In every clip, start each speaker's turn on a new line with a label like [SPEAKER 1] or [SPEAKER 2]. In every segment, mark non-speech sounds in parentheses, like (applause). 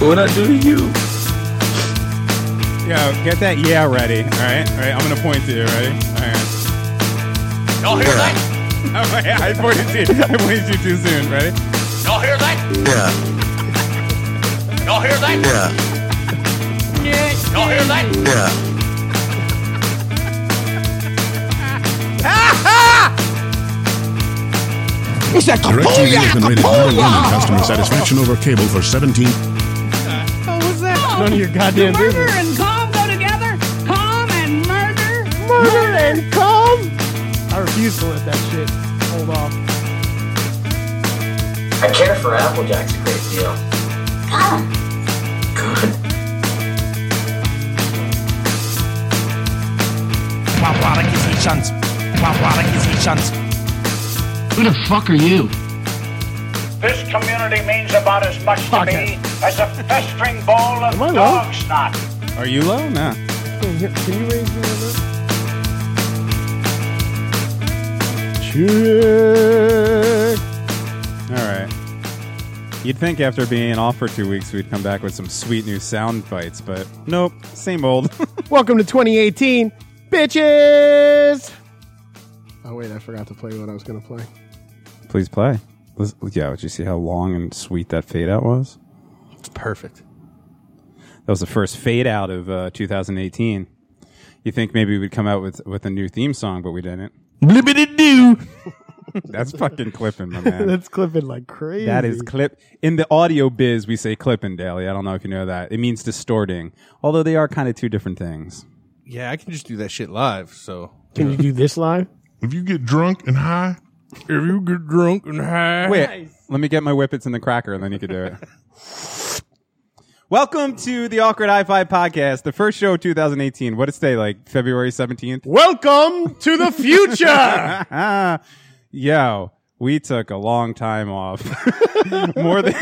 [SPEAKER 1] what I do to you.
[SPEAKER 2] Yo, get that yeah ready. All right, all right. I'm gonna point to you. Ready? All right.
[SPEAKER 3] Y'all hear that?
[SPEAKER 2] All right, (laughs) I pointed to you. I pointed to you too soon. Ready?
[SPEAKER 3] Y'all hear that?
[SPEAKER 4] Yeah,
[SPEAKER 3] Y'all hear that?
[SPEAKER 4] yeah,
[SPEAKER 3] Y'all hear that?
[SPEAKER 4] yeah.
[SPEAKER 5] DirecTV has been rated number one in customer satisfaction over cable for 17.
[SPEAKER 6] None of your goddamn murder and calm go together. Calm and murder.
[SPEAKER 7] I refuse to let that shit hold off.
[SPEAKER 8] I care for Applejack's a great deal. Good.
[SPEAKER 9] Wawara gives me chance. Wawara gives me chance.
[SPEAKER 10] Who the fuck are you?
[SPEAKER 11] This community means about as much to me as a festering ball of
[SPEAKER 7] Am I low?
[SPEAKER 11] dog snot.
[SPEAKER 2] Are you low? Nah.
[SPEAKER 7] Can you, can you raise me on this? Check.
[SPEAKER 2] All right. You'd think after being off for two weeks, we'd come back with some sweet new sound bites, but nope, same old.
[SPEAKER 7] Welcome to 2018, bitches. Oh wait, I forgot to play what I was gonna play.
[SPEAKER 2] Please play. Let's- Yeah, did you see how long and sweet that fade out was?
[SPEAKER 7] Perfect.
[SPEAKER 2] That was the first fade out of uh, 2018. You think maybe we'd come out with, with a new theme song, but we didn't.
[SPEAKER 10] Blibbity doo.
[SPEAKER 2] (laughs) That's fucking clipping, my (laughs) man.
[SPEAKER 7] (laughs) That's clipping like crazy.
[SPEAKER 2] That is clip. In the audio biz, we say clipping daily. I don't know if you know that. It means distorting, although they are kind of two different things.
[SPEAKER 12] Yeah, I can just do that shit live. So
[SPEAKER 7] Can you do this live?
[SPEAKER 5] If you get drunk and high,
[SPEAKER 12] if you get drunk and high,
[SPEAKER 2] Wait, let me get my whippets and the cracker, and then you can do it. Welcome to the Awkward Hi Fi Podcast, the first show of 2018. What is today, like February 17th?
[SPEAKER 7] Welcome to the (laughs) future.
[SPEAKER 2] Ah, yo, we took a long time off. (laughs) more than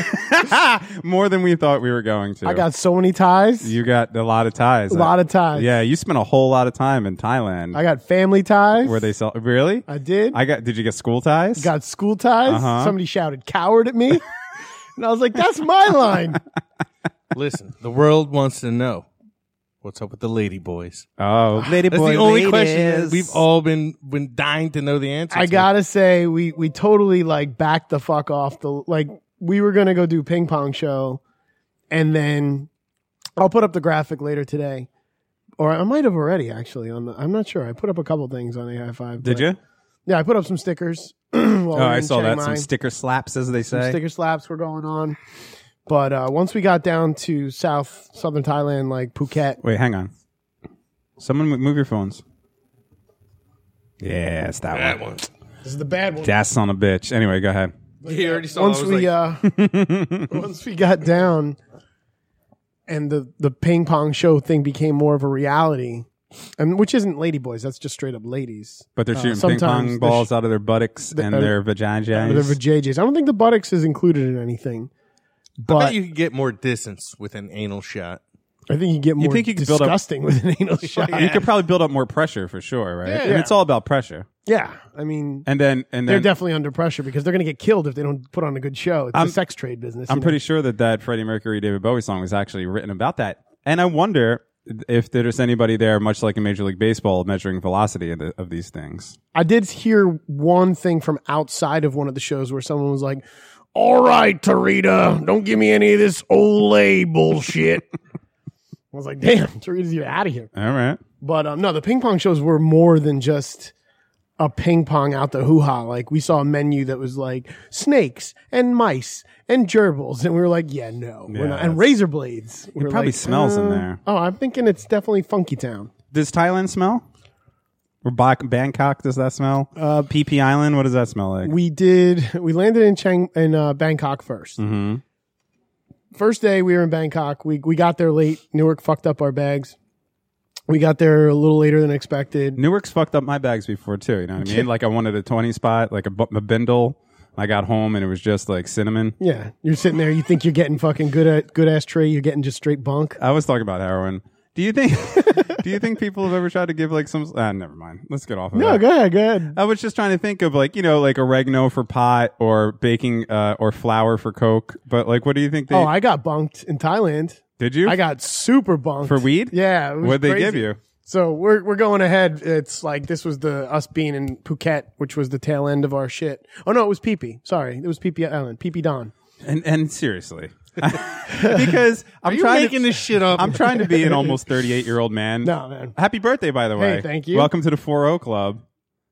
[SPEAKER 2] (laughs) more than we thought we were going to.
[SPEAKER 7] I got so many ties.
[SPEAKER 2] you got a lot of ties.
[SPEAKER 7] a lot of ties.
[SPEAKER 2] Yeah, you spent a whole lot of time in Thailand.
[SPEAKER 7] I got family ties.
[SPEAKER 2] where they sell really?
[SPEAKER 7] I did.
[SPEAKER 2] I got did you get school ties?
[SPEAKER 7] got school ties.
[SPEAKER 2] Uh-huh.
[SPEAKER 7] Somebody shouted coward at me.
[SPEAKER 2] (laughs)
[SPEAKER 7] and I was like, that's my line.
[SPEAKER 12] listen, the world wants to know what's up with the lady boys.
[SPEAKER 2] oh, lady
[SPEAKER 12] That's
[SPEAKER 2] boy,
[SPEAKER 12] the only
[SPEAKER 2] ladies.
[SPEAKER 12] question that we've all been been dying to know the answer.
[SPEAKER 7] I
[SPEAKER 12] to.
[SPEAKER 7] gotta say, we we totally like backed the fuck off the like we were gonna go do ping pong show and then I'll put up the graphic later today. Or I might have already actually on the I'm not sure. I put up a couple things on AI five.
[SPEAKER 2] Did you?
[SPEAKER 7] Yeah, I put up some stickers. (clears throat) oh,
[SPEAKER 2] Oh, I saw that. Some sticker slaps, as they
[SPEAKER 7] some
[SPEAKER 2] say.
[SPEAKER 7] sticker slaps were going on. But uh, once we got down to South Southern Thailand, like Phuket,
[SPEAKER 2] Wait, hang on. Someone mo- move your phones. Yeah, it's that,
[SPEAKER 12] that
[SPEAKER 2] one.
[SPEAKER 12] one.
[SPEAKER 7] this is the bad one.
[SPEAKER 2] That's on a bitch. Anyway, go ahead.
[SPEAKER 12] He already saw.
[SPEAKER 7] once
[SPEAKER 12] I was
[SPEAKER 7] we
[SPEAKER 12] like,
[SPEAKER 7] uh
[SPEAKER 12] (laughs)
[SPEAKER 7] once we got down and the the ping pong show thing became more of a reality and which isn't ladyboys that's just straight up ladies
[SPEAKER 2] But they're
[SPEAKER 7] Uh,
[SPEAKER 2] shooting ping
[SPEAKER 7] sometimes
[SPEAKER 2] pong
[SPEAKER 7] the sh-
[SPEAKER 2] balls out of their buttocks and
[SPEAKER 7] uh,
[SPEAKER 2] their vaginas.
[SPEAKER 7] But they're for jjs i don't think the buttocks is included in anything but
[SPEAKER 12] I bet you could get more distance with an anal shot.
[SPEAKER 7] i think you get more
[SPEAKER 2] think you could build up-
[SPEAKER 7] disgusting with an
[SPEAKER 2] (laughs)
[SPEAKER 7] anal shot
[SPEAKER 2] You could probably build up more pressure for sure, right? And
[SPEAKER 7] Yeah.
[SPEAKER 2] it's all about pressure.
[SPEAKER 7] yeah i mean
[SPEAKER 2] And then, and
[SPEAKER 7] they're
[SPEAKER 2] then,
[SPEAKER 7] definitely under pressure because they're going to get killed if they don't put on a good show. It's a sex trade business.
[SPEAKER 2] I'm
[SPEAKER 7] you know?
[SPEAKER 2] pretty sure that that Freddie Mercury, David Bowie song was actually written about that. And I wonder if there's anybody there, much like in Major League Baseball, measuring velocity of, the, of these things.
[SPEAKER 7] I did hear one thing from outside of one of the shows where someone was like, "All right, Tarita, don't give me any of this Olay bullshit." (laughs) I was like, "Damn, Tarita's you out of here."
[SPEAKER 2] All right.
[SPEAKER 7] But um, no, the ping pong shows were more than just a ping pong out the hoo ha. Like we saw a menu that was like snakes and mice and gerbils, and we were like, "Yeah, no, we're
[SPEAKER 2] Yeah,
[SPEAKER 7] not."
[SPEAKER 2] that's-
[SPEAKER 7] And razor blades. It
[SPEAKER 2] probably smells in there.
[SPEAKER 7] Oh, I'm thinking it's definitely Funky Town.
[SPEAKER 2] Does Thailand smell? Or ba- Bangkok, does that smell? Uh, PP Island, what does that smell like?
[SPEAKER 7] we did we landed in Chang in uh, Bangkok 1st
[SPEAKER 13] Mm-hmm.
[SPEAKER 7] First day we were in Bangkok. We we got there late. Newark fucked up our bags. We got there a little later than expected.
[SPEAKER 2] Newark's fucked up my bags before too. You know what I mean? like I wanted a twenty spot, like a, bu- a bindle. I got home and it was just like cinnamon.
[SPEAKER 7] Yeah, you're sitting there. You think you're getting fucking good at good ass tray. You're getting just straight bunk.
[SPEAKER 2] I was talking about heroin,
[SPEAKER 13] Do you think? (laughs) do you think people have ever tried to give like some? Ah, never mind. Let's get off of
[SPEAKER 7] No,
[SPEAKER 13] that.
[SPEAKER 7] go ahead, go ahead.
[SPEAKER 13] I was just trying to think of like you know like oregano for pot or baking uh, or flour for coke. But like, what do you think they
[SPEAKER 7] oh, I got bunked in Thailand.
[SPEAKER 13] did? You
[SPEAKER 7] I got super bunked
[SPEAKER 13] for weed?
[SPEAKER 7] Yeah, it was
[SPEAKER 13] What'd they
[SPEAKER 7] crazy.
[SPEAKER 13] give you?
[SPEAKER 7] So we're we're going ahead. It's like this was the us being in Phuket, which was the tail end of our shit. Oh no, it was Pee Pee. Sorry, it was Pee Pee Island. Pee Pee Don.
[SPEAKER 13] And and seriously, (laughs) because I'm
[SPEAKER 12] you
[SPEAKER 13] trying
[SPEAKER 12] making
[SPEAKER 13] to,
[SPEAKER 12] this shit up?
[SPEAKER 13] I'm trying to be
[SPEAKER 7] (laughs)
[SPEAKER 13] an almost 38 year old man.
[SPEAKER 7] No man.
[SPEAKER 13] Happy birthday, by the way.
[SPEAKER 7] thank you.
[SPEAKER 13] Welcome to the 4-0 Club.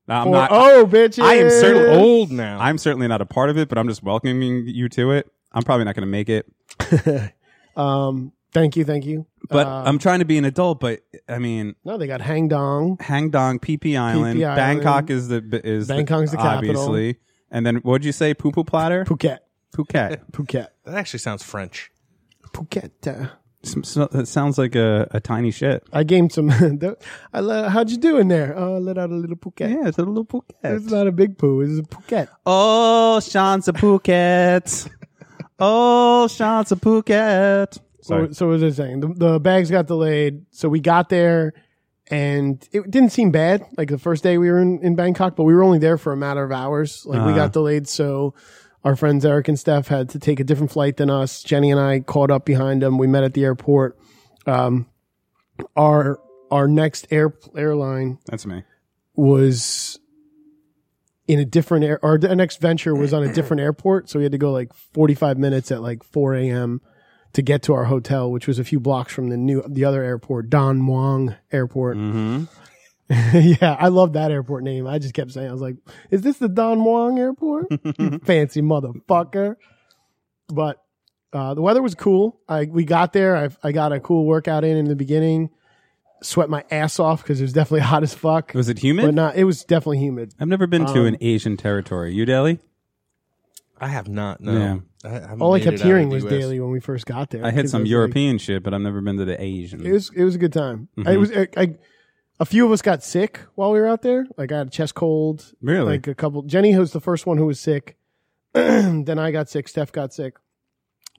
[SPEAKER 13] Now, I'm
[SPEAKER 7] Or-
[SPEAKER 13] not.
[SPEAKER 7] oh, bitches.
[SPEAKER 13] I am Oh. certainly
[SPEAKER 12] old now.
[SPEAKER 13] I'm certainly not a part of it, but I'm just welcoming you to it. I'm probably not going to make it,
[SPEAKER 7] Um, thank you, thank you.
[SPEAKER 13] but
[SPEAKER 7] Uh,
[SPEAKER 13] I'm trying to be an adult. But I mean,
[SPEAKER 7] no, they got Hang Dong.
[SPEAKER 13] Hang Dong, PP Island,
[SPEAKER 7] Island.
[SPEAKER 13] Bangkok is the is
[SPEAKER 7] Bangkok's the capital.
[SPEAKER 13] obviously. And then what'd you say? Poo poo platter,
[SPEAKER 7] Phuket,
[SPEAKER 13] (laughs) Phuket.
[SPEAKER 7] Phuket,
[SPEAKER 12] That actually sounds French.
[SPEAKER 7] Phuket. uh,
[SPEAKER 13] Some- so- That sounds like a, a tiny shit.
[SPEAKER 7] I gamed some. (laughs) I let, how'd you do in there? Oh, I let out a little Phuket.
[SPEAKER 13] Yeah, it's a little
[SPEAKER 7] It's
[SPEAKER 13] Phuket.
[SPEAKER 7] not a big poo. It's a Phuket.
[SPEAKER 13] Oh, Sean's a Phuket. oh, Sean's a Phuket. Sorry.
[SPEAKER 7] So, so what was I saying? The, the bags got delayed. So we got there and it didn't seem bad. Like the first day we were in, in Bangkok, but we were only there for a matter of hours. Like we
[SPEAKER 13] Uh-huh.
[SPEAKER 7] got delayed. So our friends Eric and Steph had to take a different flight than us. Jenny and I caught up behind them. We met at the airport. Um, our, our next air, airline
[SPEAKER 13] That's me.
[SPEAKER 7] was in a different air or the next venture was on a different airport so we had to go like 45 minutes at like 4 a.m to get to our hotel which was a few blocks from the new the other airport don muang airport
[SPEAKER 13] Mm-hmm.
[SPEAKER 7] (laughs) yeah i love that airport name i just kept saying i was like is this the don muang airport You fancy motherfucker but uh, the weather was cool I, we got there I, I got a cool workout in in the beginning sweat my ass off because it was definitely (laughs) hot as fuck
[SPEAKER 13] Was it
[SPEAKER 7] but
[SPEAKER 13] humid?
[SPEAKER 7] not it was definitely humid
[SPEAKER 13] I've never been to
[SPEAKER 7] Um,
[SPEAKER 13] an Asian territory. You Delhi?
[SPEAKER 12] I have not. No.
[SPEAKER 13] Yeah.
[SPEAKER 12] I, haven't
[SPEAKER 7] All I
[SPEAKER 12] made
[SPEAKER 7] kept
[SPEAKER 12] it out
[SPEAKER 7] hearing
[SPEAKER 12] of the
[SPEAKER 7] was
[SPEAKER 12] US.
[SPEAKER 7] daily when we first got there.
[SPEAKER 13] I had
[SPEAKER 7] 'cause
[SPEAKER 13] some
[SPEAKER 7] it was
[SPEAKER 13] European Mm-hmm. shit, but I've never been to the Asian.
[SPEAKER 7] like- it was it was a good time. It was I, I, a few of us got sick while we were out there. Like I had a chest cold.
[SPEAKER 13] really?
[SPEAKER 7] Like a couple. Jenny was the first one who was sick. (clears throat) then I got sick. Steph got sick.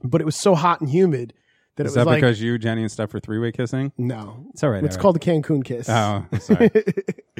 [SPEAKER 7] But it was so hot and humid that
[SPEAKER 13] Is
[SPEAKER 7] it was
[SPEAKER 13] that
[SPEAKER 7] like
[SPEAKER 13] because you, Jenny, and Steph were three way kissing?
[SPEAKER 7] no.
[SPEAKER 13] It's all right.
[SPEAKER 7] It's
[SPEAKER 13] all
[SPEAKER 7] called the Cancun kiss.
[SPEAKER 13] right. Oh, sorry.
[SPEAKER 7] (laughs)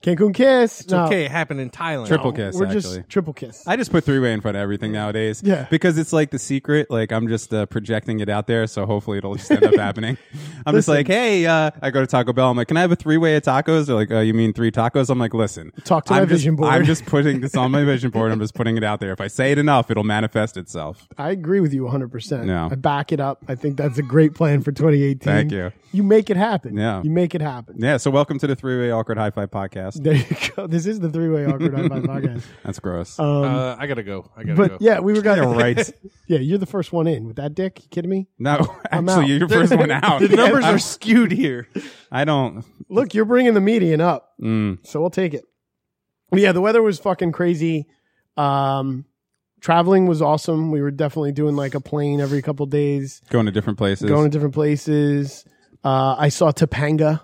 [SPEAKER 7] Cancun kiss.
[SPEAKER 12] It's
[SPEAKER 7] No,
[SPEAKER 12] okay. It happened in Thailand.
[SPEAKER 13] Triple kiss,
[SPEAKER 7] We're
[SPEAKER 13] actually.
[SPEAKER 7] just triple kiss.
[SPEAKER 13] I just put three way in front of everything nowadays.
[SPEAKER 7] Yeah.
[SPEAKER 13] Because it's like the secret. Like I'm just uh, projecting it out there, so hopefully it'll just end up happening. I'm just
[SPEAKER 7] Listen.
[SPEAKER 13] like, hey, uh, I go to Taco Bell. I'm like, can I have a three way of tacos? They're like, oh, you mean three tacos? I'm like, listen,
[SPEAKER 7] Talk to
[SPEAKER 13] I'm
[SPEAKER 7] my
[SPEAKER 13] just-
[SPEAKER 7] vision board.
[SPEAKER 13] I'm just putting this on my vision board. I'm just putting it out there. If I say it enough, it'll manifest itself.
[SPEAKER 7] I agree with you 100%.
[SPEAKER 13] No.
[SPEAKER 7] I back it up. I think that's a great plan for 2018.
[SPEAKER 13] Thank you.
[SPEAKER 7] You make it happen.
[SPEAKER 13] Yeah.
[SPEAKER 7] You make it happen. (laughs)
[SPEAKER 13] Yeah. So welcome to the three way awkward high five podcast.
[SPEAKER 7] There you go. This is the three way awkward high five podcast. Um,
[SPEAKER 13] That's gross.
[SPEAKER 12] (laughs) Uh, I gotta go. I gotta go.
[SPEAKER 7] But yeah, we were
[SPEAKER 12] (laughs)
[SPEAKER 13] yeah,
[SPEAKER 7] gonna
[SPEAKER 13] right.
[SPEAKER 7] (laughs) Yeah, you're the first one in with that dick. You kidding me?
[SPEAKER 13] No,
[SPEAKER 7] out.
[SPEAKER 13] (laughs) actually, you're your first
[SPEAKER 7] (laughs)
[SPEAKER 13] one out.
[SPEAKER 12] The numbers
[SPEAKER 13] I'm-
[SPEAKER 12] are skewed here.
[SPEAKER 13] (laughs) I don't.
[SPEAKER 7] Look, you're bringing the median up,
[SPEAKER 13] Mm,
[SPEAKER 7] so we'll take it. But yeah, the weather was fucking crazy. Um, traveling was awesome. We were definitely doing like a plane every couple days,
[SPEAKER 13] going to different places.
[SPEAKER 7] going to different places. Uh, I saw Topanga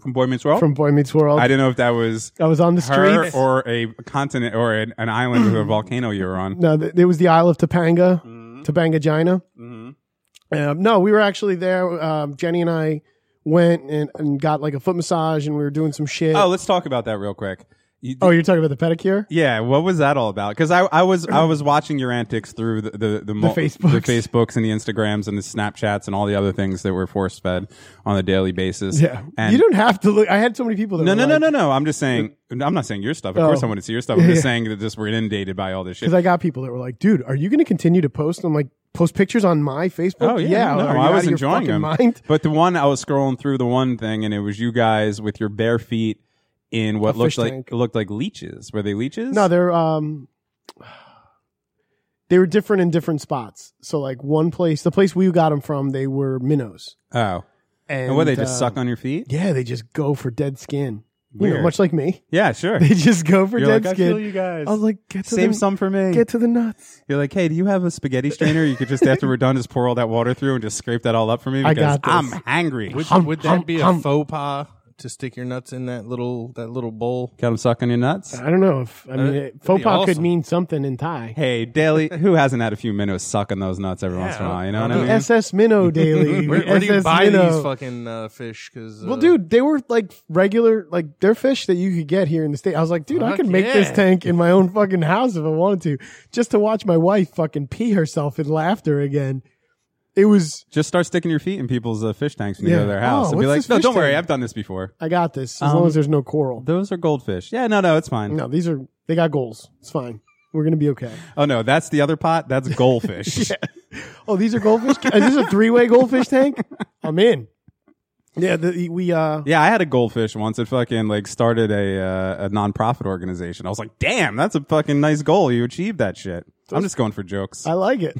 [SPEAKER 13] from Boy Meets
[SPEAKER 12] Oh.
[SPEAKER 13] World.
[SPEAKER 7] from Boy Meets World.
[SPEAKER 13] I
[SPEAKER 7] I,
[SPEAKER 13] didn't know if that was
[SPEAKER 7] was on the
[SPEAKER 13] her
[SPEAKER 7] streets.
[SPEAKER 13] or a continent or an, an
[SPEAKER 7] (laughs)
[SPEAKER 13] island with a volcano you were on.
[SPEAKER 7] No, th- there was the Isle of Topanga,
[SPEAKER 13] Mm-hmm.
[SPEAKER 7] Topanga Gina. Um, no, we were actually there. Um, Jenny and I went and, and got like a foot massage, and we were doing some shit.
[SPEAKER 13] Oh, let's talk about that real quick. You-
[SPEAKER 7] Oh, you're talking about the pedicure?
[SPEAKER 13] yeah, what was that all about? Because I, I was I was watching your antics through the the, the, mul-
[SPEAKER 7] Facebooks.
[SPEAKER 13] the Facebooks and the Instagrams and the Snapchats and all the other things that were force fed on a daily basis. and
[SPEAKER 7] you don't have to look. I had so many people that
[SPEAKER 13] No,
[SPEAKER 7] were
[SPEAKER 13] no,
[SPEAKER 7] like,
[SPEAKER 13] no, no, no. I'm just saying. I'm not saying your stuff. Of
[SPEAKER 7] Oh.
[SPEAKER 13] course, I want to see your stuff. I'm
[SPEAKER 7] Yeah.
[SPEAKER 13] just saying that just we're inundated by all this shit.
[SPEAKER 7] Because I got people that were like, dude, are you going to continue to post? And I'm like, post pictures on my Facebook?
[SPEAKER 13] Oh yeah, no,
[SPEAKER 7] are you
[SPEAKER 13] I
[SPEAKER 7] out
[SPEAKER 13] was
[SPEAKER 7] of your
[SPEAKER 13] enjoying
[SPEAKER 7] fucking
[SPEAKER 13] them.
[SPEAKER 7] Mind?
[SPEAKER 13] But the one I was scrolling through the one thing, and it was you guys with your bare feet in what
[SPEAKER 7] A
[SPEAKER 13] looked
[SPEAKER 7] fish
[SPEAKER 13] like
[SPEAKER 7] tank.
[SPEAKER 13] looked like leeches. Were they leeches?
[SPEAKER 7] No, they're um, they were different in different spots. So like one place, the place we got them from, they were minnows.
[SPEAKER 13] oh,
[SPEAKER 7] And,
[SPEAKER 13] and what they just
[SPEAKER 7] uh,
[SPEAKER 13] suck on your feet?
[SPEAKER 7] Yeah, they just go for dead skin. You know,
[SPEAKER 13] Weird.
[SPEAKER 7] much like me.
[SPEAKER 13] Yeah,
[SPEAKER 7] (laughs)
[SPEAKER 13] sure.
[SPEAKER 7] They just go for
[SPEAKER 13] You're
[SPEAKER 7] dead
[SPEAKER 13] like, I
[SPEAKER 7] skin.
[SPEAKER 13] feel you guys.
[SPEAKER 7] I was like, get to
[SPEAKER 13] Save
[SPEAKER 7] the,
[SPEAKER 13] some for me.
[SPEAKER 7] Get to the nuts.
[SPEAKER 13] You're like, hey, do you have a spaghetti strainer? You could just after we're done, just pour all that water through and just scrape that all up for me
[SPEAKER 7] I
[SPEAKER 13] because
[SPEAKER 7] got this.
[SPEAKER 13] I'm hungry.
[SPEAKER 12] Would,
[SPEAKER 7] Hum,
[SPEAKER 12] would that
[SPEAKER 7] hum,
[SPEAKER 12] be a
[SPEAKER 7] hum.
[SPEAKER 12] faux pas to stick your nuts in that little that little bowl?
[SPEAKER 13] Got him sucking your nuts?
[SPEAKER 7] I don't know if I
[SPEAKER 12] Uh,
[SPEAKER 7] mean
[SPEAKER 12] that'd
[SPEAKER 7] it
[SPEAKER 12] be
[SPEAKER 7] faux pas could
[SPEAKER 12] awesome.
[SPEAKER 7] mean something in Thai.
[SPEAKER 13] Hey, daily, who hasn't had a few minnows sucking those nuts every once in a while? You know what I mean?
[SPEAKER 7] SS Minnow Daily.
[SPEAKER 12] Where, where do you
[SPEAKER 7] SS
[SPEAKER 12] buy
[SPEAKER 7] Minnow.
[SPEAKER 12] these fucking uh, fish? Because uh,
[SPEAKER 7] Well, dude, they were like regular, like they're fish that you could get here in the state. I was like, dude, I
[SPEAKER 12] Fuck
[SPEAKER 7] could make this
[SPEAKER 12] yeah.
[SPEAKER 7] tank in my own fucking house if I wanted to, just to watch my wife fucking pee herself in laughter again. It was,
[SPEAKER 13] Just start sticking your feet in people's uh, fish tanks when you go to
[SPEAKER 7] Yeah.
[SPEAKER 13] their house
[SPEAKER 7] Oh,
[SPEAKER 13] and be
[SPEAKER 7] what's
[SPEAKER 13] like,
[SPEAKER 7] this
[SPEAKER 13] no,
[SPEAKER 7] fish
[SPEAKER 13] don't worry,
[SPEAKER 7] tank?"
[SPEAKER 13] I've done this before.
[SPEAKER 7] I got this as
[SPEAKER 13] Um,
[SPEAKER 7] long as there's no coral.
[SPEAKER 13] Those are goldfish. Yeah, no, no, it's fine.
[SPEAKER 7] No, these are, they got goals. It's fine. We're going to be okay.
[SPEAKER 13] Oh, no, that's the other pot. That's
[SPEAKER 7] (laughs)
[SPEAKER 13] goldfish.
[SPEAKER 7] Oh, these are goldfish? Is this a three way goldfish tank? I'm in. Yeah, the, we, uh,
[SPEAKER 13] Yeah, I had a goldfish once. It fucking like started a uh, a nonprofit organization. I was like, damn, that's a fucking nice goal. You achieved that shit. I'm just going for jokes.
[SPEAKER 7] I like it.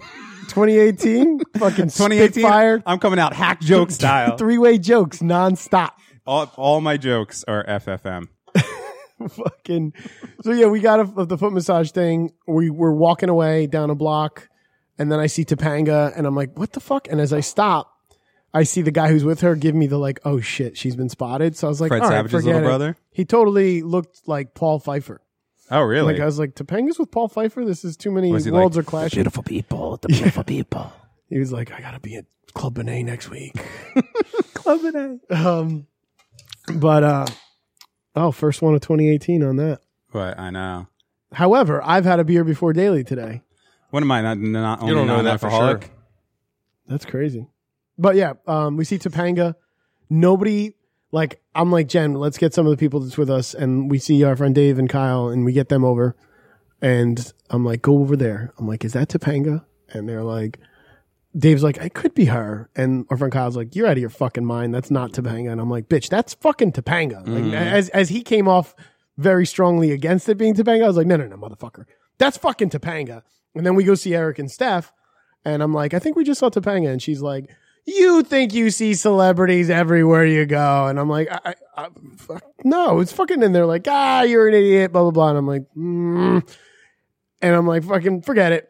[SPEAKER 7] 2018, fucking
[SPEAKER 13] 2018,
[SPEAKER 7] Spitfire,
[SPEAKER 13] I'm coming out hack
[SPEAKER 7] (laughs)
[SPEAKER 13] uh, joke style.
[SPEAKER 7] three way jokes nonstop.
[SPEAKER 13] all, all my jokes are FFM.
[SPEAKER 7] fucking so yeah we got a, the foot massage thing we were walking away down a block and then i see topanga and i'm like what the fuck and as i stop i see the guy who's with her give me the like oh shit she's been spotted so i was like
[SPEAKER 13] Fred
[SPEAKER 7] all right,
[SPEAKER 13] Savage's
[SPEAKER 7] forget
[SPEAKER 13] little
[SPEAKER 7] it.
[SPEAKER 13] brother?
[SPEAKER 7] he totally looked like paul pfeiffer
[SPEAKER 13] Oh, really?
[SPEAKER 7] like i was like topanga's with paul pfeiffer this is too many
[SPEAKER 13] Was
[SPEAKER 7] worlds
[SPEAKER 13] he
[SPEAKER 7] are
[SPEAKER 13] like,
[SPEAKER 7] clashing
[SPEAKER 9] Beautiful people, the beautiful people.
[SPEAKER 7] he was like, I gotta be at Club Benet next week. Club Benet. Um, but uh, oh, first one of 2018 on that.
[SPEAKER 13] but I know.
[SPEAKER 7] However, I've had a beer before daily today.
[SPEAKER 13] What am I not? Not
[SPEAKER 12] you
[SPEAKER 13] only
[SPEAKER 12] don't know that for sure.
[SPEAKER 13] non-alcoholic.
[SPEAKER 7] That's crazy. But yeah, um, we see Topanga. Nobody like I'm like Jen. Let's get some of the people that's with us, and we see our friend Dave and Kyle, and we get them over. And I'm like, go over there. I'm like, is that Topanga? And they're like, Dave's like, it could be her. And our friend Kyle's like, you're out of your fucking mind. That's not Topanga. And I'm like, bitch, that's fucking Topanga. Like as as he came off very strongly against it being Topanga, I was like, no, no, no, motherfucker, that's fucking Topanga. And then we go see Eric and Steph, and I'm like, I think we just saw Topanga. And she's like, You think you see celebrities everywhere you go. And I'm like, I, I, I, fuck, No, it's fucking. And they're like, Ah, you're an idiot, blah, blah, blah. And I'm like, mm. And I'm like, Fucking forget it.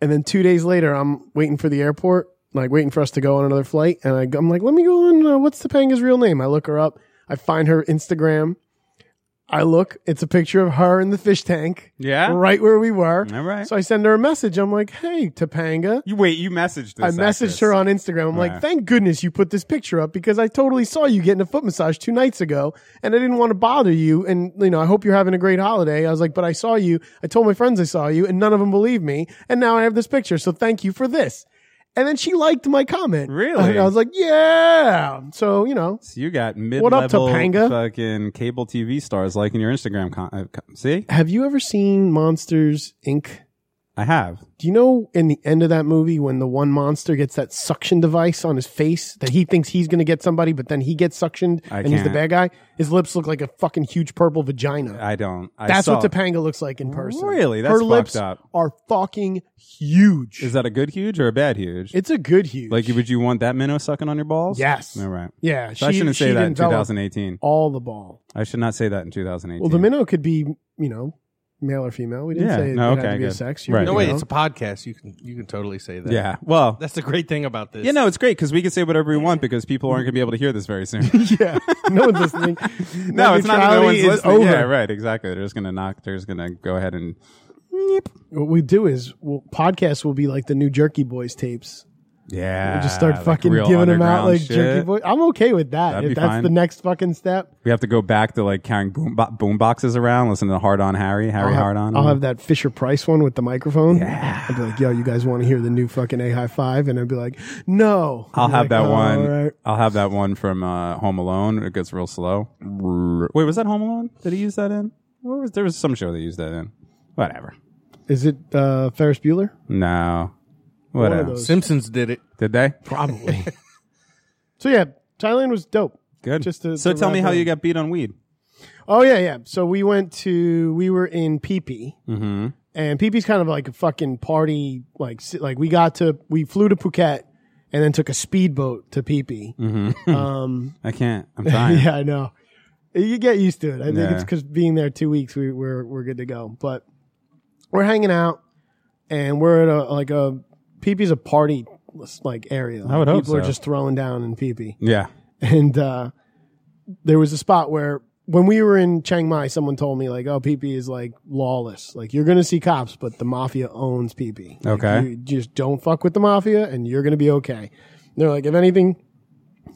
[SPEAKER 7] And then two days later, I'm waiting for the airport, like waiting for us to go on another flight. And I, am like, Let me go on. Uh, what's Topanga's real name? I look her up. I find her Instagram. I look, it's a picture of her in the fish tank,
[SPEAKER 13] Yeah.
[SPEAKER 7] right where we were.
[SPEAKER 13] All right.
[SPEAKER 7] So I send her a message. I'm like, hey, Topanga.
[SPEAKER 13] You wait. You messaged this.
[SPEAKER 7] I messaged
[SPEAKER 13] actress.
[SPEAKER 7] her on Instagram. I'm
[SPEAKER 13] Right.
[SPEAKER 7] like, thank goodness you put this picture up because I totally saw you getting a foot massage two nights ago and I didn't want to bother you. And, you know, I hope you're having a great holiday. I was like, but I saw you. I told my friends I saw you and none of them believed me. And now I have this picture. So thank you for this. And then she liked my comment.
[SPEAKER 13] Really?
[SPEAKER 7] And (laughs) I was like, yeah. So, you know,
[SPEAKER 13] So you got mid-level
[SPEAKER 7] What up, Topanga?
[SPEAKER 13] fucking cable TV stars liking your Instagram. Con- uh, co- see,
[SPEAKER 7] have you ever seen Monsters Inc.?
[SPEAKER 13] I have.
[SPEAKER 7] Do you know in the end of that movie when the one monster gets that suction device on his face that he thinks he's going to get somebody, but then he gets suctioned
[SPEAKER 13] I
[SPEAKER 7] and he's the
[SPEAKER 13] can't.
[SPEAKER 7] bad guy? His lips look like a fucking huge purple vagina.
[SPEAKER 13] I don't. I
[SPEAKER 7] That's
[SPEAKER 13] saw.
[SPEAKER 7] what Topanga looks like in person.
[SPEAKER 13] Really? That's
[SPEAKER 7] Her
[SPEAKER 13] fucked
[SPEAKER 7] lips
[SPEAKER 13] up.
[SPEAKER 7] are fucking huge.
[SPEAKER 13] Is that a good huge or a bad huge?
[SPEAKER 7] it's a good huge.
[SPEAKER 13] Like, would you want that minnow sucking on your balls?
[SPEAKER 7] Yes.
[SPEAKER 13] All right.
[SPEAKER 7] yeah,
[SPEAKER 13] So I shouldn't say that in
[SPEAKER 7] developed
[SPEAKER 13] 2018.
[SPEAKER 7] All the ball.
[SPEAKER 13] I should not say that in 2018.
[SPEAKER 7] Well, the minnow could be, you know, male or female. We didn't
[SPEAKER 13] Yeah.
[SPEAKER 7] say it
[SPEAKER 13] No,
[SPEAKER 7] would have
[SPEAKER 13] okay,
[SPEAKER 7] to be a
[SPEAKER 13] good.
[SPEAKER 7] sex.
[SPEAKER 13] Right.
[SPEAKER 12] No,
[SPEAKER 13] You
[SPEAKER 12] wait,
[SPEAKER 7] know?
[SPEAKER 12] it's a podcast. You can you can totally say that.
[SPEAKER 13] yeah. Well,
[SPEAKER 12] that's the great thing about this.
[SPEAKER 13] you know, it's great because we can say whatever we want because people aren't going to be able to hear this very soon.
[SPEAKER 7] (laughs) (laughs) yeah. No one's listening.
[SPEAKER 13] (laughs) no, it's not that no
[SPEAKER 7] Neutrality
[SPEAKER 13] one's
[SPEAKER 7] is
[SPEAKER 13] listening.
[SPEAKER 7] over.
[SPEAKER 13] Yeah, right. Exactly. They're just going to knock. They're just going to go ahead and.
[SPEAKER 7] What we do is we'll, podcasts will be like the new Jerky Boys tapes.
[SPEAKER 13] Yeah.
[SPEAKER 7] We just start
[SPEAKER 13] Ah, like
[SPEAKER 7] fucking
[SPEAKER 13] real
[SPEAKER 7] giving them out
[SPEAKER 13] underground
[SPEAKER 7] like
[SPEAKER 13] shit.
[SPEAKER 7] Jerky Boys. I'm okay with that.
[SPEAKER 13] That'd be
[SPEAKER 7] if that's
[SPEAKER 13] fine.
[SPEAKER 7] the next fucking step,
[SPEAKER 13] We have to go back to like carrying boom, bo- boom boxes around, listen to Hard On Harry, Harry
[SPEAKER 7] I'll, have,
[SPEAKER 13] Hard On.
[SPEAKER 7] I'll have that Fisher Price one with the microphone. Yeah. I'd be like, yo, you guys want to hear the new fucking A High Five? And I'd be like, no.
[SPEAKER 13] I'll
[SPEAKER 7] You're
[SPEAKER 13] have
[SPEAKER 7] like,
[SPEAKER 13] that
[SPEAKER 7] "Oh,
[SPEAKER 13] one.
[SPEAKER 7] all right."
[SPEAKER 13] I'll have that one from uh, Home Alone. It gets real slow. Wait, was that Home Alone? Did he use that in? What was there was some show they used that in? Whatever.
[SPEAKER 7] Is it uh, Ferris Bueller?
[SPEAKER 13] No.
[SPEAKER 7] of
[SPEAKER 13] Whatever.
[SPEAKER 7] those.
[SPEAKER 12] Simpsons did it.
[SPEAKER 13] Did they?
[SPEAKER 7] Probably. so yeah, Thailand was dope.
[SPEAKER 13] Good.
[SPEAKER 7] Just to-
[SPEAKER 13] so
[SPEAKER 7] to
[SPEAKER 13] tell me
[SPEAKER 7] wrap
[SPEAKER 13] how
[SPEAKER 7] it
[SPEAKER 13] you
[SPEAKER 7] up.
[SPEAKER 13] got beat on weed.
[SPEAKER 7] Oh yeah, yeah. So we went to we were in Pee Pee.
[SPEAKER 13] Mm-hmm.
[SPEAKER 7] and PP's kind of like a fucking party. Like, si- like we got to, we flew to Phuket and then took a speedboat to PP.
[SPEAKER 13] Mm.
[SPEAKER 7] Um,
[SPEAKER 13] Mm-hmm. (laughs) I can't. I'm trying.
[SPEAKER 7] (laughs) yeah, I know. You get used to it. I think
[SPEAKER 13] Yeah.
[SPEAKER 7] it's because being there two weeks, we, we're we're good to go. But we're hanging out, and we're at a like a PP's a party like area.
[SPEAKER 13] I would
[SPEAKER 7] People
[SPEAKER 13] hope
[SPEAKER 7] are
[SPEAKER 13] so.
[SPEAKER 7] just throwing down in PP,
[SPEAKER 13] Yeah.
[SPEAKER 7] and uh, there was a spot where when we were in Chiang Mai, someone told me like, "Oh, PP is like lawless. Like you're gonna see cops, but the mafia owns PP. Like,
[SPEAKER 13] Okay.
[SPEAKER 7] you just don't fuck with the mafia, and you're gonna be okay." And they're like, if anything,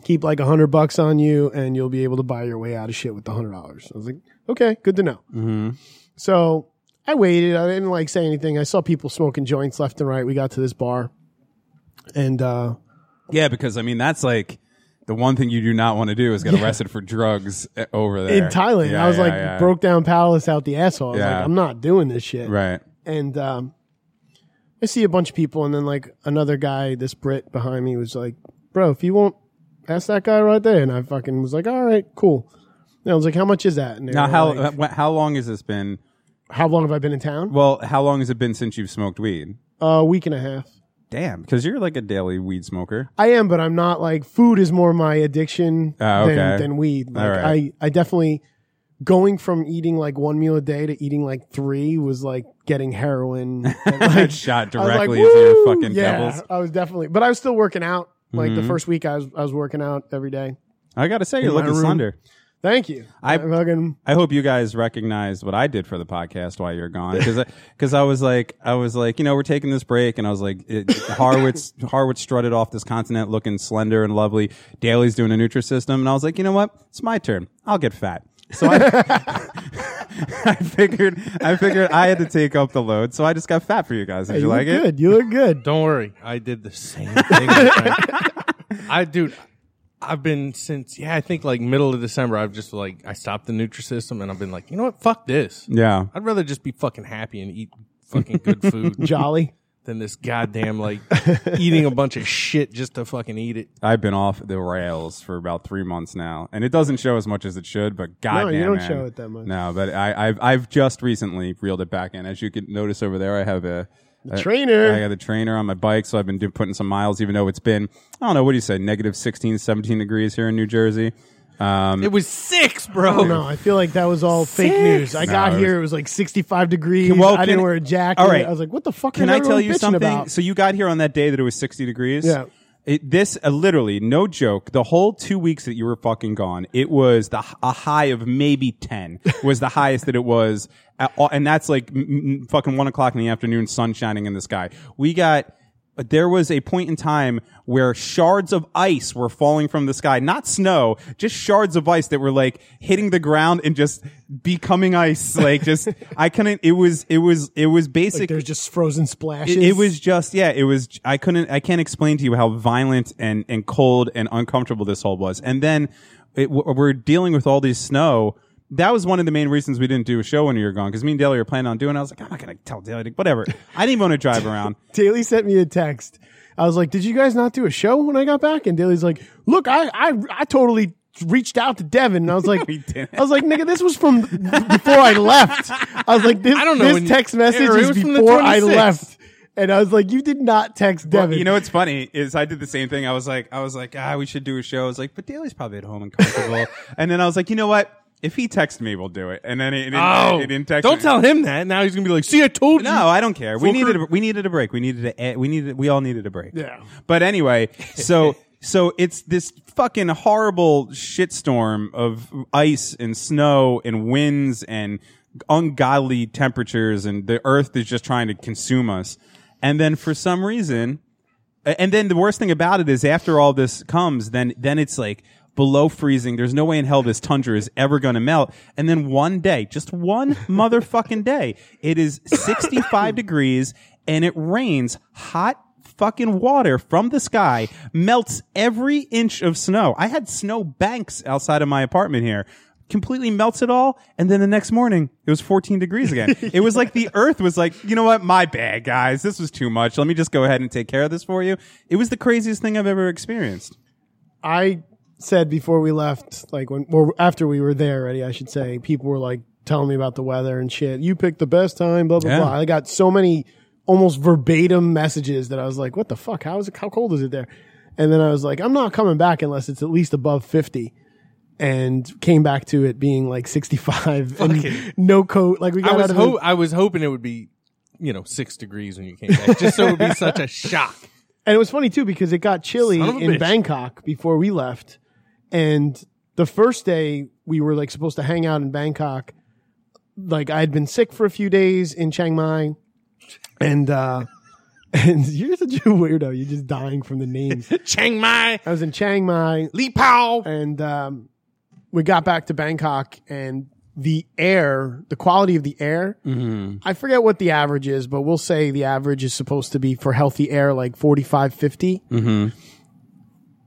[SPEAKER 7] keep like a hundred bucks on you, and you'll be able to buy your way out of shit with the hundred dollars. I was like, okay, good to know.
[SPEAKER 13] Mm-hmm.
[SPEAKER 7] So I waited. I didn't like say anything. I saw people smoking joints left and right. We got to this bar, and uh,
[SPEAKER 13] Yeah, because I mean that's like the one thing you do not want to do is get
[SPEAKER 7] Yeah.
[SPEAKER 13] arrested for drugs eh, over there
[SPEAKER 7] in Thailand,
[SPEAKER 13] Yeah,
[SPEAKER 7] I was
[SPEAKER 13] yeah,
[SPEAKER 7] like
[SPEAKER 13] yeah.
[SPEAKER 7] broke down palace out the asshole. I was
[SPEAKER 13] Yeah.
[SPEAKER 7] like, I'm not doing this shit.
[SPEAKER 13] Right.
[SPEAKER 7] And um, I see a bunch of people, and then like another guy, this Brit behind me, was like, "Bro, if you won't ask that guy right there," and I fucking was like, "All right, cool." And I was like, "How much is that?" And they
[SPEAKER 13] Now
[SPEAKER 7] were
[SPEAKER 13] how
[SPEAKER 7] like,
[SPEAKER 13] uh, wh- how long has this been?
[SPEAKER 7] how long have I been in town?
[SPEAKER 13] Well, how long has it been since you've smoked weed?
[SPEAKER 7] A week and a half.
[SPEAKER 13] Damn, because you're like a daily weed smoker.
[SPEAKER 7] I am, but I'm not like food is more my addiction
[SPEAKER 13] Ah, okay.
[SPEAKER 7] than, than weed. Like
[SPEAKER 13] All right.
[SPEAKER 7] I, I definitely going from eating like one meal a day to eating like three was like getting
[SPEAKER 13] (laughs)
[SPEAKER 7] heroin. And, (laughs) like,
[SPEAKER 13] Shot
[SPEAKER 7] I was like,
[SPEAKER 13] directly into your
[SPEAKER 7] "Woo!"
[SPEAKER 13] fucking
[SPEAKER 7] yeah,
[SPEAKER 13] pebbles.
[SPEAKER 7] I was definitely, but I was still working out. Like the
[SPEAKER 13] Mhm.
[SPEAKER 7] first week, I was I was working out every day.
[SPEAKER 13] I gotta say, you're
[SPEAKER 7] In my
[SPEAKER 13] looking
[SPEAKER 7] room.
[SPEAKER 13] slender.
[SPEAKER 7] Thank you.
[SPEAKER 13] I-
[SPEAKER 7] fucking
[SPEAKER 13] I hope you guys recognize what I did for the podcast while you're gone, because
[SPEAKER 7] (laughs)
[SPEAKER 13] because I, was like I was like you know we're taking this break, and I was like it, Harwitz (laughs) Harwitz strutted off this continent looking slender and lovely. Daly's doing a Nutrisystem, and I was like you know what, it's my turn. I'll get fat. So I, (laughs) I figured I figured I had to take up the load, so I just got fat for you guys. Did
[SPEAKER 7] Hey,
[SPEAKER 13] you,
[SPEAKER 7] you
[SPEAKER 13] like
[SPEAKER 7] look
[SPEAKER 13] it?
[SPEAKER 7] good. You look good.
[SPEAKER 13] (laughs)
[SPEAKER 12] Don't worry, I did the same thing. my friend. (laughs) I dude, I've been since yeah, I think like middle of December. I've just like I stopped the Nutrisystem and I've been like, you know what, fuck this.
[SPEAKER 13] Yeah.
[SPEAKER 12] I'd rather just be fucking happy and eat fucking good food
[SPEAKER 7] Jolly.
[SPEAKER 12] than this goddamn like eating a bunch of shit just to fucking eat it.
[SPEAKER 13] I've been off the rails for about three months now, and it doesn't show as much as it should. But goddamn,
[SPEAKER 7] you don't
[SPEAKER 13] man.
[SPEAKER 7] show it that much.
[SPEAKER 13] No, but I, I've I've just recently reeled it back in. As you can notice over there, I have a, a-
[SPEAKER 7] trainer.
[SPEAKER 13] I got a trainer on my bike, so I've been do, putting some miles, even though it's been I don't know what do you say, negative 16, 17 degrees here in New Jersey. Um,
[SPEAKER 12] It was six,
[SPEAKER 7] Oh
[SPEAKER 12] bro.
[SPEAKER 7] no, I feel like that was all fake news. I
[SPEAKER 13] No,
[SPEAKER 7] got
[SPEAKER 13] it was-
[SPEAKER 7] here, it was like 65 degrees.
[SPEAKER 13] Well,
[SPEAKER 7] I
[SPEAKER 13] can-
[SPEAKER 7] didn't wear a jacket.
[SPEAKER 13] All right.
[SPEAKER 7] I was like, what the fuck
[SPEAKER 13] Can
[SPEAKER 7] is
[SPEAKER 13] I tell
[SPEAKER 7] everyone
[SPEAKER 13] you
[SPEAKER 7] bitching
[SPEAKER 13] something?
[SPEAKER 7] about?
[SPEAKER 13] So you got here on that day that it was 60 degrees.
[SPEAKER 7] Yeah.
[SPEAKER 13] It, this uh, literally no joke. The whole two weeks that you were fucking gone, it was the a high of maybe
[SPEAKER 7] (laughs)
[SPEAKER 13] ten was the highest that it was, at all, and that's like m- m- fucking one o'clock in the afternoon, sun shining in the sky. We got. There was a point in time where shards of ice were falling from the sky, not snow, just shards of ice that were like hitting the ground and just becoming ice. Like
[SPEAKER 7] (laughs)
[SPEAKER 13] just, I couldn't, it was, it was, it was basic.
[SPEAKER 7] Like, there's just frozen splashes.
[SPEAKER 13] It, it was just yeah. It was I couldn't I can't explain to you how violent and and cold and uncomfortable this whole was. And then it, w- we're dealing with all this snow. That was one of the main reasons we didn't do a show when you were gone because me and Daly were planning on doing. it. I was like, I'm not gonna tell Daly to- whatever. I didn't want
[SPEAKER 12] (laughs)
[SPEAKER 13] to drive around.
[SPEAKER 7] Daly sent me a text. I was like, "Did you guys not do a show when I got back?" And Daly's like, "Look, I I, I totally reached out to Devin." And
[SPEAKER 12] (laughs)
[SPEAKER 7] I was like,
[SPEAKER 13] we didn't.
[SPEAKER 7] "I was like, nigga, this was from before I left." I was like, "This,
[SPEAKER 12] I don't know when
[SPEAKER 7] this
[SPEAKER 12] you-
[SPEAKER 7] text
[SPEAKER 12] Yeah,
[SPEAKER 7] message
[SPEAKER 12] it
[SPEAKER 7] is
[SPEAKER 12] was from the
[SPEAKER 7] before I
[SPEAKER 12] 26th.
[SPEAKER 7] left." And I was like, "You did not text Devin."
[SPEAKER 13] Well, you know what's funny is I did the same thing. I was like, I was like, ah, we should do a show. I was like, but Daly's probably at home and comfortable.
[SPEAKER 12] (laughs)
[SPEAKER 13] and then I was like, you know what? If he texts me, we'll do it. And then he, he didn't,
[SPEAKER 12] Oh,
[SPEAKER 13] he didn't text.
[SPEAKER 12] don't
[SPEAKER 13] me.
[SPEAKER 12] tell him that. Now he's gonna be like, "See, I told you."
[SPEAKER 13] No, I don't care. We
[SPEAKER 12] Fucker.
[SPEAKER 13] needed a, we needed a break. We needed a eh, we needed we all needed a break.
[SPEAKER 7] Yeah.
[SPEAKER 13] But anyway, so so it's this fucking horrible shitstorm of ice and snow and winds and ungodly temperatures and the earth is just trying to consume us. And then for some reason, and then the worst thing about it is after all this comes, then then it's like below freezing. There's no way in hell this tundra is ever going to melt. And then one day, just one (laughs) motherfucking day, it is 65 degrees and it rains hot fucking water from the sky melts every inch of snow. I had snow banks outside of my apartment here. Completely melts it all, and then the next morning it was 14 degrees again. It was like the earth was like, you know what, my bad, guys. This was too much. Let me just go ahead and take care of this for you. It was the craziest thing I've ever experienced.
[SPEAKER 7] I said before we left, like when or after we were there already, I should say, people were like telling me about the weather and shit. You picked the best time, blah blah
[SPEAKER 13] Yeah.
[SPEAKER 7] blah. I got so many almost verbatim messages that I was like, "What the fuck? How is it? How cold is it there?" And then I was like, "I'm not coming back unless it's at least above 50." And came back to it being like 65 and no coat. Like we got
[SPEAKER 12] I was
[SPEAKER 7] out of the-
[SPEAKER 12] ho- I was hoping it would be, you know, six degrees when you came back, just so it would be such a shock.
[SPEAKER 7] And it was funny too because it got chilly
[SPEAKER 12] Son of a
[SPEAKER 7] in
[SPEAKER 12] bitch.
[SPEAKER 7] Bangkok before we left, and the first day we were like supposed to hang out in Bangkok. Like I had been sick for a few days in Chiang Mai, and uh, (laughs) and you're such a weirdo. You're just dying from the names.
[SPEAKER 12] Chiang Mai,
[SPEAKER 7] I was in Chiang Mai,
[SPEAKER 12] Li Pao.
[SPEAKER 7] and um, we got back to Bangkok, and the air, the quality of the air,
[SPEAKER 13] Mm-hmm.
[SPEAKER 7] I forget what the average is, but we'll say the average is supposed to be for healthy air like 45, 50.
[SPEAKER 13] Mm-hmm.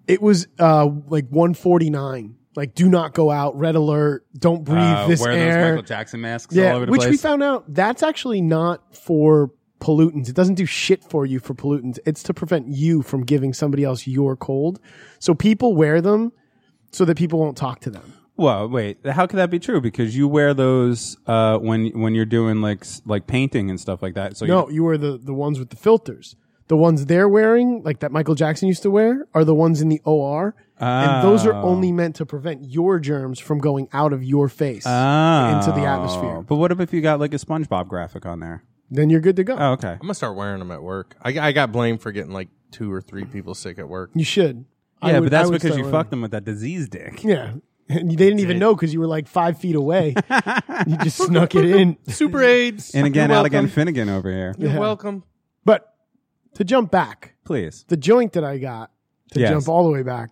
[SPEAKER 7] It was uh, like 149. Like, do not go out, red alert, don't breathe
[SPEAKER 13] Uh,
[SPEAKER 7] this
[SPEAKER 13] wear those
[SPEAKER 7] air.
[SPEAKER 13] Michael Jackson masks
[SPEAKER 7] yeah,
[SPEAKER 13] all over the
[SPEAKER 7] which
[SPEAKER 13] place.
[SPEAKER 7] we found out that's actually not for pollutants. It doesn't do shit for you for pollutants. It's to prevent you from giving somebody else your cold. So people wear them so that people won't talk to them.
[SPEAKER 13] well, wait, how could that be true? Because you wear those uh, when when you're doing like s- like painting and stuff like that. So
[SPEAKER 7] No, you wear the, the ones with the filters. The ones they're wearing, like that Michael Jackson used to wear, are the ones in the OR. And those are
[SPEAKER 13] Oh.
[SPEAKER 7] only meant to prevent your germs from going out of your face
[SPEAKER 13] Oh.
[SPEAKER 7] into the atmosphere.
[SPEAKER 13] But what if you got like a SpongeBob graphic on there?
[SPEAKER 7] Then you're good to go.
[SPEAKER 13] Oh, okay.
[SPEAKER 12] I'm gonna start wearing them at work. I, I got blamed for getting like two or three people sick at work.
[SPEAKER 7] You should. I
[SPEAKER 13] Yeah,
[SPEAKER 7] would-
[SPEAKER 13] but that's
[SPEAKER 7] I would
[SPEAKER 13] because
[SPEAKER 7] start
[SPEAKER 13] you
[SPEAKER 7] with-
[SPEAKER 13] fucked them with that
[SPEAKER 7] (laughs)
[SPEAKER 13] disease dick.
[SPEAKER 7] Yeah. And they didn't even know because you were like five feet away.
[SPEAKER 13] (laughs)
[SPEAKER 7] you just snuck it in.
[SPEAKER 12] Super AIDS.
[SPEAKER 13] And again,
[SPEAKER 12] You're
[SPEAKER 13] out again,
[SPEAKER 12] welcome.
[SPEAKER 13] Finnegan over here.
[SPEAKER 12] You're
[SPEAKER 7] Yeah.
[SPEAKER 12] welcome.
[SPEAKER 7] But to jump back,
[SPEAKER 13] Please.
[SPEAKER 7] the joint that I got, to
[SPEAKER 13] Yes.
[SPEAKER 7] jump all the way back,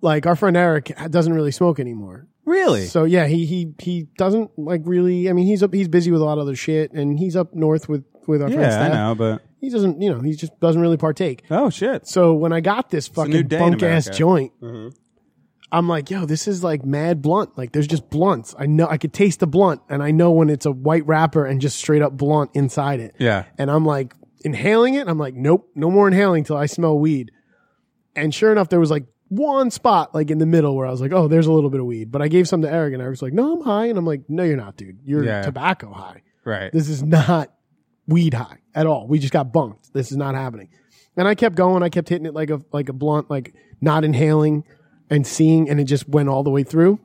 [SPEAKER 7] like our friend Eric doesn't really smoke anymore.
[SPEAKER 13] Really?
[SPEAKER 7] So yeah, he he he doesn't like really. I mean, he's up. He's busy with a lot of other shit, and he's up north with with our friends.
[SPEAKER 13] yeah, I know, but
[SPEAKER 7] He doesn't. You know, he just doesn't really partake.
[SPEAKER 13] oh shit.
[SPEAKER 7] So when I got this
[SPEAKER 13] a new
[SPEAKER 7] fucking
[SPEAKER 13] day in
[SPEAKER 7] bunk ass
[SPEAKER 13] America. Mm-hmm.
[SPEAKER 7] joint, I'm like, yo, this is like mad blunt. Like, there's just blunts. I know I could taste the blunt, and I know when it's a white wrapper and just straight up blunt inside it.
[SPEAKER 13] Yeah.
[SPEAKER 7] And I'm like inhaling it. and I'm like, nope, no more inhaling till I smell weed. And sure enough, there was like one spot like in the middle where I was like, oh, there's a little bit of weed. But I gave some to Eric, and I was like, no, I'm high. And I'm like, no, you're not, dude. You're
[SPEAKER 13] Yeah.
[SPEAKER 7] tobacco high.
[SPEAKER 13] Right.
[SPEAKER 7] This is not weed high at all. We just got bunked. This is not happening. And I kept going. I kept hitting it like a like a blunt, like not inhaling and seeing, and it just went all the way through.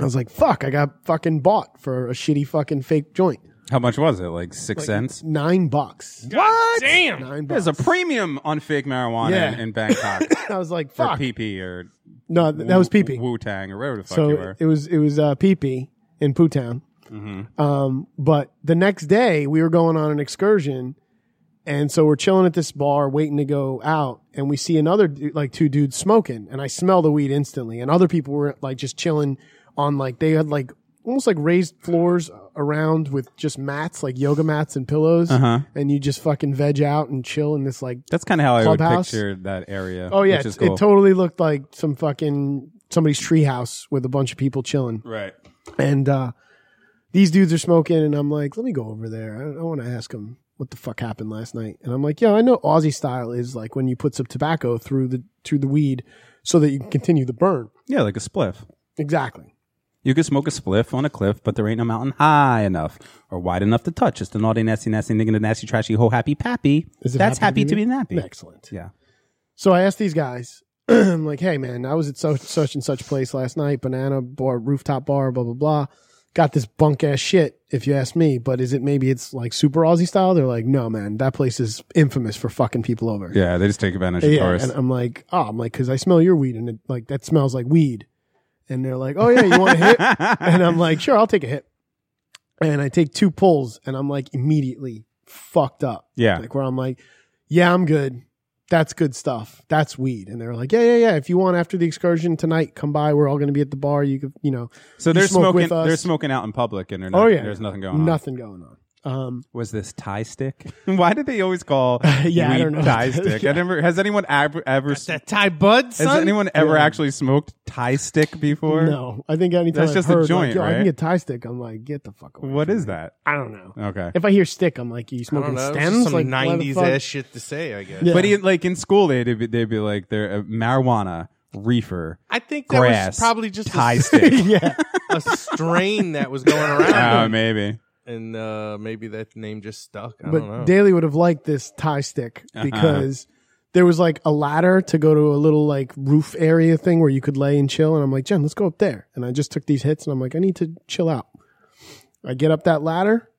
[SPEAKER 7] I was like, fuck, I got fucking bought for a shitty fucking fake joint.
[SPEAKER 13] How much was it? Like six cents?
[SPEAKER 7] Nine bucks.
[SPEAKER 13] What?
[SPEAKER 12] Damn.
[SPEAKER 7] Nine bucks.
[SPEAKER 13] There's a premium on fake marijuana
[SPEAKER 7] Yeah.
[SPEAKER 13] in, in Bangkok.
[SPEAKER 7] (laughs) I was like,
[SPEAKER 13] or
[SPEAKER 7] fuck.
[SPEAKER 13] PP or
[SPEAKER 7] No, th- that was PP.
[SPEAKER 13] Wu Tang or whatever the fuck you
[SPEAKER 7] so
[SPEAKER 13] were.
[SPEAKER 7] it was it was uh, PP in Pootown.
[SPEAKER 13] Mm-hmm.
[SPEAKER 7] Um, but the next day we were going on an excursion, and so we're chilling at this bar waiting to go out, and we see another du- like two dudes smoking, and I smell the weed instantly, and other people were like just chilling on like they had like almost like raised floors around with just mats like yoga mats and pillows,
[SPEAKER 13] Uh-huh.
[SPEAKER 7] and you just fucking veg out and chill in this like
[SPEAKER 13] That's kind of how I would
[SPEAKER 7] Clubhouse?
[SPEAKER 13] picture that area.
[SPEAKER 7] oh yeah
[SPEAKER 13] which is
[SPEAKER 7] it-
[SPEAKER 13] cool.
[SPEAKER 7] it totally looked like some fucking somebody's treehouse with a bunch of people chilling.
[SPEAKER 13] right.
[SPEAKER 7] And uh, these dudes are smoking, and I'm like, let me go over there. I, I want to ask them what the fuck happened last night. And I'm like, yo, I know Aussie style is like when you put some tobacco through the through the weed so that you can continue the burn.
[SPEAKER 13] Yeah, like a spliff.
[SPEAKER 7] Exactly.
[SPEAKER 13] You could smoke a spliff on a cliff, but there ain't no mountain high enough or wide enough to touch. It's the naughty, nasty, nasty, nigga, the nasty, trashy, whole happy pappy.
[SPEAKER 7] Is it
[SPEAKER 13] That's
[SPEAKER 7] happy
[SPEAKER 13] happy
[SPEAKER 7] to
[SPEAKER 13] to
[SPEAKER 7] be-
[SPEAKER 13] be nappy.
[SPEAKER 7] Excellent.
[SPEAKER 13] Yeah.
[SPEAKER 7] So I asked these guys. (clears throat) I'm like, hey man, I was at such such and such place last night, banana bar, rooftop bar, blah blah blah. Got this bunk ass shit, if you ask me. But is it maybe it's like super Aussie style? They're like, no man, that place is infamous for fucking people over.
[SPEAKER 13] Yeah, they just take advantage of
[SPEAKER 7] Yeah,
[SPEAKER 13] tourists.
[SPEAKER 7] and I'm like, oh, I'm like, because I smell your weed, and it, like that smells like weed. And they're like, oh yeah, you want a
[SPEAKER 13] (laughs)
[SPEAKER 7] hit? and I'm like, sure, I'll take a hit. And I take two pulls, and I'm like immediately fucked up.
[SPEAKER 13] Yeah.
[SPEAKER 7] like where I'm like, yeah, I'm good. That's good stuff. That's weed. And they're like, yeah, yeah, yeah. If you want after the excursion tonight, come by. We're all going to be at the bar. You could, you know,
[SPEAKER 13] so
[SPEAKER 7] you
[SPEAKER 13] they're
[SPEAKER 7] smoke
[SPEAKER 13] smoking.
[SPEAKER 7] with us.
[SPEAKER 13] They're smoking out in public, and they're not,
[SPEAKER 7] oh yeah,
[SPEAKER 13] there's nothing going on.
[SPEAKER 7] Nothing going on. Um,
[SPEAKER 13] Was this tie stick? (laughs) Why did they always call
[SPEAKER 7] (laughs) Yeah, I
[SPEAKER 13] weed
[SPEAKER 7] don't know. (laughs)
[SPEAKER 13] tie stick? I never. Has anyone ever ever s-
[SPEAKER 12] That Thai bud,
[SPEAKER 13] has
[SPEAKER 12] son.
[SPEAKER 13] anyone ever actually smoked tie stick before?
[SPEAKER 7] no, I think anytime
[SPEAKER 13] That's
[SPEAKER 7] I've
[SPEAKER 13] just a
[SPEAKER 7] heard, like,
[SPEAKER 13] joint,
[SPEAKER 7] "Yo, I
[SPEAKER 13] right?"
[SPEAKER 7] can get tie stick. I'm like, get the fuck away.
[SPEAKER 13] What
[SPEAKER 7] from
[SPEAKER 13] is
[SPEAKER 7] me."
[SPEAKER 13] that?
[SPEAKER 7] I don't know.
[SPEAKER 13] Okay.
[SPEAKER 7] If I hear stick, I'm like,
[SPEAKER 12] I
[SPEAKER 7] you
[SPEAKER 12] don't
[SPEAKER 7] smoking
[SPEAKER 12] know, it was just
[SPEAKER 7] stems?
[SPEAKER 12] some
[SPEAKER 7] like why the
[SPEAKER 12] '90s
[SPEAKER 7] fuck?
[SPEAKER 12] ass shit to say, I guess.
[SPEAKER 7] Yeah.
[SPEAKER 13] But he, like in school, they'd be, they'd be like, they're uh, marijuana, reefer,
[SPEAKER 12] I think that
[SPEAKER 13] grass,
[SPEAKER 12] was probably just a, (laughs)
[SPEAKER 13] tie
[SPEAKER 12] s-
[SPEAKER 13] stick.
[SPEAKER 7] yeah,
[SPEAKER 12] a strain that was going around,
[SPEAKER 13] Oh, maybe.
[SPEAKER 12] (laughs) and uh, maybe that name just stuck. I don't know.
[SPEAKER 7] but Daly would have liked this tie stick because there was like a ladder to go to a little like roof area thing where you could lay and chill. And I'm like, Jen, let's go up there. And I just took these hits, and I'm like, I need to chill out. I get up that ladder,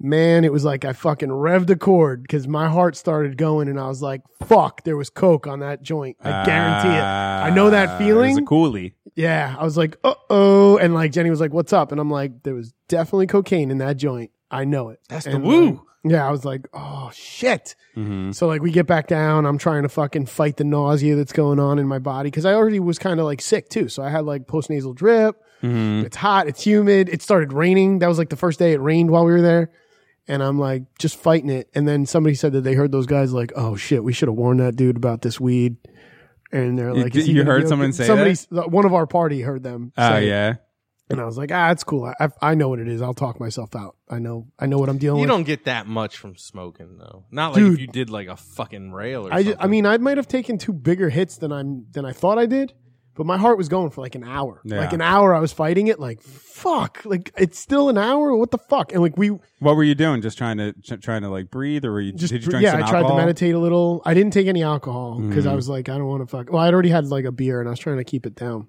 [SPEAKER 7] man, it was like I fucking revved a cord because my heart started going and I was like, fuck, there was coke on that joint. I guarantee it. I know that feeling.
[SPEAKER 13] It's Ah, a coolie.
[SPEAKER 7] Yeah, I was like, uh oh, and like Jenny was like, "What's up?" And I'm like, "There was definitely cocaine in that joint. I know it." That's
[SPEAKER 12] the woo.
[SPEAKER 7] yeah, I was like, "Oh shit!"
[SPEAKER 13] Mm-hmm.
[SPEAKER 7] So like, we get back down. I'm trying to fucking fight the nausea that's going on in my body because I already was kind of like sick too. So I had like post nasal drip.
[SPEAKER 13] Mm-hmm.
[SPEAKER 7] It's hot. It's humid. It started raining. That was like the first day it rained while we were there. And I'm like just fighting it. And then somebody said that they heard those guys like, "Oh shit, we should have warned that dude about this weed." And they're
[SPEAKER 13] You-
[SPEAKER 7] like, "Is he
[SPEAKER 13] you
[SPEAKER 7] gonna
[SPEAKER 13] heard
[SPEAKER 7] be
[SPEAKER 13] someone
[SPEAKER 7] okay?"
[SPEAKER 13] say
[SPEAKER 7] Somebody
[SPEAKER 13] that?
[SPEAKER 7] th- one of our party heard them.
[SPEAKER 13] Oh
[SPEAKER 7] say it.
[SPEAKER 13] yeah.
[SPEAKER 7] And I was like, ah, it's cool. I, I I know what it is. I'll talk myself out. I know I know what I'm dealing
[SPEAKER 12] You
[SPEAKER 7] with.
[SPEAKER 12] don't get that much from smoking though. Not like
[SPEAKER 7] Dude.
[SPEAKER 12] if you did like a fucking rail or
[SPEAKER 7] I, ju-
[SPEAKER 12] something.
[SPEAKER 7] I mean, I might have taken two bigger hits than I'm than I thought I did, but my heart was going for like an hour.
[SPEAKER 13] Yeah.
[SPEAKER 7] Like an hour, I was fighting it. Like fuck, like it's still an hour. What the fuck? And like we
[SPEAKER 13] What were you doing? Just trying to ch- trying to like breathe, or were you
[SPEAKER 7] just
[SPEAKER 13] did you drink
[SPEAKER 7] yeah,
[SPEAKER 13] some
[SPEAKER 7] I tried
[SPEAKER 13] alcohol?
[SPEAKER 7] to meditate a little. I didn't take any alcohol because I
[SPEAKER 13] Mhm.
[SPEAKER 7] was like, I don't want to fuck. Well, I'd already had like a beer and I was trying to keep it down.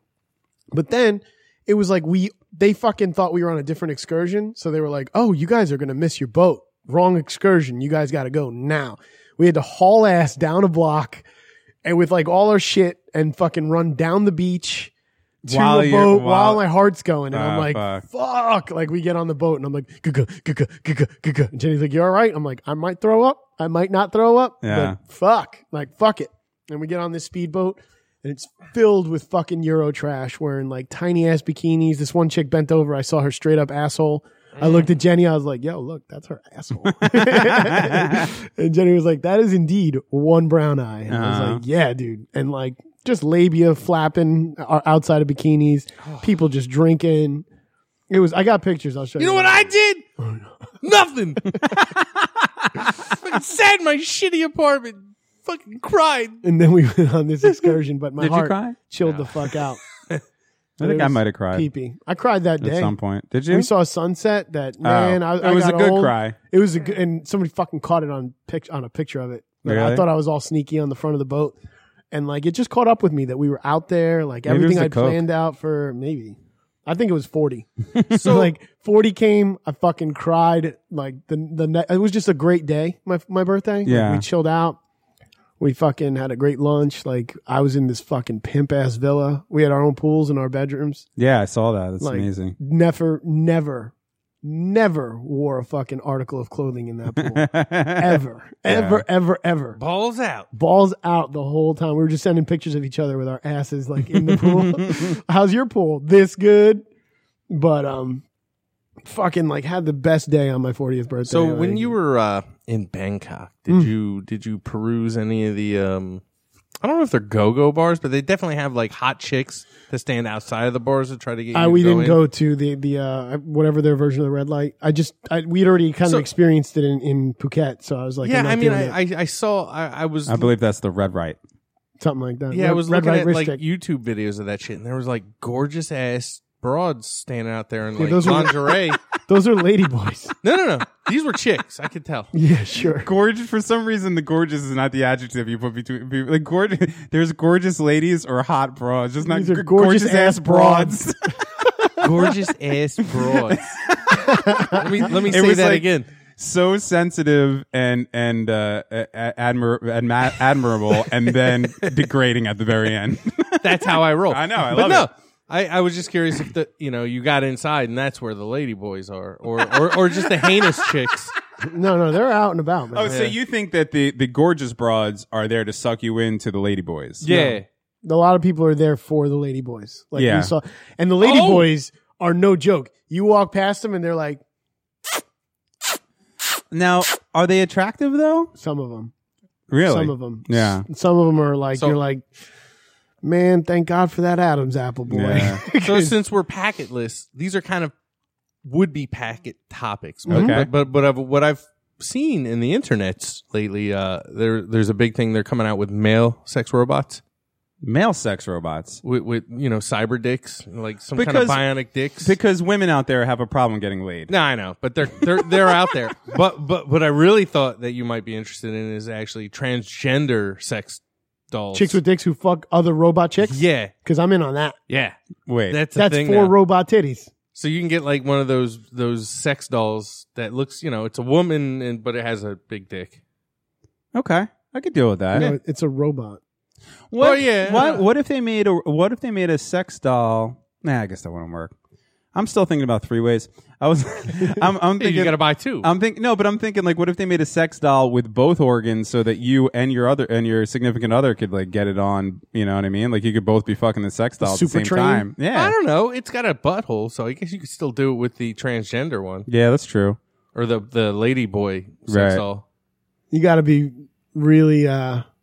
[SPEAKER 7] But then it was like we they fucking thought we were on a different excursion, so they were like, "Oh, you guys are gonna miss your boat. Wrong excursion. You guys got to go now." We had to haul ass down a block and with like all our shit and fucking run down the beach to
[SPEAKER 13] While
[SPEAKER 7] the
[SPEAKER 13] you're-
[SPEAKER 7] boat while
[SPEAKER 13] while-
[SPEAKER 7] my heart's going. And I'm
[SPEAKER 13] Oh,
[SPEAKER 7] like,
[SPEAKER 13] fuck.
[SPEAKER 7] fuck. Like we get on the boat and I'm like, "Guh, guh, guh, guh, guh, guh, guh, guh." And Jenny's like, you all right? I'm like, I might throw up. I might not throw up.
[SPEAKER 13] Yeah.
[SPEAKER 7] But fuck. Like, fuck it. And we get on this speedboat and it's filled with fucking Euro trash wearing like tiny ass bikinis. This one chick bent over. I saw her straight up asshole. I looked at Jenny. I was like, yo, look, that's her asshole.
[SPEAKER 13] (laughs)
[SPEAKER 7] (laughs) and Jenny was like, that is indeed one brown eye. And I was
[SPEAKER 13] Uh-huh.
[SPEAKER 7] like, yeah, dude. And like, just labia flapping o- outside of bikinis,
[SPEAKER 12] Oh.
[SPEAKER 7] people just drinking. It was, I got pictures. I'll show you.
[SPEAKER 12] You know what I did?
[SPEAKER 7] Oh,
[SPEAKER 12] Nothing.
[SPEAKER 13] (laughs)
[SPEAKER 12] fucking sat in my shitty apartment, fucking cried.
[SPEAKER 7] And then we (laughs) went on this excursion, but my
[SPEAKER 13] Did you
[SPEAKER 7] heart
[SPEAKER 13] cry?
[SPEAKER 7] chilled the fuck out.
[SPEAKER 13] I think I might have (laughs) cried
[SPEAKER 7] Pee-pee. I cried that
[SPEAKER 13] at
[SPEAKER 7] day.
[SPEAKER 13] some point. Did you? Oh.
[SPEAKER 7] We saw a sunset that man. I,
[SPEAKER 13] it
[SPEAKER 7] I
[SPEAKER 13] was a
[SPEAKER 7] got
[SPEAKER 13] good
[SPEAKER 7] old.
[SPEAKER 13] cry.
[SPEAKER 7] It was a good, and somebody fucking caught it on pic on a picture of it. Like, I
[SPEAKER 13] Really?
[SPEAKER 7] thought I was all sneaky on the front of the boat, and like it just caught up with me that we were out there. Like
[SPEAKER 13] Maybe it was
[SPEAKER 7] everything
[SPEAKER 13] the
[SPEAKER 7] I
[SPEAKER 13] Coke.
[SPEAKER 7] planned out for maybe. I think it was
[SPEAKER 13] (laughs)
[SPEAKER 7] forty. so like forty came, I fucking cried. Like the the ne- it was just a great day. My my birthday. Like,
[SPEAKER 13] Yeah.
[SPEAKER 7] we chilled out. We fucking had a great lunch. Like I was in this fucking pimp ass villa. We had our own pools in our bedrooms
[SPEAKER 13] Yeah, I saw that. That's
[SPEAKER 7] Like-
[SPEAKER 13] amazing. (laughs)
[SPEAKER 7] never, never, never wore a fucking article of clothing in
[SPEAKER 12] (laughs)
[SPEAKER 7] that pool. ever, ever, ever, ever.
[SPEAKER 12] Balls out.
[SPEAKER 7] Balls out the whole time. We were just sending pictures of each other with our asses like in
[SPEAKER 12] (laughs)
[SPEAKER 7] the pool. How's your pool? This good. But um fucking like had the best day on my 40th birthday.
[SPEAKER 12] So
[SPEAKER 7] Like,
[SPEAKER 12] when you were uh, in Bangkok, did
[SPEAKER 7] Hmm.
[SPEAKER 12] you did you peruse any of the um I don't know if they're go-go bars, but they definitely have like hot chicks that stand outside of the bars to try to get you
[SPEAKER 7] I,
[SPEAKER 12] to
[SPEAKER 7] Ah, we
[SPEAKER 12] go
[SPEAKER 7] didn't
[SPEAKER 12] in.
[SPEAKER 7] go to the the uh whatever their version of the red light. I just I, we'd already kind
[SPEAKER 12] So-
[SPEAKER 7] of experienced it in, in Phuket, so I was like,
[SPEAKER 12] yeah,
[SPEAKER 7] I'm not
[SPEAKER 12] I mean,
[SPEAKER 7] doing
[SPEAKER 12] I,
[SPEAKER 7] it.
[SPEAKER 12] I, I saw, I, I was,
[SPEAKER 13] I believe that's the red right.
[SPEAKER 7] something like that.
[SPEAKER 12] yeah, I
[SPEAKER 7] Red-
[SPEAKER 12] was
[SPEAKER 7] red
[SPEAKER 12] looking
[SPEAKER 7] light
[SPEAKER 12] at
[SPEAKER 7] wrist
[SPEAKER 12] like
[SPEAKER 7] check.
[SPEAKER 12] YouTube videos of that shit, and there was like gorgeous ass broads standing out there in like
[SPEAKER 7] those were- (laughs)
[SPEAKER 12] lingerie.
[SPEAKER 7] Those are lady boys.
[SPEAKER 12] no, no, no, these were chicks. I could
[SPEAKER 7] (laughs)
[SPEAKER 12] tell.
[SPEAKER 7] yeah, sure.
[SPEAKER 13] Gorgeous. For some reason, the gorgeous is not the adjective you put between. be- Like gorgeous. (laughs) There's gorgeous ladies or hot broads. Just not
[SPEAKER 7] These are
[SPEAKER 13] g-
[SPEAKER 7] gorgeous ass broads.
[SPEAKER 12] gorgeous ass
[SPEAKER 7] (laughs)
[SPEAKER 12] broads. let me let me
[SPEAKER 13] It
[SPEAKER 12] say
[SPEAKER 13] was
[SPEAKER 12] that
[SPEAKER 13] like-
[SPEAKER 12] again.
[SPEAKER 13] (laughs) so sensitive and and uh, a- a- admir- adma- (laughs) admirable, and then degrading at the very (laughs) end.
[SPEAKER 12] That's how I roll.
[SPEAKER 13] (laughs) I know, I
[SPEAKER 12] but
[SPEAKER 13] love
[SPEAKER 12] no,
[SPEAKER 13] it.
[SPEAKER 12] I, I was just curious if the you know you got inside and that's where the lady boys are, or or, or just the
[SPEAKER 13] (laughs)
[SPEAKER 12] heinous chicks.
[SPEAKER 7] No, no, they're out and about, man.
[SPEAKER 13] oh, so you think that the the gorgeous broads are there to suck you into the lady boys?
[SPEAKER 12] Yeah,
[SPEAKER 7] A lot of people are there for the lady boys. Like
[SPEAKER 13] Yeah.
[SPEAKER 7] we saw, and the lady
[SPEAKER 12] Oh!
[SPEAKER 7] boys are no joke. You walk past them, and they're like
[SPEAKER 13] Now, are they
[SPEAKER 12] (laughs)
[SPEAKER 13] attractive though?
[SPEAKER 7] some of them,
[SPEAKER 13] Really?
[SPEAKER 7] some of them,
[SPEAKER 13] Yeah.
[SPEAKER 7] some of them are like
[SPEAKER 12] So-
[SPEAKER 7] you're like, man, thank God for that Adam's apple boy.
[SPEAKER 13] (laughs) Yeah.
[SPEAKER 12] so since we're packetless, these are kind of would be packet topics. But,
[SPEAKER 13] Okay.
[SPEAKER 12] but but, but I've, what I've seen in the internets lately, uh, there there's a big thing. They're coming out with male sex robots
[SPEAKER 13] Male sex robots.
[SPEAKER 12] with, with you know cyber dicks, like some
[SPEAKER 13] Because-
[SPEAKER 12] kind of bionic dicks.
[SPEAKER 13] Because women out there have a problem getting laid.
[SPEAKER 12] No, I know, but they're they're they're out
[SPEAKER 7] (laughs)
[SPEAKER 12] there. But but what I really thought that you might be interested in is actually transgender sex dolls.
[SPEAKER 7] (laughs) Chicks with dicks who fuck other robot chicks.
[SPEAKER 12] yeah,
[SPEAKER 7] because I'm in on that.
[SPEAKER 12] yeah.
[SPEAKER 13] Wait.
[SPEAKER 12] That's a
[SPEAKER 7] That's
[SPEAKER 12] thing
[SPEAKER 7] four
[SPEAKER 12] now.
[SPEAKER 7] robot titties.
[SPEAKER 12] So you can get like one of those those sex dolls that looks, you know, it's a woman and but it has a big dick.
[SPEAKER 13] Okay, I could deal with that.
[SPEAKER 7] No, it's a robot.
[SPEAKER 13] What,
[SPEAKER 12] Oh, yeah.
[SPEAKER 13] What, what if they made a What if they made a sex doll? Nah, I guess that wouldn't work. I'm still thinking about three ways. I was. (laughs) I'm, I'm
[SPEAKER 12] Hey, (laughs)
[SPEAKER 13] thinking.
[SPEAKER 12] you got to buy two.
[SPEAKER 7] Um,
[SPEAKER 13] I'm thinking no, but I'm thinking like, what if they made a sex doll with both organs so that you and your other and your significant other could like get it on? You know what I mean? Like you could both be fucking the sex doll at the
[SPEAKER 7] Super
[SPEAKER 13] same
[SPEAKER 7] train?
[SPEAKER 13] time. Yeah,
[SPEAKER 12] I don't know. It's got a butthole, so I guess you could still do it with the transgender one
[SPEAKER 13] yeah, that's true.
[SPEAKER 12] or the the lady boy sex
[SPEAKER 13] Right.
[SPEAKER 12] doll.
[SPEAKER 7] You got to be really. uh (laughs)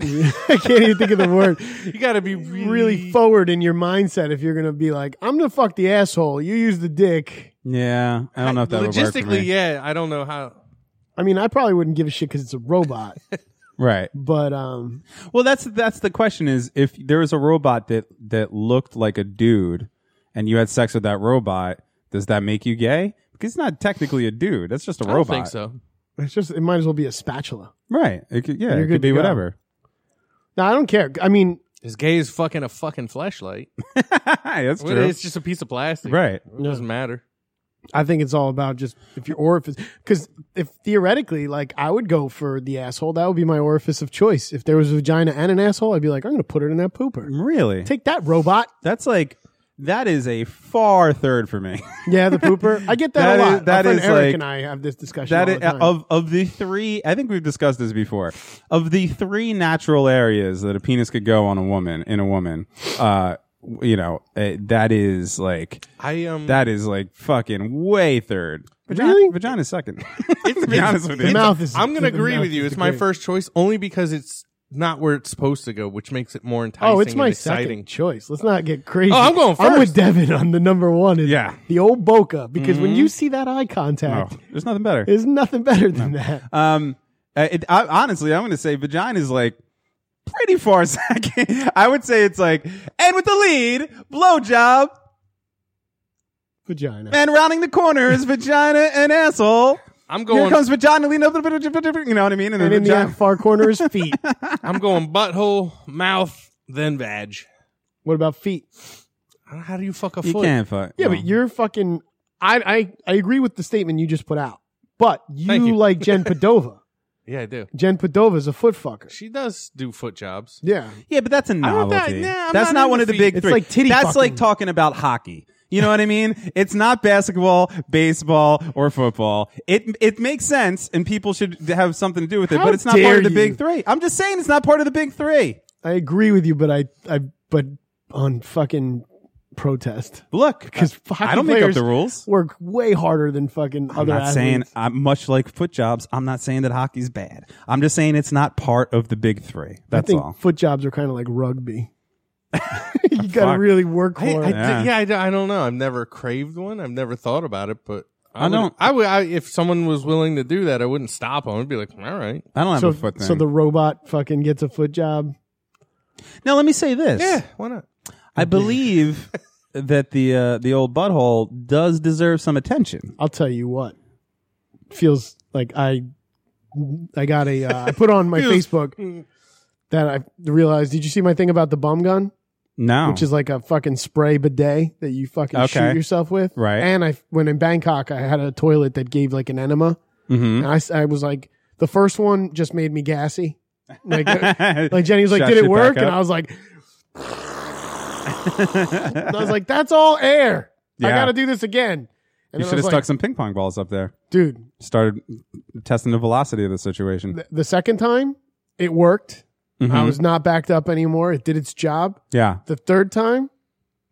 [SPEAKER 7] I can't even think of the word.
[SPEAKER 12] You got to be
[SPEAKER 7] Really forward in your mindset if you're gonna be like, I'm gonna fuck the asshole. You use the dick.
[SPEAKER 13] Yeah, I don't know if that would work for
[SPEAKER 12] logistically.
[SPEAKER 13] me.
[SPEAKER 12] Yeah, I don't know how.
[SPEAKER 7] I mean, I probably wouldn't give a shit because it's a robot.
[SPEAKER 13] Right.
[SPEAKER 7] but um,
[SPEAKER 13] Well, that's that's the question: is if there was a robot that that looked like a dude, and you had sex with that robot, does that make you gay? Because it's not technically a dude; that's just a
[SPEAKER 12] I don't
[SPEAKER 13] robot.
[SPEAKER 12] think so.
[SPEAKER 7] it's just it might as well be a spatula.
[SPEAKER 13] Right? It could, yeah,
[SPEAKER 7] You're
[SPEAKER 13] it
[SPEAKER 7] good
[SPEAKER 13] could be
[SPEAKER 7] to go.
[SPEAKER 13] whatever. (laughs)
[SPEAKER 7] No, I don't care. I mean,
[SPEAKER 12] As gay as fucking a fucking flashlight.
[SPEAKER 13] that's true.
[SPEAKER 12] It's just a piece of plastic.
[SPEAKER 13] Right.
[SPEAKER 12] It doesn't matter.
[SPEAKER 7] I think it's all about just if your orifice, because if theoretically, like I would go for the asshole, that would be my orifice of choice. If there was a vagina and an asshole, I'd be like, I'm going to put it in that pooper.
[SPEAKER 13] Really?
[SPEAKER 7] Take that, robot.
[SPEAKER 13] That's like that is a far third for
[SPEAKER 7] (laughs)
[SPEAKER 13] me.
[SPEAKER 7] Yeah, the pooper. I get
[SPEAKER 13] That
[SPEAKER 7] that, a
[SPEAKER 13] is-
[SPEAKER 7] lot.
[SPEAKER 13] that
[SPEAKER 7] That is
[SPEAKER 13] is
[SPEAKER 7] Eric
[SPEAKER 13] like-
[SPEAKER 7] and I have this discussion.
[SPEAKER 13] That
[SPEAKER 7] all
[SPEAKER 13] is,
[SPEAKER 7] the time.
[SPEAKER 13] of of the three, I think we've discussed this before. Of the three natural areas that a penis could go on a woman in a woman, uh, w- you know, uh, that is like
[SPEAKER 12] I um.
[SPEAKER 13] That is like fucking way third. Vagina,
[SPEAKER 7] Really? (laughs)
[SPEAKER 13] Vagina's second. to be honest with
[SPEAKER 7] the
[SPEAKER 13] you.
[SPEAKER 7] mouth is.
[SPEAKER 12] I'm gonna
[SPEAKER 7] the
[SPEAKER 12] agree
[SPEAKER 7] mouth
[SPEAKER 12] with you.
[SPEAKER 7] is
[SPEAKER 12] It's
[SPEAKER 7] the
[SPEAKER 12] my
[SPEAKER 7] great-
[SPEAKER 12] first choice only because it's not where it's supposed to go, which makes it more enticing.
[SPEAKER 7] Oh, it's my
[SPEAKER 12] and exciting.
[SPEAKER 7] second choice. Let's not get crazy.
[SPEAKER 12] Oh, I'm going
[SPEAKER 7] I'm with
[SPEAKER 12] first.
[SPEAKER 7] Devin on the number one. Is
[SPEAKER 13] Yeah. Mm-hmm.
[SPEAKER 7] the old bokeh because when you see that eye contact,
[SPEAKER 13] Oh, there's nothing better.
[SPEAKER 7] there's nothing better than that.
[SPEAKER 13] Um, uh, it, I, honestly, I'm going to say vagina's like pretty far (laughs) second. I would say it's like, and with the lead, blowjob,
[SPEAKER 7] Vagina.
[SPEAKER 13] (laughs) and rounding the corners, vagina and asshole.
[SPEAKER 12] I'm
[SPEAKER 13] Here
[SPEAKER 12] going.
[SPEAKER 13] comes vagina, lean up, you know what I mean? And then
[SPEAKER 7] and in
[SPEAKER 13] vagina.
[SPEAKER 7] the far corner is
[SPEAKER 13] (laughs)
[SPEAKER 7] feet.
[SPEAKER 12] (laughs) I'm going butthole, mouth, then vag.
[SPEAKER 7] what about feet?
[SPEAKER 12] How do you fuck a
[SPEAKER 13] you
[SPEAKER 12] foot?
[SPEAKER 13] can't fuck.
[SPEAKER 7] Yeah, but you're fucking. I, I I agree with the statement you just put out, but you,
[SPEAKER 12] Thank you.
[SPEAKER 7] like
[SPEAKER 13] (laughs)
[SPEAKER 7] Jen Padova.
[SPEAKER 12] Yeah, I do.
[SPEAKER 7] Jen Padova's a foot fucker.
[SPEAKER 12] She does do foot jobs.
[SPEAKER 7] Yeah,
[SPEAKER 13] Yeah, but that's a
[SPEAKER 12] don't-
[SPEAKER 13] novelty.
[SPEAKER 12] that- nah, I'm
[SPEAKER 13] that's
[SPEAKER 12] not
[SPEAKER 13] not,
[SPEAKER 12] into
[SPEAKER 13] one of the
[SPEAKER 12] feet.
[SPEAKER 13] big
[SPEAKER 7] It's
[SPEAKER 13] three.
[SPEAKER 7] like titty
[SPEAKER 13] that's
[SPEAKER 7] fucking.
[SPEAKER 13] like talking about hockey. You know what I mean? It's not basketball, baseball, or football. It it makes sense, and people should have something to do with it.
[SPEAKER 7] How
[SPEAKER 13] but it's not
[SPEAKER 7] dare
[SPEAKER 13] part of the
[SPEAKER 7] you.
[SPEAKER 13] big three. I'm just saying it's not part of the big three.
[SPEAKER 7] I agree with you, but I I but on fucking protest
[SPEAKER 13] Look,
[SPEAKER 7] because
[SPEAKER 13] I don't make up the rules.
[SPEAKER 7] Work way harder than fucking
[SPEAKER 13] I'm
[SPEAKER 7] other.
[SPEAKER 13] not
[SPEAKER 7] athletes.
[SPEAKER 13] saying I'm much like foot jobs. I'm not saying that hockey's bad. I'm just saying it's not part of the big three.
[SPEAKER 7] I
[SPEAKER 13] That's
[SPEAKER 7] think
[SPEAKER 13] all.
[SPEAKER 7] foot jobs are kind of like
[SPEAKER 13] (laughs)
[SPEAKER 7] rugby. (laughs) you got
[SPEAKER 13] Fuck.
[SPEAKER 7] to really work
[SPEAKER 12] I,
[SPEAKER 7] hard.
[SPEAKER 12] I thi-
[SPEAKER 13] Yeah.
[SPEAKER 12] yeah, I, do- I don't know. I've never craved one. I've never thought about it, but I,
[SPEAKER 13] I
[SPEAKER 12] would-
[SPEAKER 13] don't-
[SPEAKER 12] I would. I, if someone was willing to do that, I wouldn't stop them. I'd be like, all right.
[SPEAKER 13] I don't have
[SPEAKER 7] so,
[SPEAKER 13] a foot thing.
[SPEAKER 7] so the robot fucking gets a foot job.
[SPEAKER 13] now let me say this.
[SPEAKER 12] Yeah, why not?
[SPEAKER 13] I (laughs) believe that the uh, the old butthole does deserve some attention.
[SPEAKER 7] I'll tell you what. Feels like I I got a uh, I put
[SPEAKER 13] (laughs)
[SPEAKER 7] on my Facebook that I realized did you see my thing about the bum gun?
[SPEAKER 13] No,
[SPEAKER 7] Which is like a fucking spray bidet that you fucking
[SPEAKER 13] Okay.
[SPEAKER 7] shoot yourself with.
[SPEAKER 13] Right.
[SPEAKER 7] And I when in Bangkok I had a toilet that gave like an enema.
[SPEAKER 13] Hmm. (laughs)
[SPEAKER 7] And I, s- I was like the first one just made me gassy. Like
[SPEAKER 13] (laughs)
[SPEAKER 7] like Jenny was like,
[SPEAKER 13] Shut
[SPEAKER 7] Did
[SPEAKER 13] shit
[SPEAKER 7] it work?
[SPEAKER 13] back
[SPEAKER 7] And
[SPEAKER 13] up.
[SPEAKER 7] I was like (laughs) and I was like, That's all air. I
[SPEAKER 13] Yeah.
[SPEAKER 7] gotta do this again. And
[SPEAKER 13] you
[SPEAKER 7] then I
[SPEAKER 13] should have
[SPEAKER 7] was
[SPEAKER 13] stuck
[SPEAKER 7] like,
[SPEAKER 13] some ping pong balls up there.
[SPEAKER 7] dude,
[SPEAKER 13] Started testing the velocity of the situation. Mm-hmm.
[SPEAKER 7] the second time it worked i was not backed up anymore it did its job
[SPEAKER 13] Yeah,
[SPEAKER 7] the third time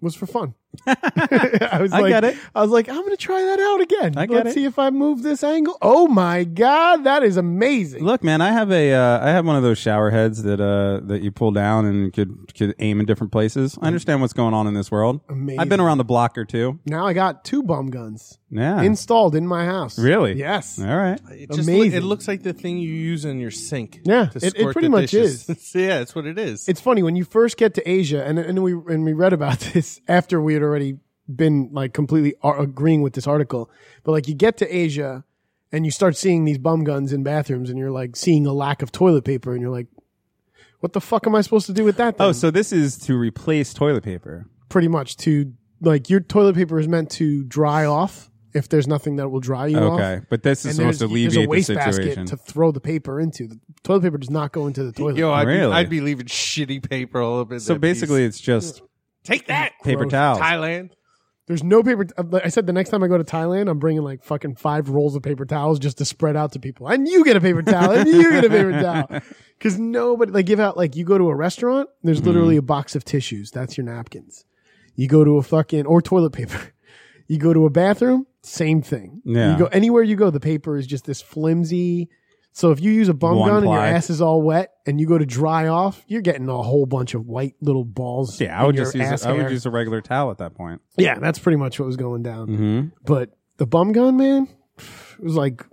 [SPEAKER 7] was for fun (laughs) i was
[SPEAKER 13] I
[SPEAKER 7] like
[SPEAKER 13] get it.
[SPEAKER 7] i was like i'm gonna try that out again
[SPEAKER 13] I get
[SPEAKER 7] let's
[SPEAKER 13] it.
[SPEAKER 7] see if i move this angle oh my god that is amazing
[SPEAKER 13] look, man, I have a uh, I have one of those shower heads that uh that you pull down and could could aim in different places. I understand what's going on in this world.
[SPEAKER 7] Mm-hmm. Amazing.
[SPEAKER 13] I've been around the block or two.
[SPEAKER 7] now i got two bomb guns
[SPEAKER 13] Yeah,
[SPEAKER 7] installed in my house
[SPEAKER 13] really.
[SPEAKER 7] yes
[SPEAKER 13] All right.
[SPEAKER 12] It just loo-
[SPEAKER 7] Amazing.
[SPEAKER 12] it looks like the thing you use in your sink.
[SPEAKER 7] Yeah,
[SPEAKER 12] to
[SPEAKER 7] it- it
[SPEAKER 12] squirt
[SPEAKER 7] pretty
[SPEAKER 12] the
[SPEAKER 7] much
[SPEAKER 12] dishes. yeah, (laughs) that's what it is.
[SPEAKER 7] it's funny when you first get to asia and, and we and we read about (laughs) this after we had already been like completely ar- agreeing with this article but like you get to asia and you start seeing these bum guns in bathrooms and you're like seeing a lack of toilet paper and you're like what the fuck am i supposed to do with that then?
[SPEAKER 13] Oh, so this is to replace toilet paper.
[SPEAKER 7] pretty much to like your toilet paper is meant to dry off if there's nothing that will dry you off.
[SPEAKER 13] Okay, but this is
[SPEAKER 7] And
[SPEAKER 13] supposed
[SPEAKER 7] there's-
[SPEAKER 13] to
[SPEAKER 7] there's a
[SPEAKER 13] alleviate the
[SPEAKER 7] wastebasket
[SPEAKER 13] situation.
[SPEAKER 7] to throw the paper into. The toilet paper does not go into the toilet.
[SPEAKER 12] Yo, I'd,
[SPEAKER 13] Really?
[SPEAKER 12] be, I'd be leaving shitty paper all over.
[SPEAKER 13] So
[SPEAKER 12] that
[SPEAKER 13] basically,
[SPEAKER 12] piece.
[SPEAKER 13] it's just
[SPEAKER 12] take that
[SPEAKER 13] paper
[SPEAKER 12] Oh.
[SPEAKER 7] Gross.
[SPEAKER 13] towels.
[SPEAKER 12] Thailand.
[SPEAKER 7] There's no paper. t- like I said the next time I go to Thailand, I'm bringing like fucking five rolls of paper towels just to spread out to people. And you get a paper towel. And you get a paper towel.
[SPEAKER 13] (laughs)
[SPEAKER 7] Because nobody, they give out, like, you go to a restaurant, there's
[SPEAKER 13] Mm-hmm.
[SPEAKER 7] literally a box of tissues. That's your napkins. You go to a fucking, or toilet paper. (laughs) You go to a bathroom, same thing.
[SPEAKER 13] Yeah.
[SPEAKER 7] You go anywhere you go, the paper is just this flimsy. So if you use a bum
[SPEAKER 13] One
[SPEAKER 7] gun and your
[SPEAKER 13] ply.
[SPEAKER 7] ass is all wet and you go to dry off, you're getting a whole bunch of white little balls.
[SPEAKER 13] Yeah, I
[SPEAKER 7] in
[SPEAKER 13] would
[SPEAKER 7] your
[SPEAKER 13] just
[SPEAKER 7] ass
[SPEAKER 13] use a, I
[SPEAKER 7] hair.
[SPEAKER 13] would use a regular towel at that point.
[SPEAKER 7] Yeah, that's pretty much what was going down.
[SPEAKER 13] (laughs) Mm-hmm.
[SPEAKER 7] But the bum gun, man, it was like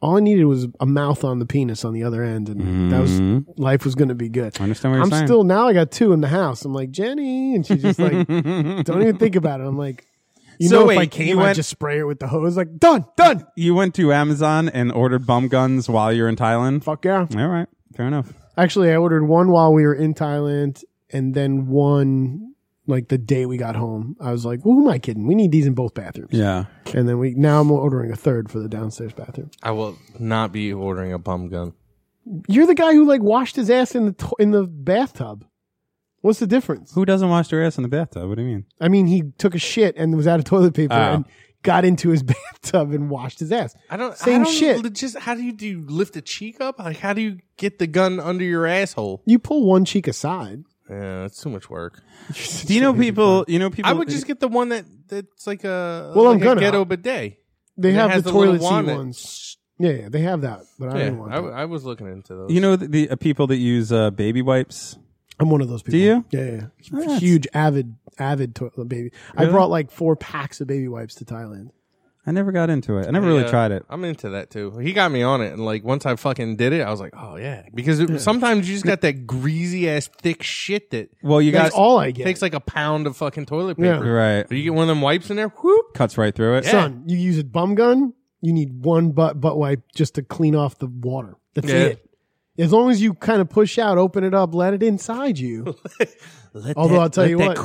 [SPEAKER 7] all I needed was a mouth on the penis on the other end, and that
[SPEAKER 13] Mhm.
[SPEAKER 7] was life was going to be good.
[SPEAKER 13] I understand what you're
[SPEAKER 7] I'm
[SPEAKER 13] saying.
[SPEAKER 7] still now. I got two in the house. I'm like Jenny, and she's just
[SPEAKER 13] (laughs)
[SPEAKER 7] like, "Don't even think about it." I'm like, "You
[SPEAKER 13] So
[SPEAKER 7] know, if
[SPEAKER 13] wait,
[SPEAKER 7] I came,
[SPEAKER 13] you
[SPEAKER 7] I'd
[SPEAKER 13] went-
[SPEAKER 7] just spray her with the hose." Like, done, done.
[SPEAKER 13] you went to Amazon and ordered bum guns while you're in Thailand.
[SPEAKER 7] Fuck yeah.
[SPEAKER 13] All right, fair enough.
[SPEAKER 7] Actually, I ordered one while we were in Thailand, and then one like the day we got home. I was like, well, "Who am I kidding? We need these in both bathrooms."
[SPEAKER 13] Yeah,
[SPEAKER 7] And then we now I'm ordering a third for the downstairs bathroom.
[SPEAKER 12] I will not be ordering a bum gun.
[SPEAKER 7] You're the guy who like washed his ass in the to- in the bathtub. What's the difference?
[SPEAKER 13] who doesn't wash their ass in the bathtub? What do you mean?
[SPEAKER 7] I mean, he took a shit and was out of toilet paper
[SPEAKER 13] Oh.
[SPEAKER 7] and got into his (laughs) bathtub and washed his ass.
[SPEAKER 12] I don't.
[SPEAKER 7] Same
[SPEAKER 12] I don't
[SPEAKER 7] shit.
[SPEAKER 12] li- Just how do you do? You lift a cheek up? Like how do you get the gun under your asshole?
[SPEAKER 7] you pull one cheek aside.
[SPEAKER 12] Yeah, it's too much work.
[SPEAKER 13] Do you know people? You know people.
[SPEAKER 12] I would just get the one that that's like a
[SPEAKER 7] Well, I'm
[SPEAKER 12] like a
[SPEAKER 7] gonna.
[SPEAKER 12] ghetto bidet.
[SPEAKER 7] They
[SPEAKER 12] It
[SPEAKER 7] have
[SPEAKER 12] has
[SPEAKER 7] the
[SPEAKER 12] the little
[SPEAKER 7] toilet seat
[SPEAKER 12] wand that-
[SPEAKER 7] ones. Yeah, yeah, they have that, but I
[SPEAKER 12] yeah,
[SPEAKER 7] didn't want
[SPEAKER 12] I,
[SPEAKER 7] that.
[SPEAKER 12] I was looking into those.
[SPEAKER 13] You know the, the uh, people that use uh, baby wipes.
[SPEAKER 7] I'm one of those people.
[SPEAKER 13] you?
[SPEAKER 7] Yeah, yeah, yeah.
[SPEAKER 13] Oh, that's-
[SPEAKER 7] Huge, avid, avid toilet baby. I
[SPEAKER 13] Really?
[SPEAKER 7] brought like four packs of baby wipes to Thailand.
[SPEAKER 13] I never got into it. I never really
[SPEAKER 12] Yeah,
[SPEAKER 13] tried it.
[SPEAKER 12] I'm into that too. He got me on it, and like once I fucking did it, I was like, oh yeah, because it, sometimes you just got that greasy ass thick shit that
[SPEAKER 13] Well, you
[SPEAKER 7] That's
[SPEAKER 13] got
[SPEAKER 7] all I get.
[SPEAKER 12] takes like a pound of fucking toilet
[SPEAKER 7] Yeah.
[SPEAKER 12] paper.
[SPEAKER 13] right.
[SPEAKER 12] You get one of them wipes in there, whoop.
[SPEAKER 13] Cuts right through it.
[SPEAKER 7] Son, you use a bum gun, you need one butt butt wipe just to clean off the water. That's
[SPEAKER 12] Yeah.
[SPEAKER 7] it. As long as you kind of push out, open it up, let it inside you. Although I'll tell you what,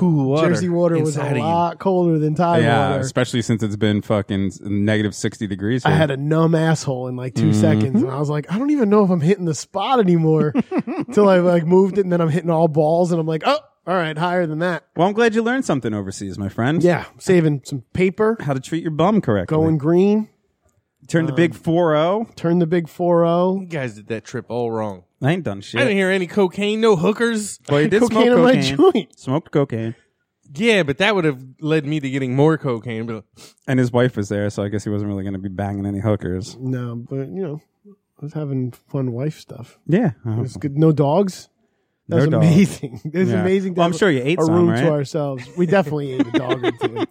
[SPEAKER 7] Jersey water was a lot colder than Thai
[SPEAKER 13] yeah,
[SPEAKER 7] water.
[SPEAKER 13] especially since it's been fucking s- negative sixty degrees.
[SPEAKER 7] I
[SPEAKER 13] here.
[SPEAKER 7] had a numb asshole in like 2 seconds, and I was like, I don't even know if I'm hitting the spot anymore. Until I like moved it, and then I'm hitting all balls, and I'm like, oh, all right, higher than that.
[SPEAKER 13] well, I'm glad you learned something overseas, my friend.
[SPEAKER 7] Yeah, saving some paper,
[SPEAKER 13] How to treat your bum correctly.
[SPEAKER 7] going green,
[SPEAKER 13] Turn the big four oh. zero.
[SPEAKER 7] turn the big four oh, zero.
[SPEAKER 12] You guys did that trip all wrong.
[SPEAKER 13] I ain't done shit.
[SPEAKER 12] I didn't hear any cocaine, no hookers.
[SPEAKER 13] Well, you did
[SPEAKER 7] Cocaine in
[SPEAKER 13] smoke
[SPEAKER 7] my
[SPEAKER 13] cocaine.
[SPEAKER 7] joint.
[SPEAKER 13] Smoked cocaine,
[SPEAKER 12] Yeah, but that would have led me to getting more cocaine. But
[SPEAKER 13] and his wife was there, so I guess he wasn't really going to be banging any hookers.
[SPEAKER 7] No, but you know, I was having fun wife stuff.
[SPEAKER 13] Yeah,
[SPEAKER 7] It was good. No dogs. That was
[SPEAKER 13] Uh-huh. No dogs.
[SPEAKER 7] amazing. (laughs) It was
[SPEAKER 13] Yeah.
[SPEAKER 7] amazing. to
[SPEAKER 13] Well, I'm
[SPEAKER 7] have
[SPEAKER 13] sure you ate
[SPEAKER 7] a
[SPEAKER 13] some,
[SPEAKER 7] room
[SPEAKER 13] right?
[SPEAKER 7] to ourselves. We definitely ate a dog or two.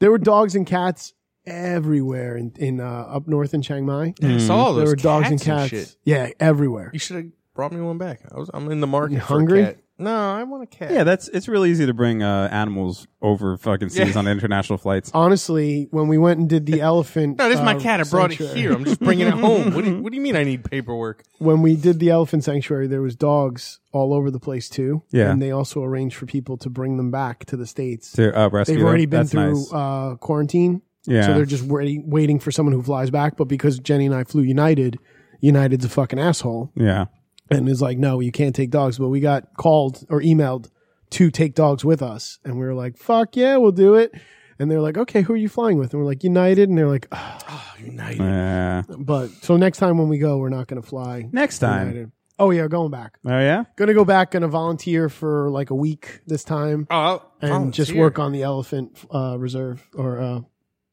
[SPEAKER 7] There were dogs and cats everywhere in, in uh, up north in Chiang Mai.
[SPEAKER 12] I saw all Oh, those
[SPEAKER 7] there were dogs and
[SPEAKER 12] cats and
[SPEAKER 7] cats.
[SPEAKER 12] shit.
[SPEAKER 7] Yeah, everywhere.
[SPEAKER 12] you should have brought me one back. I was. I'm in the market.
[SPEAKER 7] You
[SPEAKER 12] for a
[SPEAKER 7] hungry?
[SPEAKER 12] cat. No, I want a cat.
[SPEAKER 13] yeah. That's it's really easy to bring uh, animals over fucking seas on international flights.
[SPEAKER 7] (laughs) Honestly, when we went and did the elephant,
[SPEAKER 12] No, this is my
[SPEAKER 7] uh,
[SPEAKER 12] cat. I brought it
[SPEAKER 7] sanctuary-
[SPEAKER 12] here. I'm just bringing
[SPEAKER 7] (laughs)
[SPEAKER 12] it home. What do you, what do you mean I need paperwork?
[SPEAKER 7] when we did the elephant sanctuary, there was dogs all over the place too.
[SPEAKER 13] Yeah.
[SPEAKER 7] and they also arranged for people to bring them back to the states.
[SPEAKER 13] To uh, rescue,
[SPEAKER 7] They've already
[SPEAKER 13] them.
[SPEAKER 7] been
[SPEAKER 13] That's
[SPEAKER 7] through
[SPEAKER 13] nice.
[SPEAKER 7] uh, quarantine.
[SPEAKER 13] yeah,
[SPEAKER 7] So they're just waiting, waiting for someone who flies back. But because Jenny and I flew United, United's a fucking asshole
[SPEAKER 13] yeah.
[SPEAKER 7] and is like, no, you can't take dogs. But we got called or emailed to take dogs with us. And we were like, fuck yeah, we'll do it. And they're like, okay, who are you flying with? And we're like, United. And they're like, "Ugh."
[SPEAKER 12] Ah, United.
[SPEAKER 13] Yeah. Oh,
[SPEAKER 7] but so next time when we go, we're not going to fly
[SPEAKER 13] Next time.
[SPEAKER 7] United. Oh, yeah, going back.
[SPEAKER 13] Oh yeah.
[SPEAKER 7] Going to go back, going to volunteer for like a week this time
[SPEAKER 12] Oh, I'll
[SPEAKER 7] and just
[SPEAKER 12] volunteer.
[SPEAKER 7] work on the elephant uh, reserve or uh,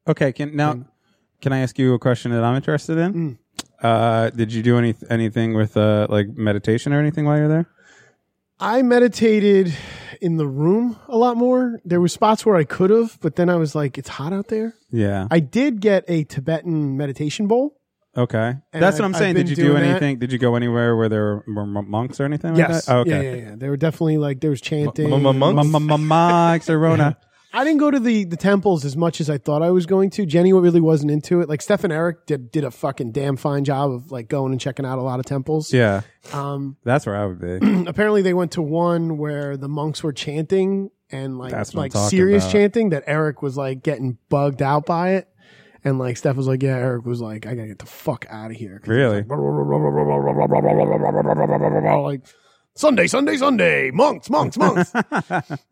[SPEAKER 13] Okay. Can now, can I ask you a question that I'm interested
[SPEAKER 7] Mm.
[SPEAKER 13] in? Uh, did you do any anything with uh, like meditation or anything while you're there?
[SPEAKER 7] I meditated in the room a lot more. There were spots where I could have, but then I was like, it's hot out there.
[SPEAKER 13] Yeah.
[SPEAKER 7] I did get a Tibetan meditation bowl.
[SPEAKER 13] Okay,
[SPEAKER 7] And
[SPEAKER 13] that's what
[SPEAKER 7] I've-
[SPEAKER 13] I'm
[SPEAKER 7] I've
[SPEAKER 13] saying.
[SPEAKER 7] been
[SPEAKER 13] Did you do
[SPEAKER 7] doing that.
[SPEAKER 13] anything? Did you go anywhere where there were m- monks or anything?
[SPEAKER 7] Yes.
[SPEAKER 13] Like that? Oh, okay.
[SPEAKER 7] Yeah, yeah, yeah. They were definitely like there was chanting.
[SPEAKER 13] M- m- m- Monks or Rona.
[SPEAKER 7] I didn't go to the the temples as much as I thought I was going to. Jenny really wasn't into it. Like Steph and Eric did did a fucking damn fine job of like going and checking out a lot of temples.
[SPEAKER 13] (laughs) Yeah,
[SPEAKER 7] Um.
[SPEAKER 13] that's where I would be.
[SPEAKER 7] (clears throat) Apparently, they went to one where the monks were chanting and like
[SPEAKER 13] That's what I'm
[SPEAKER 7] like
[SPEAKER 13] talking
[SPEAKER 7] serious
[SPEAKER 13] about.
[SPEAKER 7] chanting that Eric was like getting bugged out by it. And like Steph was like, yeah, Eric was like, I gotta get the fuck out of here. 'Cause
[SPEAKER 13] Really?
[SPEAKER 7] Like Sunday, Sunday, Sunday, monks, monks, monks.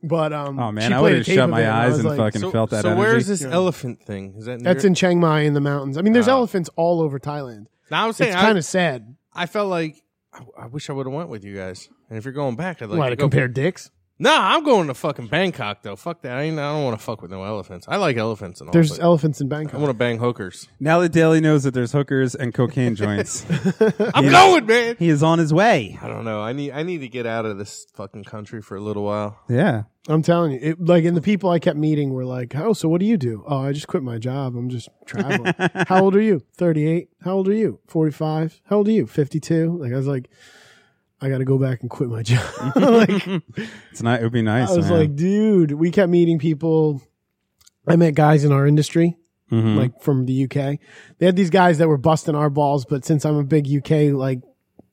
[SPEAKER 7] but um,
[SPEAKER 13] Oh, man,
[SPEAKER 7] she
[SPEAKER 13] I
[SPEAKER 7] played
[SPEAKER 13] would've
[SPEAKER 7] a tape
[SPEAKER 13] shut
[SPEAKER 7] of
[SPEAKER 13] my
[SPEAKER 7] it, I
[SPEAKER 13] eyes
[SPEAKER 7] was
[SPEAKER 13] and
[SPEAKER 7] like,
[SPEAKER 13] fucking
[SPEAKER 12] so,
[SPEAKER 13] felt that
[SPEAKER 12] So where's
[SPEAKER 13] energy.
[SPEAKER 12] this elephant thing? Is that near-
[SPEAKER 7] That's in Chiang Mai in the mountains. I mean, there's elephants all over Thailand.
[SPEAKER 12] Now I'm
[SPEAKER 7] It's
[SPEAKER 12] saying
[SPEAKER 7] kind
[SPEAKER 12] I,
[SPEAKER 7] of sad.
[SPEAKER 12] I felt like I, I wish I would have went with you guys. And if you're going back, I'd like
[SPEAKER 7] Why
[SPEAKER 12] to
[SPEAKER 7] to
[SPEAKER 12] go.
[SPEAKER 7] compare dicks?
[SPEAKER 12] Nah, I'm going to fucking Bangkok though. Fuck that. I ain't. I don't want to fuck with no elephants. I like elephants and all.
[SPEAKER 7] There's
[SPEAKER 12] but
[SPEAKER 7] elephants in
[SPEAKER 12] I
[SPEAKER 7] Bangkok.
[SPEAKER 12] want to bang
[SPEAKER 7] (laughs)
[SPEAKER 12] hookers.
[SPEAKER 13] Now that Daly knows that there's hookers and cocaine joints,
[SPEAKER 12] I'm going, man.
[SPEAKER 13] he is on his way.
[SPEAKER 12] I don't know. I need. I need to get out of this fucking country for a little while.
[SPEAKER 13] Yeah.
[SPEAKER 7] I'm telling you, it, like, and the people I kept meeting were like, "Oh, so what do you do? Oh, I just quit my job. I'm just traveling. How old are you? 38. How old are you? 45. How old are you? 52. Like, I was like, I got to go back and quit my (laughs) job. like,
[SPEAKER 13] It's not. It would be nice.
[SPEAKER 7] I was
[SPEAKER 13] man.
[SPEAKER 7] like, dude, we kept meeting people. I met guys in our industry,
[SPEAKER 13] Mhm.
[SPEAKER 7] like from the UK. They had these guys that were busting our balls, but since I'm a big UK like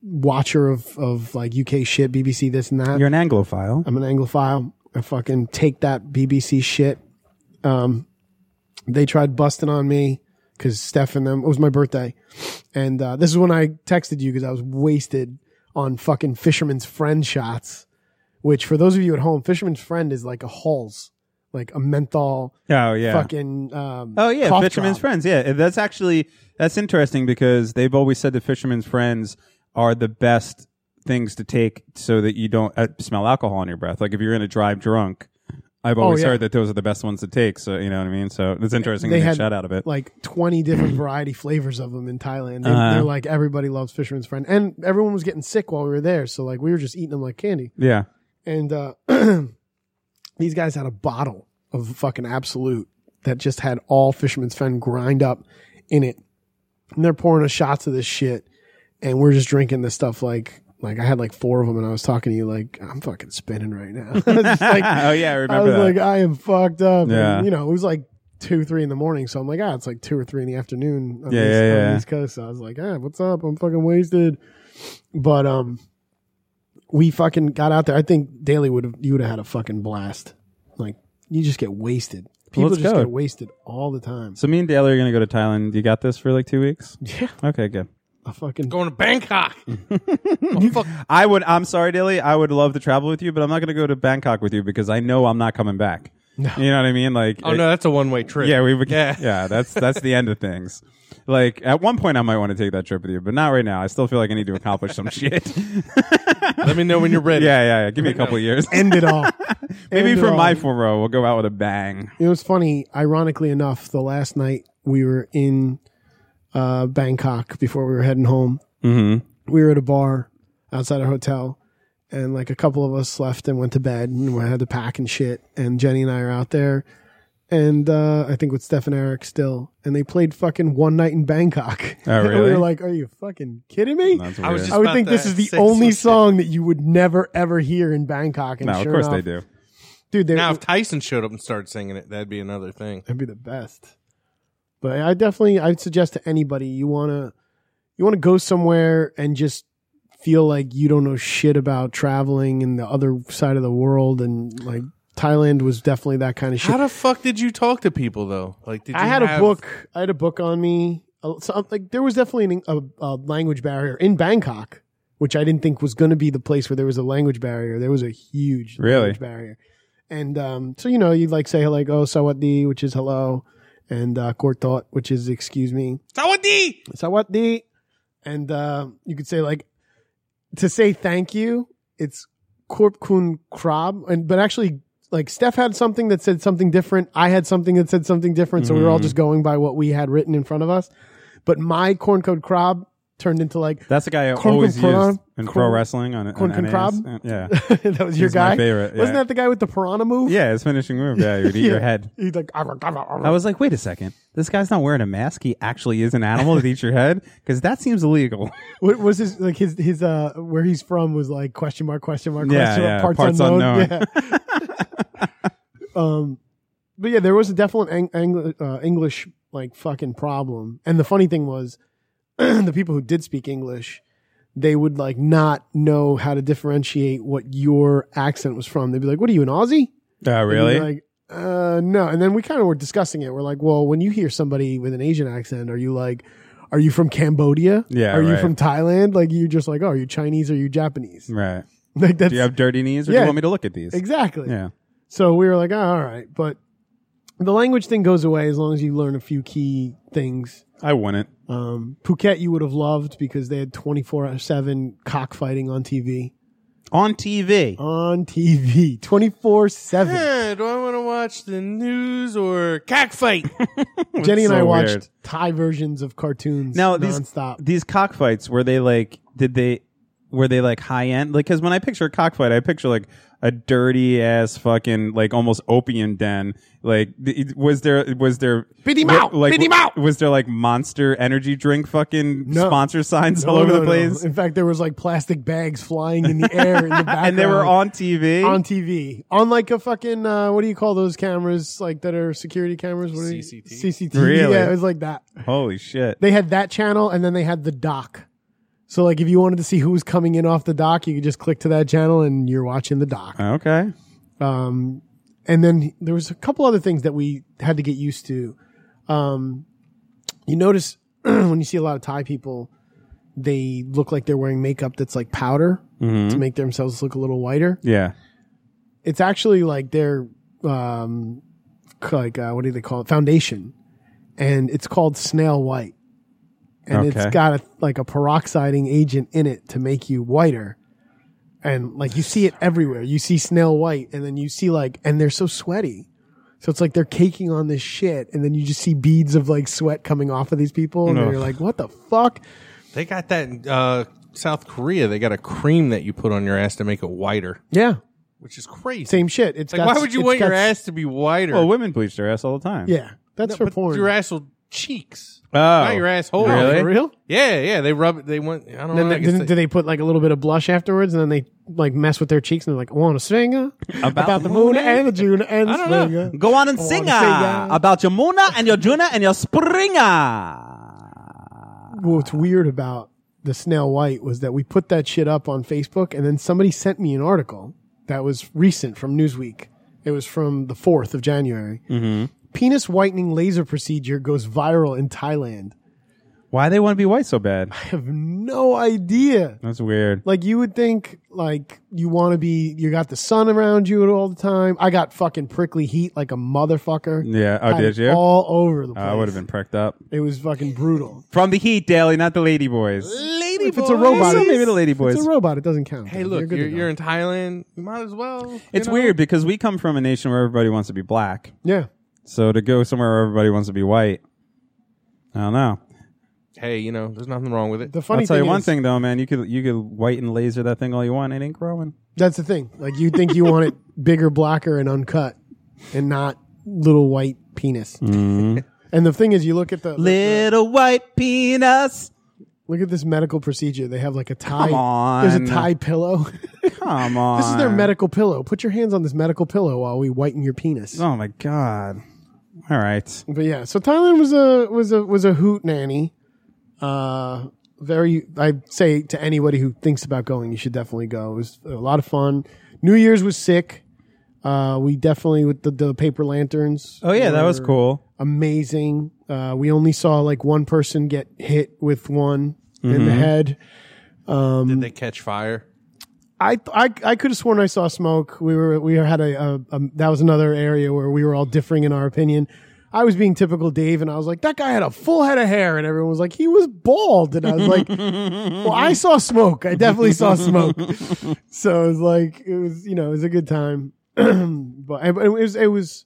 [SPEAKER 7] watcher of of like UK shit, BBC this and that,
[SPEAKER 13] you're an Anglophile.
[SPEAKER 7] I'm an Anglophile. I fucking take that BBC shit. Um, they tried busting on me because Steph and them. It was my birthday, and uh, this is when I texted you because I was wasted on fucking Fisherman's Friend shots. Which, for those of you at home, Fisherman's Friend is like a Halls, like a menthol
[SPEAKER 13] Oh yeah.
[SPEAKER 7] fucking. Um,
[SPEAKER 13] Oh yeah,
[SPEAKER 7] cough
[SPEAKER 13] Fisherman's
[SPEAKER 7] drop.
[SPEAKER 13] Friends. Yeah, eh, that's actually that's interesting because they've always said that Fisherman's Friends are the best things to take so that you don't uh, smell alcohol in your breath. Like if you're gonna drive drunk, I've always
[SPEAKER 7] Oh, yeah.
[SPEAKER 13] heard that those are the best ones to take. So you know what I mean. So it's interesting
[SPEAKER 7] They
[SPEAKER 13] they
[SPEAKER 7] had
[SPEAKER 13] shot out of it.
[SPEAKER 7] like 20 different
[SPEAKER 13] (clears throat)
[SPEAKER 7] variety flavors of them in Thailand. They,
[SPEAKER 13] Uh-huh.
[SPEAKER 7] They're like everybody loves Fisherman's Friend, and everyone was getting sick while we were there, so like we were just eating them like candy.
[SPEAKER 13] yeah.
[SPEAKER 7] and uh, (clears throat) these guys had a bottle of fucking absolute that just had all fisherman's friend grind up in it and they're pouring us shots of this shit and we're just drinking this stuff like like i had like four of them and i was talking to you like i'm fucking spinning right now (laughs) It's like,
[SPEAKER 13] oh yeah, I
[SPEAKER 7] i
[SPEAKER 13] remember
[SPEAKER 7] was
[SPEAKER 13] that.
[SPEAKER 7] like uh, i am fucked up
[SPEAKER 13] Yeah.
[SPEAKER 7] and, you know it was like two three in the morning so i'm like ah it's like two or three in the afternoon on,
[SPEAKER 13] Yeah,
[SPEAKER 7] the,
[SPEAKER 13] yeah,
[SPEAKER 7] on the
[SPEAKER 13] yeah.
[SPEAKER 7] east coast so i was like ah what's up i'm fucking wasted but um we fucking got out there. I think Daly would have you would have had a fucking blast. Like you just get wasted. People
[SPEAKER 13] let's
[SPEAKER 7] just
[SPEAKER 13] go.
[SPEAKER 7] get wasted all the time.
[SPEAKER 13] so me and Daly are gonna go to Thailand. You got this for like two weeks.
[SPEAKER 7] Yeah,
[SPEAKER 13] Okay, good.
[SPEAKER 7] a fucking
[SPEAKER 12] Going to Bangkok.
[SPEAKER 13] I would. I'm sorry, Dilly. I would love to travel with you, but I'm not going to go to Bangkok with you because I know I'm not coming back. You know what I mean? Like,
[SPEAKER 12] Oh
[SPEAKER 13] it-
[SPEAKER 12] no, that's a one way trip.
[SPEAKER 13] yeah,
[SPEAKER 7] (laughs)
[SPEAKER 13] we would. Yeah.
[SPEAKER 12] Yeah.
[SPEAKER 13] that's that's the end of things. Like at one point, I might want to take that trip with you, but not right now. I still feel like I need to accomplish
[SPEAKER 7] (laughs)
[SPEAKER 13] some shit. yeah,
[SPEAKER 12] Let me know when you're ready.
[SPEAKER 13] yeah, yeah. Give me a
[SPEAKER 7] (laughs)
[SPEAKER 13] couple years.
[SPEAKER 7] end it all.
[SPEAKER 13] (laughs) Maybe
[SPEAKER 7] End it
[SPEAKER 13] for
[SPEAKER 7] all.
[SPEAKER 13] my full row, we'll go out with a
[SPEAKER 7] (laughs)
[SPEAKER 13] bang.
[SPEAKER 7] It was funny. Ironically enough, the last night we were in uh, Bangkok before we were heading home.
[SPEAKER 13] Mm-hmm.
[SPEAKER 7] We were at a bar outside our hotel, and like a couple of us left and went to bed, and we had to pack and shit. And Jenny and I are out there, and uh, I think with Steph and Eric still, and they played fucking One Night in Bangkok. (laughs)
[SPEAKER 13] Oh,
[SPEAKER 7] And
[SPEAKER 13] really?
[SPEAKER 7] we were like, "Are you fucking kidding me?"
[SPEAKER 13] That's
[SPEAKER 12] I was
[SPEAKER 13] weird.
[SPEAKER 12] just-
[SPEAKER 7] I would
[SPEAKER 12] about
[SPEAKER 7] think this
[SPEAKER 12] to
[SPEAKER 7] is the
[SPEAKER 12] say some
[SPEAKER 7] only
[SPEAKER 12] shit.
[SPEAKER 7] song that you would never ever hear in Bangkok. And
[SPEAKER 13] no,
[SPEAKER 7] sure
[SPEAKER 13] of course
[SPEAKER 7] enough,
[SPEAKER 13] they do.
[SPEAKER 7] dude. They,
[SPEAKER 12] Now, if Tyson showed up and started singing it, that'd be another thing.
[SPEAKER 7] That'd be the best. But I definitely I'd suggest to anybody you wanna you wanna go somewhere and just feel like you don't know shit about traveling and the other side of the world and like Thailand was definitely that kind of shit.
[SPEAKER 12] How the fuck did you talk to people though? Like, did you
[SPEAKER 7] I had a
[SPEAKER 12] have-
[SPEAKER 7] book. I had a book on me. Uh, So I'm, like there was definitely an, a, a language barrier in Bangkok, which I didn't think was going to be the place where there was a language barrier. There was a huge
[SPEAKER 13] Really?
[SPEAKER 7] language barrier, and um, so you know you'd like say like oh sawadee, which is hello, and uh, kortot, which is excuse me,
[SPEAKER 12] Sawadee.
[SPEAKER 7] sawadee, and uh, you could say like to say thank you. It's korp kun krab, and but actually. Like Steph had something that said something different. I had something that said something different. So we were
[SPEAKER 13] Mm-hmm.
[SPEAKER 7] all just going by what we had written in front of us. But my corn code crab turned into like (laughs)
[SPEAKER 13] That's the guy I
[SPEAKER 7] Korn
[SPEAKER 13] always
[SPEAKER 7] Kun Pran-
[SPEAKER 13] used in pro
[SPEAKER 7] Korn-
[SPEAKER 13] wrestling on,
[SPEAKER 7] Korn
[SPEAKER 13] on
[SPEAKER 7] Kun
[SPEAKER 13] NAS.
[SPEAKER 7] Krab?
[SPEAKER 13] Yeah,
[SPEAKER 7] that was your
[SPEAKER 13] He's my
[SPEAKER 7] guy.
[SPEAKER 13] favorite, yeah.
[SPEAKER 7] Wasn't that the guy with the piranha move?
[SPEAKER 13] yeah. His finishing move. (laughs) Yeah, he would eat your head.
[SPEAKER 7] He's like, "Arr, arr, arr, arr."
[SPEAKER 13] I was like, wait a second. This guy's not wearing a mask. He actually is an animal that eats your head because that seems illegal.
[SPEAKER 7] what was his like his his uh where he's from was like question mark question mark
[SPEAKER 13] Yeah,
[SPEAKER 7] question
[SPEAKER 13] yeah,
[SPEAKER 7] mark
[SPEAKER 13] parts
[SPEAKER 7] parts, unknown.
[SPEAKER 13] unknown.
[SPEAKER 7] Yeah. (laughs) um, but yeah, there was a definite ang- ang- uh, English like fucking problem. And the funny thing was, (clears throat) the people who did speak English, they would like not know how to differentiate what your accent was from. They'd be like, "What are you an Aussie?"
[SPEAKER 13] Oh,
[SPEAKER 7] And you're
[SPEAKER 13] really?
[SPEAKER 7] Like, uh, no. And then we kind of were discussing it. We're like, well, when you hear somebody with an Asian accent, are you like, are you from Cambodia?
[SPEAKER 13] Yeah,
[SPEAKER 7] Are you
[SPEAKER 13] right.
[SPEAKER 7] from Thailand? Like, you're just like, oh, are you Chinese? Are you Japanese?
[SPEAKER 13] Right.
[SPEAKER 7] (laughs) Like that's
[SPEAKER 13] do you have dirty knees, or do
[SPEAKER 7] Yeah.
[SPEAKER 13] you want me to look at these?
[SPEAKER 7] exactly.
[SPEAKER 13] Mm. Yeah.
[SPEAKER 7] So we were like, oh, all right, but the language thing goes away as long as you learn a few key things.
[SPEAKER 13] I wouldn't.
[SPEAKER 7] Um, Phuket, you would have loved because they had twenty four seven cockfighting on TV.
[SPEAKER 13] On TV.
[SPEAKER 7] On TV, twenty four seven.
[SPEAKER 12] Yeah, do I want to watch the news or cockfight?
[SPEAKER 7] (laughs) Jenny and
[SPEAKER 13] so
[SPEAKER 7] I watched
[SPEAKER 13] weird.
[SPEAKER 7] Thai versions of cartoons
[SPEAKER 13] Now these
[SPEAKER 7] nonstop.
[SPEAKER 13] these cockfights were they like did they were they like high end like because when I picture a cockfight I picture like a dirty ass fucking like almost opium den like th- it- was there was there
[SPEAKER 7] Beat him
[SPEAKER 13] wa-
[SPEAKER 7] out!
[SPEAKER 13] like
[SPEAKER 7] Beat him out!
[SPEAKER 13] was there like monster energy drink fucking
[SPEAKER 7] No.
[SPEAKER 13] sponsor signs all
[SPEAKER 7] No,
[SPEAKER 13] over
[SPEAKER 7] no,
[SPEAKER 13] the
[SPEAKER 7] no.
[SPEAKER 13] place
[SPEAKER 7] In fact, there was like plastic bags flying
[SPEAKER 13] (laughs)
[SPEAKER 7] in the air in the background,
[SPEAKER 13] and they were on TV
[SPEAKER 7] on TV on like a fucking uh, what do you call those cameras like that are security cameras? What are they-
[SPEAKER 12] CCTV.
[SPEAKER 7] CCTV.
[SPEAKER 13] Really?
[SPEAKER 7] Yeah, it was like that.
[SPEAKER 13] holy shit
[SPEAKER 7] They had that channel, and then they had the dock. So like, if you wanted to see who was coming in off the dock, you could just click to that channel, and you're watching the dock.
[SPEAKER 13] okay
[SPEAKER 7] Um, and then there was a couple other things that we had to get used to. Um, you notice (clears throat) when you see a lot of Thai people, they look like they're wearing makeup that's like powder to make themselves look a little whiter.
[SPEAKER 13] yeah
[SPEAKER 7] It's actually like their um, c- like uh, what do they call it? Foundation, and it's called snail white, and it's
[SPEAKER 13] Okay.
[SPEAKER 7] got a, like a peroxiding agent in it to make you whiter. And like you see it everywhere. You see snail white, and then you see like, and they're so sweaty. So it's like they're caking on this shit, and then you just see beads of like sweat coming off of these people, and then
[SPEAKER 13] Ugh.
[SPEAKER 7] you're like, "What the fuck?"
[SPEAKER 12] they got that in, uh, South Korea. They got a cream that you put on your ass to make it whiter,
[SPEAKER 7] Yeah,
[SPEAKER 12] which is crazy.
[SPEAKER 7] same shit. It's
[SPEAKER 12] Like,
[SPEAKER 7] got,
[SPEAKER 12] why would you
[SPEAKER 7] it's
[SPEAKER 12] want your
[SPEAKER 7] got-
[SPEAKER 12] ass to be whiter?
[SPEAKER 13] well Oh, women bleach their ass all the time
[SPEAKER 7] Yeah, that's for
[SPEAKER 12] but
[SPEAKER 7] porn.
[SPEAKER 12] Your Oh, asshole cheeks,
[SPEAKER 13] oh
[SPEAKER 12] not your asshole.
[SPEAKER 13] really?
[SPEAKER 7] for real?
[SPEAKER 12] Yeah, yeah. They rub. it. They want. I don't
[SPEAKER 7] And then
[SPEAKER 12] know.
[SPEAKER 7] they,
[SPEAKER 12] I guess
[SPEAKER 7] didn't-
[SPEAKER 12] they-
[SPEAKER 7] do they put like a little bit of blush afterwards, and then they like mess with their cheeks, and they're like, "Want a singer about, the moon, and the June and the springer."
[SPEAKER 13] Go on and sing ah
[SPEAKER 7] sing, uh,
[SPEAKER 13] about your Mona and your Juna and your Springer.
[SPEAKER 7] What's weird about the snail white was that we put that shit up on Facebook, and then somebody sent me an article that was recent from Newsweek. It was from the fourth of January. Penis whitening laser procedure goes viral in Thailand.
[SPEAKER 13] Why they want to be white so bad?
[SPEAKER 7] I have no idea.
[SPEAKER 13] That's weird.
[SPEAKER 7] Like you would think, like you want to be, you got the sun around you all the time. I got fucking prickly heat like a motherfucker.
[SPEAKER 13] Yeah. Oh,
[SPEAKER 7] Had
[SPEAKER 13] did
[SPEAKER 7] it
[SPEAKER 13] you?
[SPEAKER 7] All over the
[SPEAKER 13] Oh,
[SPEAKER 7] place.
[SPEAKER 13] I would have been pricked up
[SPEAKER 7] It was fucking brutal.
[SPEAKER 13] from the heat, Daly, not the lady boys. Lady
[SPEAKER 7] If it's a robot, it-
[SPEAKER 13] maybe the lady
[SPEAKER 7] if
[SPEAKER 13] boys.
[SPEAKER 7] It's a robot. It doesn't count.
[SPEAKER 12] hey,
[SPEAKER 7] Dan.
[SPEAKER 12] look,
[SPEAKER 7] good
[SPEAKER 12] you're,
[SPEAKER 7] to go.
[SPEAKER 12] you're in Thailand. You might as well. you
[SPEAKER 13] It's
[SPEAKER 12] know?
[SPEAKER 13] weird because we come from a nation where everybody wants to be black.
[SPEAKER 7] yeah.
[SPEAKER 13] So to go somewhere where everybody wants to be white, I don't know.
[SPEAKER 12] Hey, you know, there's nothing wrong with it.
[SPEAKER 7] The funny
[SPEAKER 13] I'll tell
[SPEAKER 7] thing
[SPEAKER 13] you one
[SPEAKER 7] is-
[SPEAKER 13] thing though, man. You could you could white and laser that thing all you want. It ain't growing.
[SPEAKER 7] That's the thing. Like you think you
[SPEAKER 13] (laughs)
[SPEAKER 7] want it bigger, blacker, and uncut, and not little white penis.
[SPEAKER 13] Mm.
[SPEAKER 7] and the thing is, you look at the
[SPEAKER 13] Little white penis.
[SPEAKER 7] look at this medical procedure. They have like a tie.
[SPEAKER 13] Come on.
[SPEAKER 7] There's a tie pillow. (laughs)
[SPEAKER 13] Come on.
[SPEAKER 7] This is their medical pillow. Put your hands on this medical pillow while we whiten your penis.
[SPEAKER 13] (laughs) Oh my god. All right.
[SPEAKER 7] But yeah, so Thailand was a was a was a hoot nanny. Uh, very. I say to anybody who thinks about going, you should definitely go. It was a lot of fun. New Year's was sick. Uh, we definitely with the, the paper lanterns.
[SPEAKER 13] Oh yeah, that was
[SPEAKER 7] were
[SPEAKER 13] cool.
[SPEAKER 7] Amazing. Uh, we only saw like one person get hit with one in the
[SPEAKER 13] Mm-hmm.
[SPEAKER 7] head.
[SPEAKER 12] Did they catch fire?
[SPEAKER 7] I I, I could have sworn I saw smoke. We were we had a, a, a that was another area where we were all differing in our opinion. I was being typical Dave, and I was like, that guy had a full head of hair, and everyone was like, he was bald, and I was
[SPEAKER 13] (laughs)
[SPEAKER 7] like, well, I saw smoke. I definitely saw smoke. (laughs) so it was like it was you know it was a good time, (clears throat) but it was it was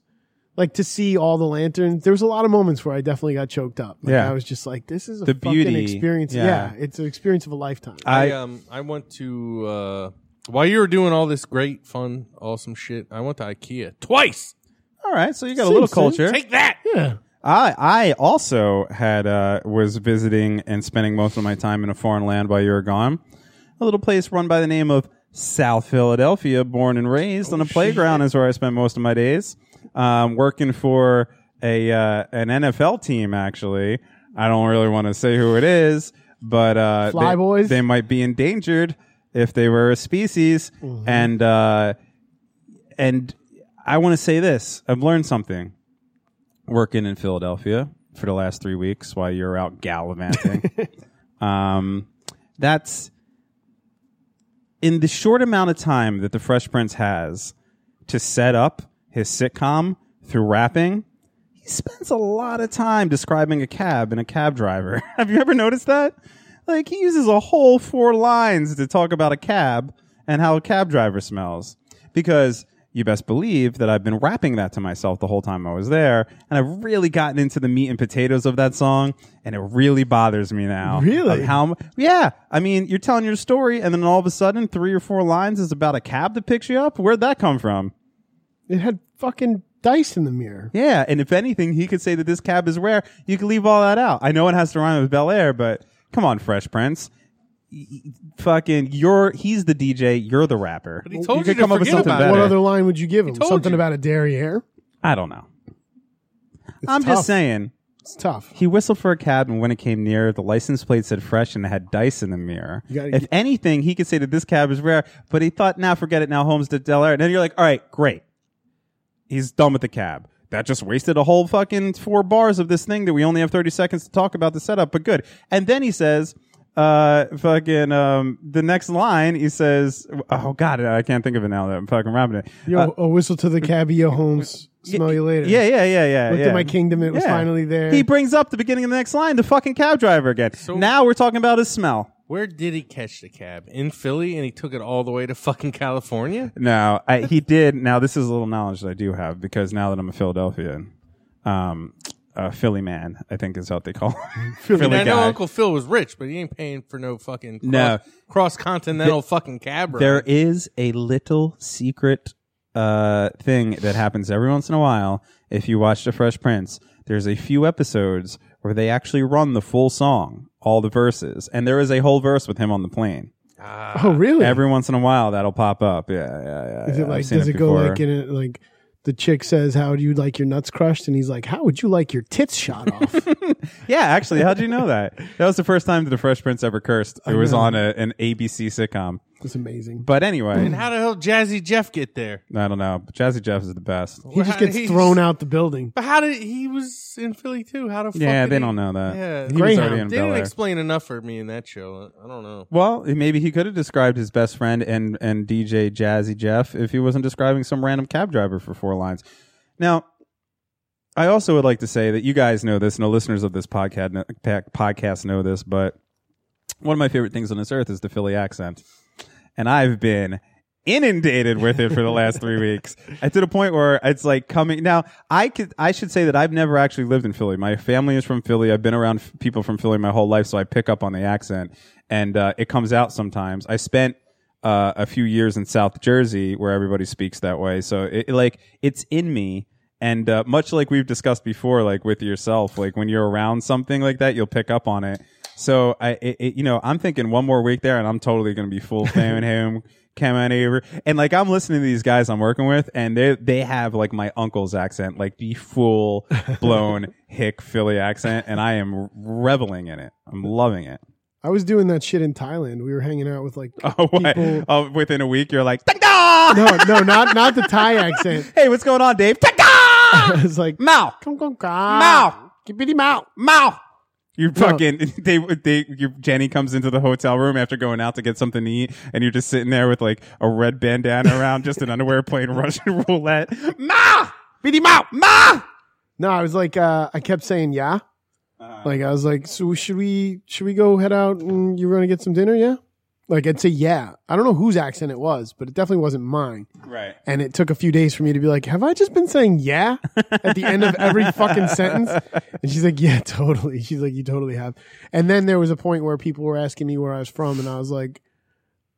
[SPEAKER 7] like to see all the lanterns. There was a lot of moments where I definitely got choked up. Like,
[SPEAKER 13] Yeah.
[SPEAKER 7] I was just like, this is a
[SPEAKER 13] The
[SPEAKER 7] fucking
[SPEAKER 13] beauty.
[SPEAKER 7] experience.
[SPEAKER 13] Yeah.
[SPEAKER 7] Yeah. it's an experience of a lifetime.
[SPEAKER 12] I um I went to uh while you were doing all this great fun awesome shit, I went to IKEA twice.
[SPEAKER 13] All right, so you got a little
[SPEAKER 7] Simpson.
[SPEAKER 13] culture.
[SPEAKER 12] Take that.
[SPEAKER 7] yeah,
[SPEAKER 13] I I also had uh was visiting and spending most of my time in a foreign land while you were gone. A little place run by the name of South Philadelphia, born and raised on a playground is where I spent most of my days. Um, working for a uh, an NFL team actually. I don't really want to say who it is, but uh
[SPEAKER 7] Fly
[SPEAKER 13] they-
[SPEAKER 7] boys?
[SPEAKER 13] they might be endangered if they were a species and uh and
[SPEAKER 2] I want to say this. I've learned something working in Philadelphia for the last three weeks while you're out gallivanting. um, that's in the short amount of time that the Fresh Prince has to set up his sitcom through rapping. He spends a lot of time describing a cab and a cab driver. (laughs) Have you ever noticed that? Like he uses a whole four lines to talk about a cab and how a cab driver smells. Because you best believe that I've been rapping that to myself the whole time I was there, and I've really gotten into the meat and potatoes of that song, and it really bothers me now.
[SPEAKER 7] Really?
[SPEAKER 2] Of how? mu- Yeah. I mean, you're telling your story, and then all of a sudden, three or four lines is about a cab that picks you up. Where'd that come from?
[SPEAKER 7] It had fucking dice in the mirror.
[SPEAKER 2] Yeah, and if anything, he could say that this cab is rare. You could leave all that out. I know it has to rhyme with Bel Air, but come on, Fresh Prince. Y- y- Fucking, you're he's the DJ, you're the rapper.
[SPEAKER 12] But he told you
[SPEAKER 2] could
[SPEAKER 12] to
[SPEAKER 2] come up with
[SPEAKER 12] forget
[SPEAKER 2] something
[SPEAKER 12] about it.
[SPEAKER 2] better.
[SPEAKER 7] What other line would you give him?
[SPEAKER 12] told
[SPEAKER 7] Something
[SPEAKER 12] you.
[SPEAKER 7] about a derriere?
[SPEAKER 2] I don't know. I'm just
[SPEAKER 7] tough.
[SPEAKER 2] saying.
[SPEAKER 7] It's tough.
[SPEAKER 2] He whistled for a cab, and when it came near, the license plate said fresh and it had dice in the mirror.
[SPEAKER 7] You gotta
[SPEAKER 2] If
[SPEAKER 7] get-
[SPEAKER 2] anything, he could say that this cab is rare, but he thought, now forget it, now Holmes to Del Air. And then you're like, all right, great. He's done with the cab. That just wasted a whole fucking four bars of this thing that we only have 30 seconds to talk about the setup, but good. And then he says, uh, fucking, um, the next line, he says, oh God, I can't think of it now that I'm fucking rapping it.
[SPEAKER 7] Yo,
[SPEAKER 2] Uh,
[SPEAKER 7] a whistle to the cabbie, yo, Holmes. Smell you later.
[SPEAKER 2] yeah, yeah, yeah, yeah.
[SPEAKER 7] Looked
[SPEAKER 2] yeah.
[SPEAKER 7] at my kingdom, it was finally there.
[SPEAKER 2] He brings up the beginning of the next line, the fucking cab driver again. now we're talking about his smell.
[SPEAKER 12] Where did he catch the cab? In Philly, and he took it all the way to fucking California.
[SPEAKER 2] No, I, (laughs) he did. Now this is a little knowledge that I do have because now that I'm a Philadelphian, um, a Philly man, I think is what they call him. Philly,
[SPEAKER 12] And I know
[SPEAKER 2] guy.
[SPEAKER 12] Uncle Phil was rich, but he ain't paying for no fucking cross,
[SPEAKER 2] No.
[SPEAKER 12] cross continental fucking cab ride.
[SPEAKER 2] There is a little secret uh, thing that happens every once in a while. If you watch The Fresh Prince, there's a few episodes where they actually run the full song, all the verses, and there is a whole verse with him on the plane.
[SPEAKER 7] oh, really?
[SPEAKER 2] Every once in a while, that'll pop up. Yeah, yeah, yeah.
[SPEAKER 7] Is
[SPEAKER 2] yeah.
[SPEAKER 7] it
[SPEAKER 2] I've
[SPEAKER 7] like,
[SPEAKER 2] seen
[SPEAKER 7] does it, go
[SPEAKER 2] before.
[SPEAKER 7] like in it, like the chick says, How do you like your nuts crushed? And he's like, How would you like your tits shot
[SPEAKER 2] (laughs)
[SPEAKER 7] off?
[SPEAKER 2] Yeah, actually, how'd you
[SPEAKER 7] (laughs)
[SPEAKER 2] know that? That was the first time that the Fresh Prince ever cursed. It was on a, an ABC sitcom.
[SPEAKER 7] It's amazing.
[SPEAKER 2] But anyway,
[SPEAKER 12] and
[SPEAKER 7] Mm.
[SPEAKER 12] how the hell did Jazzy Jeff get there?
[SPEAKER 2] I don't know. But Jazzy Jeff is the best.
[SPEAKER 7] He just gets thrown out the building.
[SPEAKER 12] But how did he was in Philly too? How the fuck
[SPEAKER 2] Yeah,
[SPEAKER 12] did
[SPEAKER 2] they
[SPEAKER 12] he-
[SPEAKER 2] don't know that.
[SPEAKER 12] Yeah,
[SPEAKER 2] He was already in
[SPEAKER 12] they
[SPEAKER 2] Bel
[SPEAKER 12] didn't
[SPEAKER 2] Air.
[SPEAKER 12] explain enough for me in that show. I don't know.
[SPEAKER 2] Well, maybe he could have described his best friend and and DJ Jazzy Jeff if he wasn't describing some random cab driver for four lines. Now, I also would like to say that you guys know this, and the listeners of this podcast kn- pa- podcast know this, but one of my favorite things on this earth is the Philly accent, and I've been inundated with it for the last three weeks. And to the point where it's like coming now. I could I should say that I've never actually lived in Philly. My family is from Philly. I've been around f- people from Philly my whole life, so I pick up on the accent, and uh, it comes out sometimes. I spent uh, a few years in South Jersey where everybody speaks that way, so it it, like it's in me. And uh, much like we've discussed before, like with yourself, like when you're around something like that, you'll pick up on it. So I, it, it, you know, I'm thinking one more week there, and I'm totally going to be full fan him, come on over, and like I'm listening to these guys I'm working with, and they they have like my uncle's accent, like the full blown hick Philly accent, and I am reveling in it. I'm loving it. (laughs)
[SPEAKER 7] I was doing that shit in Thailand. We were hanging out with like
[SPEAKER 2] Oh, what?
[SPEAKER 7] people.
[SPEAKER 2] Oh, within a week, you're like, "Ding dong!"
[SPEAKER 7] No, no, not not the Thai accent.
[SPEAKER 2] hey, what's going on, Dave? "Ding dong!"
[SPEAKER 7] (laughs) It's like
[SPEAKER 2] Mao,
[SPEAKER 7] Come, come, come.
[SPEAKER 2] Mao.
[SPEAKER 7] Gibbity mouth.
[SPEAKER 2] Mao. You fucking (laughs) they they your Jenny comes into the hotel room after going out to get something to eat, and you're just sitting there with like a red bandana around, just in underwear, playing (laughs) Russian roulette. Ma, bitty ma, ma.
[SPEAKER 7] No, I was like, uh, I kept saying yeah. like I was like, so should we should we go head out and you were gonna get some dinner? Yeah. Like I'd say yeah. I don't know whose accent it was, but it definitely wasn't mine.
[SPEAKER 2] Right.
[SPEAKER 7] And it took a few days for me to be like, have I just been saying yeah at the end of every fucking sentence? And she's like, yeah, totally. She's like, you totally have. And then there was a point where people were asking me where I was from, and I was like,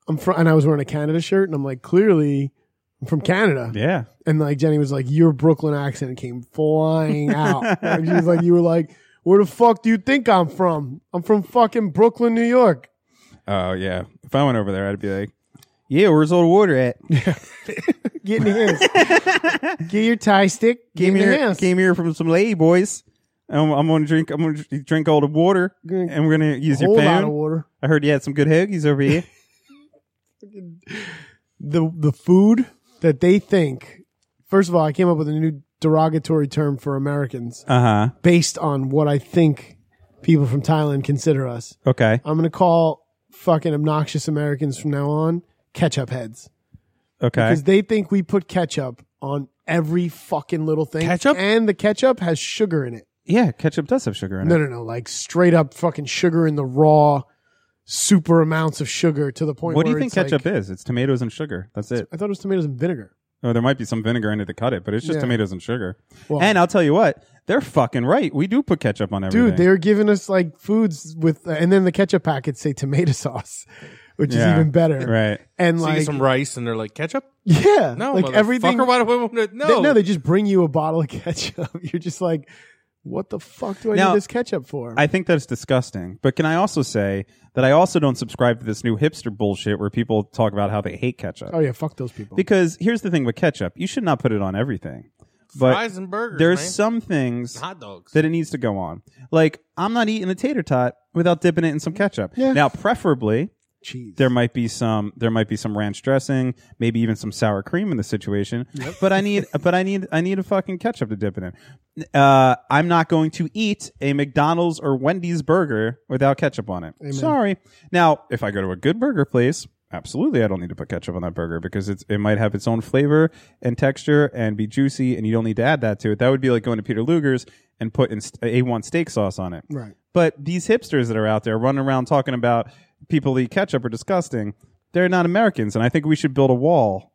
[SPEAKER 7] I'm from, and I was wearing a Canada shirt, and I'm like, clearly, I'm from Canada.
[SPEAKER 2] Yeah.
[SPEAKER 7] And like Jenny was like, your Brooklyn accent came flying out. like, she was like, you were like, where the fuck do you think I'm from? I'm from fucking Brooklyn, New York.
[SPEAKER 2] Oh yeah. If I went over there, I'd be like, yeah, where's old water at?
[SPEAKER 7] Get in the house. Get your tie stick. Get in
[SPEAKER 2] Came
[SPEAKER 7] the
[SPEAKER 2] here,
[SPEAKER 7] house.
[SPEAKER 2] came here from some lady boys. I'm, I'm gonna drink. I'm gonna dr- drink all the water,
[SPEAKER 7] Good.
[SPEAKER 2] and we're gonna use
[SPEAKER 7] Whole
[SPEAKER 2] your
[SPEAKER 7] lot of
[SPEAKER 2] phone.
[SPEAKER 7] water.
[SPEAKER 2] I heard you had some good hoagies over here.
[SPEAKER 7] The the food that they think First of all, I came up with a new derogatory term for Americans
[SPEAKER 13] Uh
[SPEAKER 2] uh-huh.
[SPEAKER 13] huh.
[SPEAKER 7] based on what I think people from Thailand consider us.
[SPEAKER 13] Okay.
[SPEAKER 7] I'm going to call fucking obnoxious Americans from now on ketchup heads
[SPEAKER 13] Okay.
[SPEAKER 7] because they think we put ketchup on every fucking little thing.
[SPEAKER 12] Ketchup?
[SPEAKER 7] And the ketchup has sugar in it.
[SPEAKER 13] Yeah, ketchup does have sugar in
[SPEAKER 7] No,
[SPEAKER 13] it.
[SPEAKER 7] no, no. Like straight up fucking sugar in the raw, super amounts of sugar to the point
[SPEAKER 13] What do
[SPEAKER 7] where
[SPEAKER 13] you think
[SPEAKER 7] it's like-
[SPEAKER 13] ketchup is? It's tomatoes and sugar. That's it.
[SPEAKER 7] I thought it was tomatoes and vinegar.
[SPEAKER 13] Oh, there might be some vinegar in it to cut it, but it's just
[SPEAKER 7] Yeah.
[SPEAKER 13] tomatoes and sugar.
[SPEAKER 7] Well-
[SPEAKER 13] and I'll tell you what, they're fucking right. We do put ketchup on everything.
[SPEAKER 7] Dude, they were giving us like foods with, uh, and then the ketchup packets say tomato (laughs) sauce, which
[SPEAKER 13] Yeah.
[SPEAKER 7] is even better.
[SPEAKER 13] (laughs) Right.
[SPEAKER 7] And
[SPEAKER 12] So you
[SPEAKER 7] like,
[SPEAKER 12] get some rice and they're like ketchup.
[SPEAKER 7] yeah,
[SPEAKER 12] No,
[SPEAKER 7] like everything.
[SPEAKER 12] Why do we want to?
[SPEAKER 7] They,
[SPEAKER 12] No,
[SPEAKER 7] no, they just bring you a bottle of (laughs) ketchup. You're just like, what the fuck do I
[SPEAKER 13] Now,
[SPEAKER 7] need this ketchup for?
[SPEAKER 13] I think that's disgusting. But can I also say that I also don't subscribe to this new hipster bullshit where people talk about how they hate ketchup?
[SPEAKER 7] oh yeah, fuck those people.
[SPEAKER 13] Because here's the thing with ketchup, you should not put it on everything. But
[SPEAKER 12] fries and burgers.
[SPEAKER 13] there's
[SPEAKER 12] man.
[SPEAKER 13] some things
[SPEAKER 12] hot dogs.
[SPEAKER 13] that it needs to go on. Like I'm not eating a tater tot without dipping it in some ketchup.
[SPEAKER 7] Yeah.
[SPEAKER 13] Now, preferably,
[SPEAKER 7] Cheese.
[SPEAKER 13] there might be some there might be some ranch dressing, maybe even some sour cream in the situation. But I need but I need I need a fucking ketchup to dip it in. Uh, I'm not going to eat a McDonald's or Wendy's burger without ketchup on it. Sorry. Now, if I go to a good burger place, absolutely I don't need to put ketchup on that burger because it's it might have its own flavor and texture and be juicy and you don't need to add that to it. That would be like going to Peter Luger's and putting A1 steak sauce on it.
[SPEAKER 7] Right.
[SPEAKER 13] But these hipsters that are out there running around talking about people that eat ketchup are disgusting, they're not Americans. And I think we should build a wall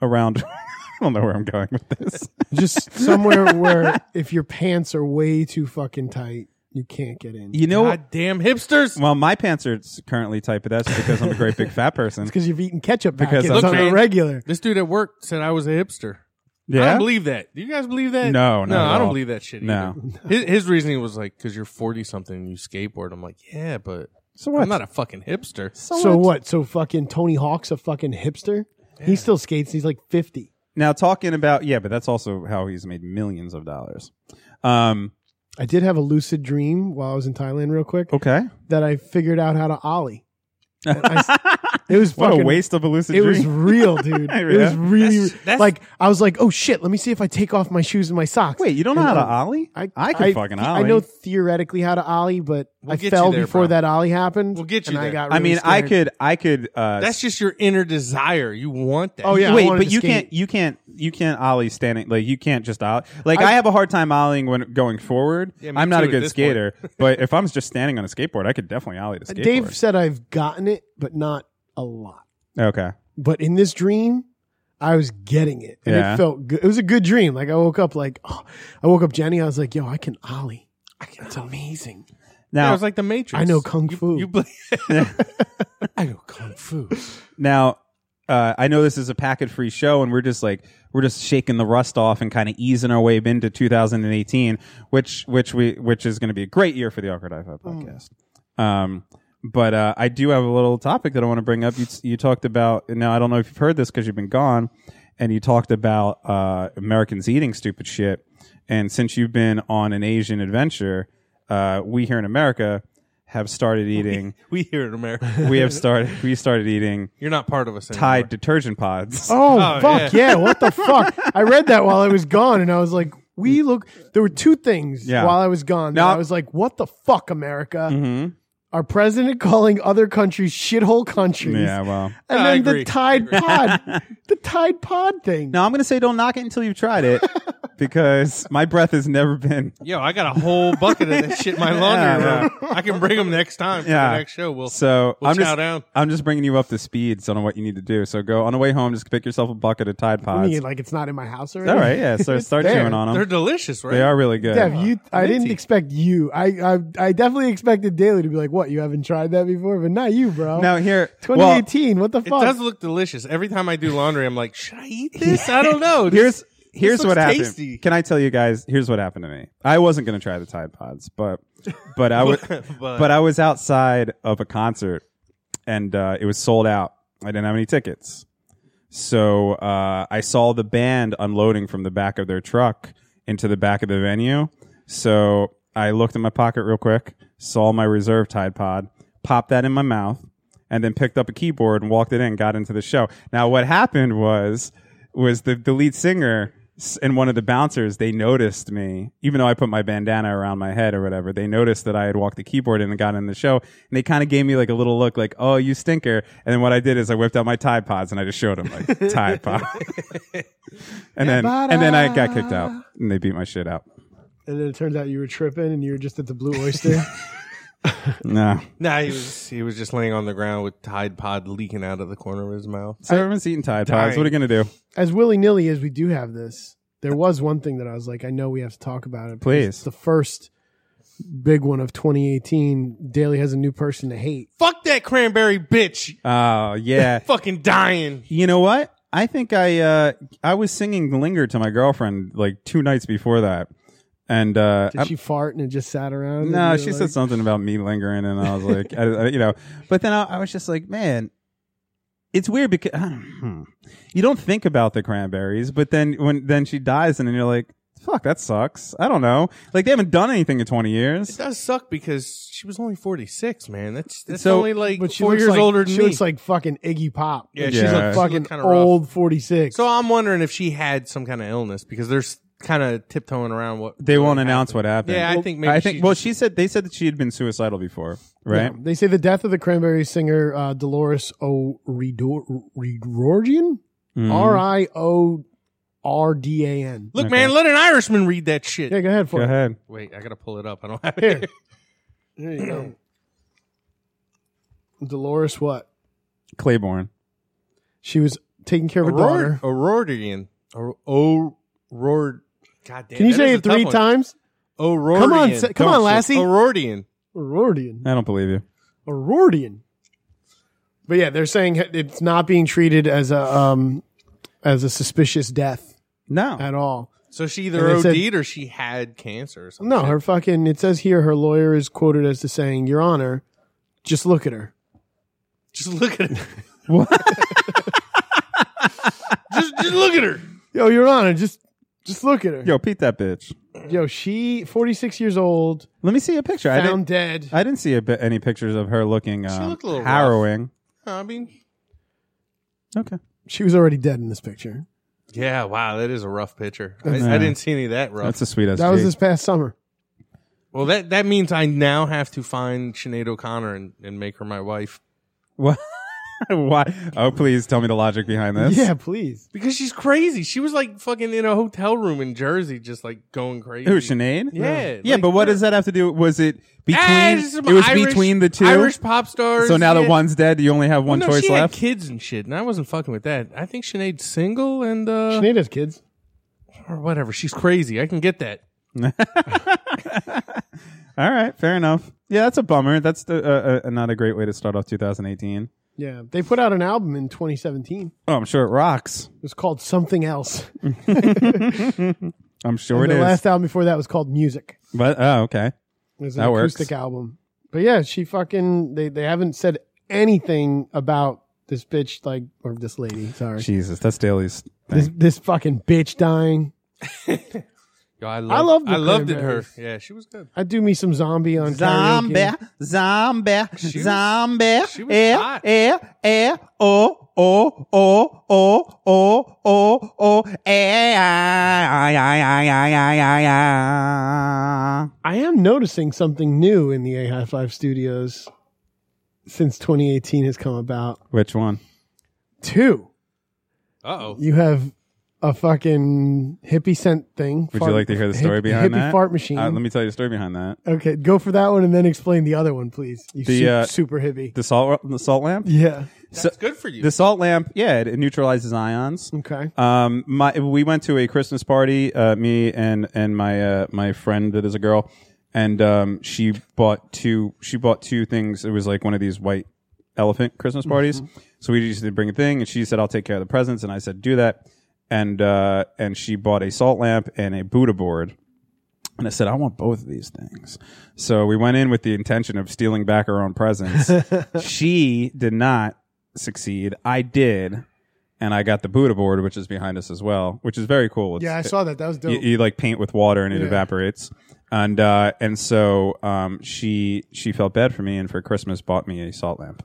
[SPEAKER 13] around. (laughs) I don't know where I'm going with this.
[SPEAKER 7] just somewhere (laughs) where if your pants are way too fucking tight, you can't get in.
[SPEAKER 13] You know,
[SPEAKER 12] goddamn hipsters.
[SPEAKER 13] (laughs) well, my pants are currently tight, but that's because I'm a great big
[SPEAKER 7] (laughs)
[SPEAKER 13] fat person.
[SPEAKER 7] because you've eaten ketchup
[SPEAKER 13] Because
[SPEAKER 7] packets
[SPEAKER 13] I'm-
[SPEAKER 7] on a
[SPEAKER 12] Look, man.
[SPEAKER 7] regular.
[SPEAKER 12] This dude at work said I was a hipster. I
[SPEAKER 13] Yeah.
[SPEAKER 12] don't believe that. Do you guys believe that?
[SPEAKER 13] No, not
[SPEAKER 12] no,
[SPEAKER 13] at
[SPEAKER 12] I
[SPEAKER 13] all.
[SPEAKER 12] don't believe that shit.
[SPEAKER 13] No.
[SPEAKER 12] either. his, his reasoning was like, "Cause you're forty something and you skateboard." I'm like, "Yeah, but
[SPEAKER 13] so what?
[SPEAKER 12] I'm not a fucking hipster."
[SPEAKER 7] So what? So fucking Tony Hawk's a fucking hipster. He still skates. He's like fifty.
[SPEAKER 13] now talking about yeah, but that's also how he's made millions of dollars. Um.
[SPEAKER 7] I did have a lucid dream while I was in Thailand, real quick,
[SPEAKER 13] Okay.
[SPEAKER 7] that I figured out how to
[SPEAKER 13] (laughs)
[SPEAKER 7] ollie. And I s- it was
[SPEAKER 13] What
[SPEAKER 7] fucking,
[SPEAKER 13] a waste of a lucid
[SPEAKER 7] It
[SPEAKER 13] dream.
[SPEAKER 7] was
[SPEAKER 13] (laughs)
[SPEAKER 7] real, dude. It
[SPEAKER 13] Yeah.
[SPEAKER 7] was really
[SPEAKER 12] that's-
[SPEAKER 7] like I was like, oh shit, let me see if I take off my shoes and my socks.
[SPEAKER 13] Wait, you don't know
[SPEAKER 7] And
[SPEAKER 13] how to
[SPEAKER 7] then-
[SPEAKER 13] ollie?
[SPEAKER 7] I
[SPEAKER 13] can fucking ollie.
[SPEAKER 7] I know theoretically how to ollie, but
[SPEAKER 12] We'll
[SPEAKER 7] I
[SPEAKER 12] get
[SPEAKER 7] fell
[SPEAKER 12] you there,
[SPEAKER 7] before
[SPEAKER 12] bro.
[SPEAKER 7] that ollie happened.
[SPEAKER 12] We'll get you
[SPEAKER 7] and I
[SPEAKER 12] there.
[SPEAKER 7] got.
[SPEAKER 13] I
[SPEAKER 7] really
[SPEAKER 13] mean, I
[SPEAKER 7] scared.
[SPEAKER 13] could, I could. Uh,
[SPEAKER 12] That's just your inner desire. You want that.
[SPEAKER 7] Oh yeah, I
[SPEAKER 13] Wait,
[SPEAKER 7] wanted
[SPEAKER 13] but
[SPEAKER 7] to
[SPEAKER 13] you
[SPEAKER 7] skate.
[SPEAKER 13] can't, you can't, you can't ollie standing. Like you can't just ollie. Like I,
[SPEAKER 7] I-
[SPEAKER 13] have a hard time ollieing when going forward.
[SPEAKER 12] Yeah, me
[SPEAKER 13] I'm not
[SPEAKER 12] too
[SPEAKER 13] a
[SPEAKER 12] at
[SPEAKER 13] good
[SPEAKER 12] this
[SPEAKER 13] skater,
[SPEAKER 12] (laughs)
[SPEAKER 13] but if I'm just standing on a skateboard, I could definitely ollie
[SPEAKER 12] Uh,
[SPEAKER 13] the skateboard.
[SPEAKER 7] Dave said I've gotten it, but not a lot.
[SPEAKER 13] okay,
[SPEAKER 7] But in this dream, I was getting it, and
[SPEAKER 13] Yeah.
[SPEAKER 7] it felt good. It was a good dream. Like I woke up, like (sighs) oh, I woke up, Jenny. I was like, "Yo, I can ollie. It's amazing.
[SPEAKER 13] now,
[SPEAKER 12] Yeah, it was like the Matrix.
[SPEAKER 7] I know kung fu."
[SPEAKER 12] You bl- (laughs)
[SPEAKER 7] I know kung fu.
[SPEAKER 13] now, uh, I know this is a packet-free show, and we're just like we're just shaking the rust off and kind of easing our way into 2018, which which we which is going to be a great year for the Awkward Wi-Fi podcast. Um, but uh, I do have a little topic that I want to bring up. You, you talked about now. I don't know if you've heard this because you've been gone, and you talked about uh, Americans eating stupid shit. And since you've been on an Asian adventure, uh, we here in America have started eating.
[SPEAKER 12] we here in America.
[SPEAKER 13] we have started. We started eating
[SPEAKER 12] You're not part of us anymore.
[SPEAKER 13] Tide detergent pods.
[SPEAKER 7] Oh,
[SPEAKER 12] Oh,
[SPEAKER 7] fuck yeah. What the fuck? I read that while I was gone, and I was like, "We look." There were two things
[SPEAKER 13] Yeah.
[SPEAKER 7] while I was gone. that
[SPEAKER 13] No.
[SPEAKER 7] I was like, "What the fuck, America?"
[SPEAKER 13] Mhm.
[SPEAKER 7] Our president calling other countries shithole countries.
[SPEAKER 13] (laughs) Yeah, well.
[SPEAKER 7] And
[SPEAKER 12] I
[SPEAKER 7] then the
[SPEAKER 12] agree.
[SPEAKER 7] Tide Pod, the Tide Pod thing.
[SPEAKER 13] Now I'm gonna say don't knock it until you've tried
[SPEAKER 12] (laughs)
[SPEAKER 13] it, because my breath has never been.
[SPEAKER 12] Yo, I got a whole bucket of that shit in my laundry
[SPEAKER 13] (laughs) Yeah,
[SPEAKER 12] room. I can bring them next time. For
[SPEAKER 13] Yeah.
[SPEAKER 12] the next show. We'll
[SPEAKER 13] So
[SPEAKER 12] we'll
[SPEAKER 13] I'm
[SPEAKER 12] chow
[SPEAKER 13] just
[SPEAKER 12] down.
[SPEAKER 13] I'm just bringing you up to speed so on what you need to do. So go on the way home, just pick yourself a bucket of Tide
[SPEAKER 7] I
[SPEAKER 13] Pods.
[SPEAKER 7] mean, like it's not in my house already.
[SPEAKER 13] All right, yeah. So start
[SPEAKER 7] there.
[SPEAKER 13] chewing on
[SPEAKER 12] They're
[SPEAKER 13] them.
[SPEAKER 12] delicious, right?
[SPEAKER 13] um, They are really good.
[SPEAKER 7] Dev, you, I didn't
[SPEAKER 12] minty.
[SPEAKER 7] expect you. I, I, I definitely expected Daly to be like, "What? You haven't tried that before?" But not you, bro.
[SPEAKER 13] Now here, well,
[SPEAKER 7] 2018. what the
[SPEAKER 12] It
[SPEAKER 7] fuck?
[SPEAKER 12] does look delicious. Every time I do laundry, I'm like, should I eat this? I don't know. This-
[SPEAKER 13] (laughs) here's
[SPEAKER 12] this
[SPEAKER 13] here's
[SPEAKER 12] looks
[SPEAKER 13] what happened.
[SPEAKER 12] tasty.
[SPEAKER 13] Can I tell you guys? Here's what happened to me. I wasn't gonna try the Tide Pods, but but I was but,
[SPEAKER 12] But- but-
[SPEAKER 13] I was outside of a concert and uh, it was sold out. I didn't have any tickets, so uh, I saw the band unloading from the back of their truck into the back of the venue. So I looked in my pocket real quick, saw my reserve Tide Pod, popped that in my mouth, and then picked up a keyboard and walked it in, got into the show. Now what happened was was the, the lead singer s- and one of the bouncers they noticed me, even though I put my bandana around my head or whatever. They noticed that I had walked the keyboard in and got in the show, and they kind of gave me like a little look, like "Oh, you stinker." And then what I did is I whipped out my Tide Pods and I just showed them
[SPEAKER 12] (laughs)
[SPEAKER 13] like Tide Pod, and then and then I got kicked out, and they beat my shit out.
[SPEAKER 7] And then it turns out you were tripping and you were just at the Blue Oyster.
[SPEAKER 13] No.
[SPEAKER 12] Nah, he was he was just laying on the ground with Tide Pod leaking out of the corner of his mouth.
[SPEAKER 13] So everyone's eating Tide Pods. What are you gonna do?
[SPEAKER 7] as willy nilly as we do have this, there was one thing that I was like, I know we have to talk about it. because
[SPEAKER 13] Please.
[SPEAKER 7] it's the first big one of 2018. Daly has a new person to hate.
[SPEAKER 12] Fuck that cranberry bitch.
[SPEAKER 13] Oh yeah.
[SPEAKER 12] Fucking dying.
[SPEAKER 13] You know what? I think I uh, I was singing "Linger" to my girlfriend like two nights before that, and uh,
[SPEAKER 7] Did
[SPEAKER 13] I-
[SPEAKER 7] she fart and it just sat around? and you
[SPEAKER 13] no,
[SPEAKER 7] were
[SPEAKER 13] she
[SPEAKER 7] like-
[SPEAKER 13] said something about me lingering, and I was like, "Uh, I, I- you know, but then I, I was just like, man, it's weird because hmm. you don't think about the cranberries, but then when then she dies, and then you're like, fuck, that sucks. I don't know, like they haven't done anything in twenty
[SPEAKER 12] It
[SPEAKER 13] years.
[SPEAKER 12] does suck because she was only forty six, man. That's that's
[SPEAKER 13] So-
[SPEAKER 12] only like
[SPEAKER 7] But she
[SPEAKER 12] four
[SPEAKER 7] looks
[SPEAKER 12] years
[SPEAKER 7] like,
[SPEAKER 12] older than
[SPEAKER 7] she
[SPEAKER 12] me.
[SPEAKER 7] looks like fucking Iggy Pop.
[SPEAKER 12] Yeah,
[SPEAKER 7] Like,
[SPEAKER 12] she
[SPEAKER 7] she's
[SPEAKER 13] looked-
[SPEAKER 7] a
[SPEAKER 13] she
[SPEAKER 7] fucking
[SPEAKER 12] looked kinda rough.
[SPEAKER 7] old 46.
[SPEAKER 12] so I'm wondering if she had some kind of illness because they're kind of tiptoeing around what
[SPEAKER 13] They
[SPEAKER 12] what
[SPEAKER 13] won't
[SPEAKER 12] happened.
[SPEAKER 13] announce what happened.
[SPEAKER 12] Yeah, I think maybe
[SPEAKER 13] I think.
[SPEAKER 12] she
[SPEAKER 13] well,
[SPEAKER 12] just-
[SPEAKER 13] she said they said that she had been suicidal before, right?
[SPEAKER 7] Yeah. They say the death of the Cranberry singer uh, Dolores O'Riordan?
[SPEAKER 12] Mm-hmm.
[SPEAKER 13] Mhm.
[SPEAKER 7] R I O R D A N.
[SPEAKER 12] Look, man, let an Irishman read that shit.
[SPEAKER 7] Yeah, go ahead for
[SPEAKER 13] Go
[SPEAKER 7] it.
[SPEAKER 13] ahead.
[SPEAKER 12] Wait, I gotta pull it up. I don't have it.
[SPEAKER 7] Here. There you go. (clears throat) Dolores what?
[SPEAKER 13] Claiborne.
[SPEAKER 7] She was taking care of her
[SPEAKER 12] Auror-
[SPEAKER 7] daughter.
[SPEAKER 12] Aurorian. Or- Auror. God damn.
[SPEAKER 7] Can you
[SPEAKER 12] that
[SPEAKER 7] say
[SPEAKER 12] is a
[SPEAKER 7] it
[SPEAKER 12] tough
[SPEAKER 7] three
[SPEAKER 12] one.
[SPEAKER 7] times?
[SPEAKER 12] Aurorian.
[SPEAKER 7] Come on, sa- come
[SPEAKER 12] Don't
[SPEAKER 7] on,
[SPEAKER 12] say-
[SPEAKER 7] Lassie.
[SPEAKER 12] Aurorian.
[SPEAKER 7] Aurorian.
[SPEAKER 13] I don't believe you.
[SPEAKER 7] Aurorian. But yeah, they're saying it's not being treated as a um as a suspicious death
[SPEAKER 13] No.
[SPEAKER 7] at all.
[SPEAKER 12] So she
[SPEAKER 7] And
[SPEAKER 12] either
[SPEAKER 7] they
[SPEAKER 12] OD'd
[SPEAKER 7] said-
[SPEAKER 12] or she had cancer or something.
[SPEAKER 7] No, her fucking it says here her lawyer is quoted as to saying, Your Honor, just look at her.
[SPEAKER 12] (laughs) Just look at her.
[SPEAKER 13] (laughs)
[SPEAKER 12] (laughs) just, just look at her.
[SPEAKER 7] Yo, Your Honor, just just look at her. Yo,
[SPEAKER 13] Yo, Pete that bitch.
[SPEAKER 7] she forty six years old,
[SPEAKER 13] Let me see a picture. I
[SPEAKER 7] found
[SPEAKER 13] didn't.
[SPEAKER 7] dead.
[SPEAKER 13] I didn't see a bit, any pictures of her looking um,
[SPEAKER 12] looked a little rough.
[SPEAKER 13] harrowing.
[SPEAKER 12] I mean,
[SPEAKER 13] Okay.
[SPEAKER 7] she was already dead in this picture.
[SPEAKER 12] yeah, wow, that is a rough picture. I,
[SPEAKER 13] Yeah.
[SPEAKER 12] I didn't see any of that rough.
[SPEAKER 13] That's a sweet ass.
[SPEAKER 7] That
[SPEAKER 13] (laughs)
[SPEAKER 7] was this past summer.
[SPEAKER 12] well, that that means I now have to find Sinead O'Connor and, and make her my wife
[SPEAKER 13] Why? Oh, please tell me the logic behind this.
[SPEAKER 7] Yeah, please.
[SPEAKER 12] because she's crazy. She was like fucking in a hotel room in Jersey, just like going crazy.
[SPEAKER 13] Who, Sinead?
[SPEAKER 12] Yeah,
[SPEAKER 13] Yeah,
[SPEAKER 12] like
[SPEAKER 13] but what
[SPEAKER 12] her-
[SPEAKER 13] does that have to do? Was it between?
[SPEAKER 12] As
[SPEAKER 13] it was
[SPEAKER 12] Irish-
[SPEAKER 13] between the two.
[SPEAKER 12] Irish pop stars.
[SPEAKER 13] so now
[SPEAKER 12] yeah.
[SPEAKER 13] that one's dead, you only have one
[SPEAKER 12] no,
[SPEAKER 13] choice
[SPEAKER 12] she
[SPEAKER 13] left.
[SPEAKER 12] Had kids and shit, and I wasn't fucking with that. I think Sinead's single and uh,
[SPEAKER 7] Sinead has kids.
[SPEAKER 12] or whatever. She's crazy. I can get that.
[SPEAKER 13] All right, fair enough. Yeah, that's a bummer. That's the, uh, uh, not a great way to start off 2018.
[SPEAKER 7] Yeah, they put out an album in 2017.
[SPEAKER 13] Oh, I'm sure it rocks.
[SPEAKER 7] It was called Something Else.
[SPEAKER 13] I'm sure
[SPEAKER 7] And
[SPEAKER 13] it
[SPEAKER 7] the
[SPEAKER 13] is.
[SPEAKER 7] last album before that was called Music.
[SPEAKER 13] but oh, okay.
[SPEAKER 7] It was an
[SPEAKER 13] That works.
[SPEAKER 7] acoustic album. But yeah, she fucking they they haven't said anything about this bitch like or this lady. Sorry,
[SPEAKER 13] Jesus, that's Daly's.
[SPEAKER 7] this this fucking bitch dying.
[SPEAKER 12] Yo, I loved,
[SPEAKER 7] loved the
[SPEAKER 12] I loved it. Her,
[SPEAKER 7] Cranberries.
[SPEAKER 12] yeah, she was good.
[SPEAKER 7] I do me some zombie on
[SPEAKER 13] Zombie,
[SPEAKER 7] karaoke.
[SPEAKER 13] zombie,
[SPEAKER 12] was-
[SPEAKER 13] zombie.
[SPEAKER 12] she was
[SPEAKER 13] Eh,
[SPEAKER 12] hot.
[SPEAKER 13] eh, eh, oh, oh, oh, oh, oh, oh, oh, eh, ah, ah, ah, ah, ah, ah, ah, ah.
[SPEAKER 7] I am noticing something new in the A High Five Studios since 2018 has come about.
[SPEAKER 13] Which one?
[SPEAKER 7] Two,
[SPEAKER 12] Uh oh.
[SPEAKER 7] you have a fucking hippie scent thing.
[SPEAKER 13] Would
[SPEAKER 7] Fart-
[SPEAKER 13] you like to hear
[SPEAKER 7] (laughs)
[SPEAKER 13] the story
[SPEAKER 7] hip-
[SPEAKER 13] behind
[SPEAKER 7] hippie
[SPEAKER 13] that?
[SPEAKER 7] fart machine.
[SPEAKER 13] Uh, let me tell you the story behind that.
[SPEAKER 7] Okay, go for that one and then explain the other one, please. You
[SPEAKER 13] The,
[SPEAKER 7] su-
[SPEAKER 13] uh,
[SPEAKER 7] super hippie.
[SPEAKER 13] The salt, the salt lamp.
[SPEAKER 7] yeah.
[SPEAKER 12] That's good for you.
[SPEAKER 13] The salt lamp. Yeah, it, it neutralizes ions.
[SPEAKER 7] Okay.
[SPEAKER 13] Um, my we went to a Christmas party. Uh, me and and my uh, my friend that is a girl, and um, she bought two. She bought two things. It was like one of these white elephant Christmas parties.
[SPEAKER 7] Mm-hmm.
[SPEAKER 13] So we just did bring a thing, and she said, "I'll take care of the presents," and I said, "Do that." And uh, and she bought a salt lamp and a Buddha board. And I said, I want both of these things. So we went in with the intention of stealing back her own
[SPEAKER 7] (laughs)
[SPEAKER 13] presents. she did not succeed. I did. And I got the Buddha board, which is behind us as well, which is very cool. It's-
[SPEAKER 7] Yeah, I saw that. That was dope.
[SPEAKER 13] you, you, like paint with water and it
[SPEAKER 7] Yeah.
[SPEAKER 13] evaporates. And uh, and so um, she she felt bad for me and for Christmas bought me a salt lamp.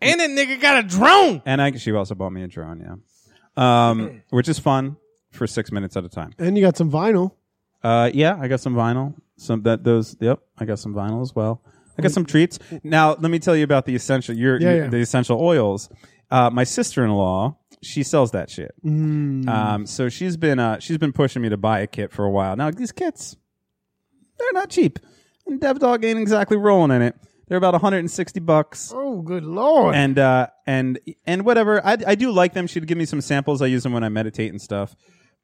[SPEAKER 12] and that nigga got a drone.
[SPEAKER 13] And I she also bought me a drone, yeah. Um, which is fun for six minutes at a time.
[SPEAKER 7] And you got some vinyl.
[SPEAKER 13] Uh, yeah, I got some vinyl. Some that those. Yep, I got some vinyl as well. I got some treats. Now let me tell you about the essential. Your,
[SPEAKER 7] Yeah,
[SPEAKER 13] your-
[SPEAKER 7] yeah.
[SPEAKER 13] the essential oils. Uh, my sister in law, she sells that shit.
[SPEAKER 7] Mm.
[SPEAKER 13] Um, so she's been uh, she's been pushing me to buy a kit for a while. Now these kits, they're not cheap. And Dev Dog ain't exactly rolling in it. They're about 160 bucks.
[SPEAKER 7] oh, good lord.
[SPEAKER 13] And uh, and and whatever. I I do like them. She'd give me some samples. I use them when I meditate and stuff.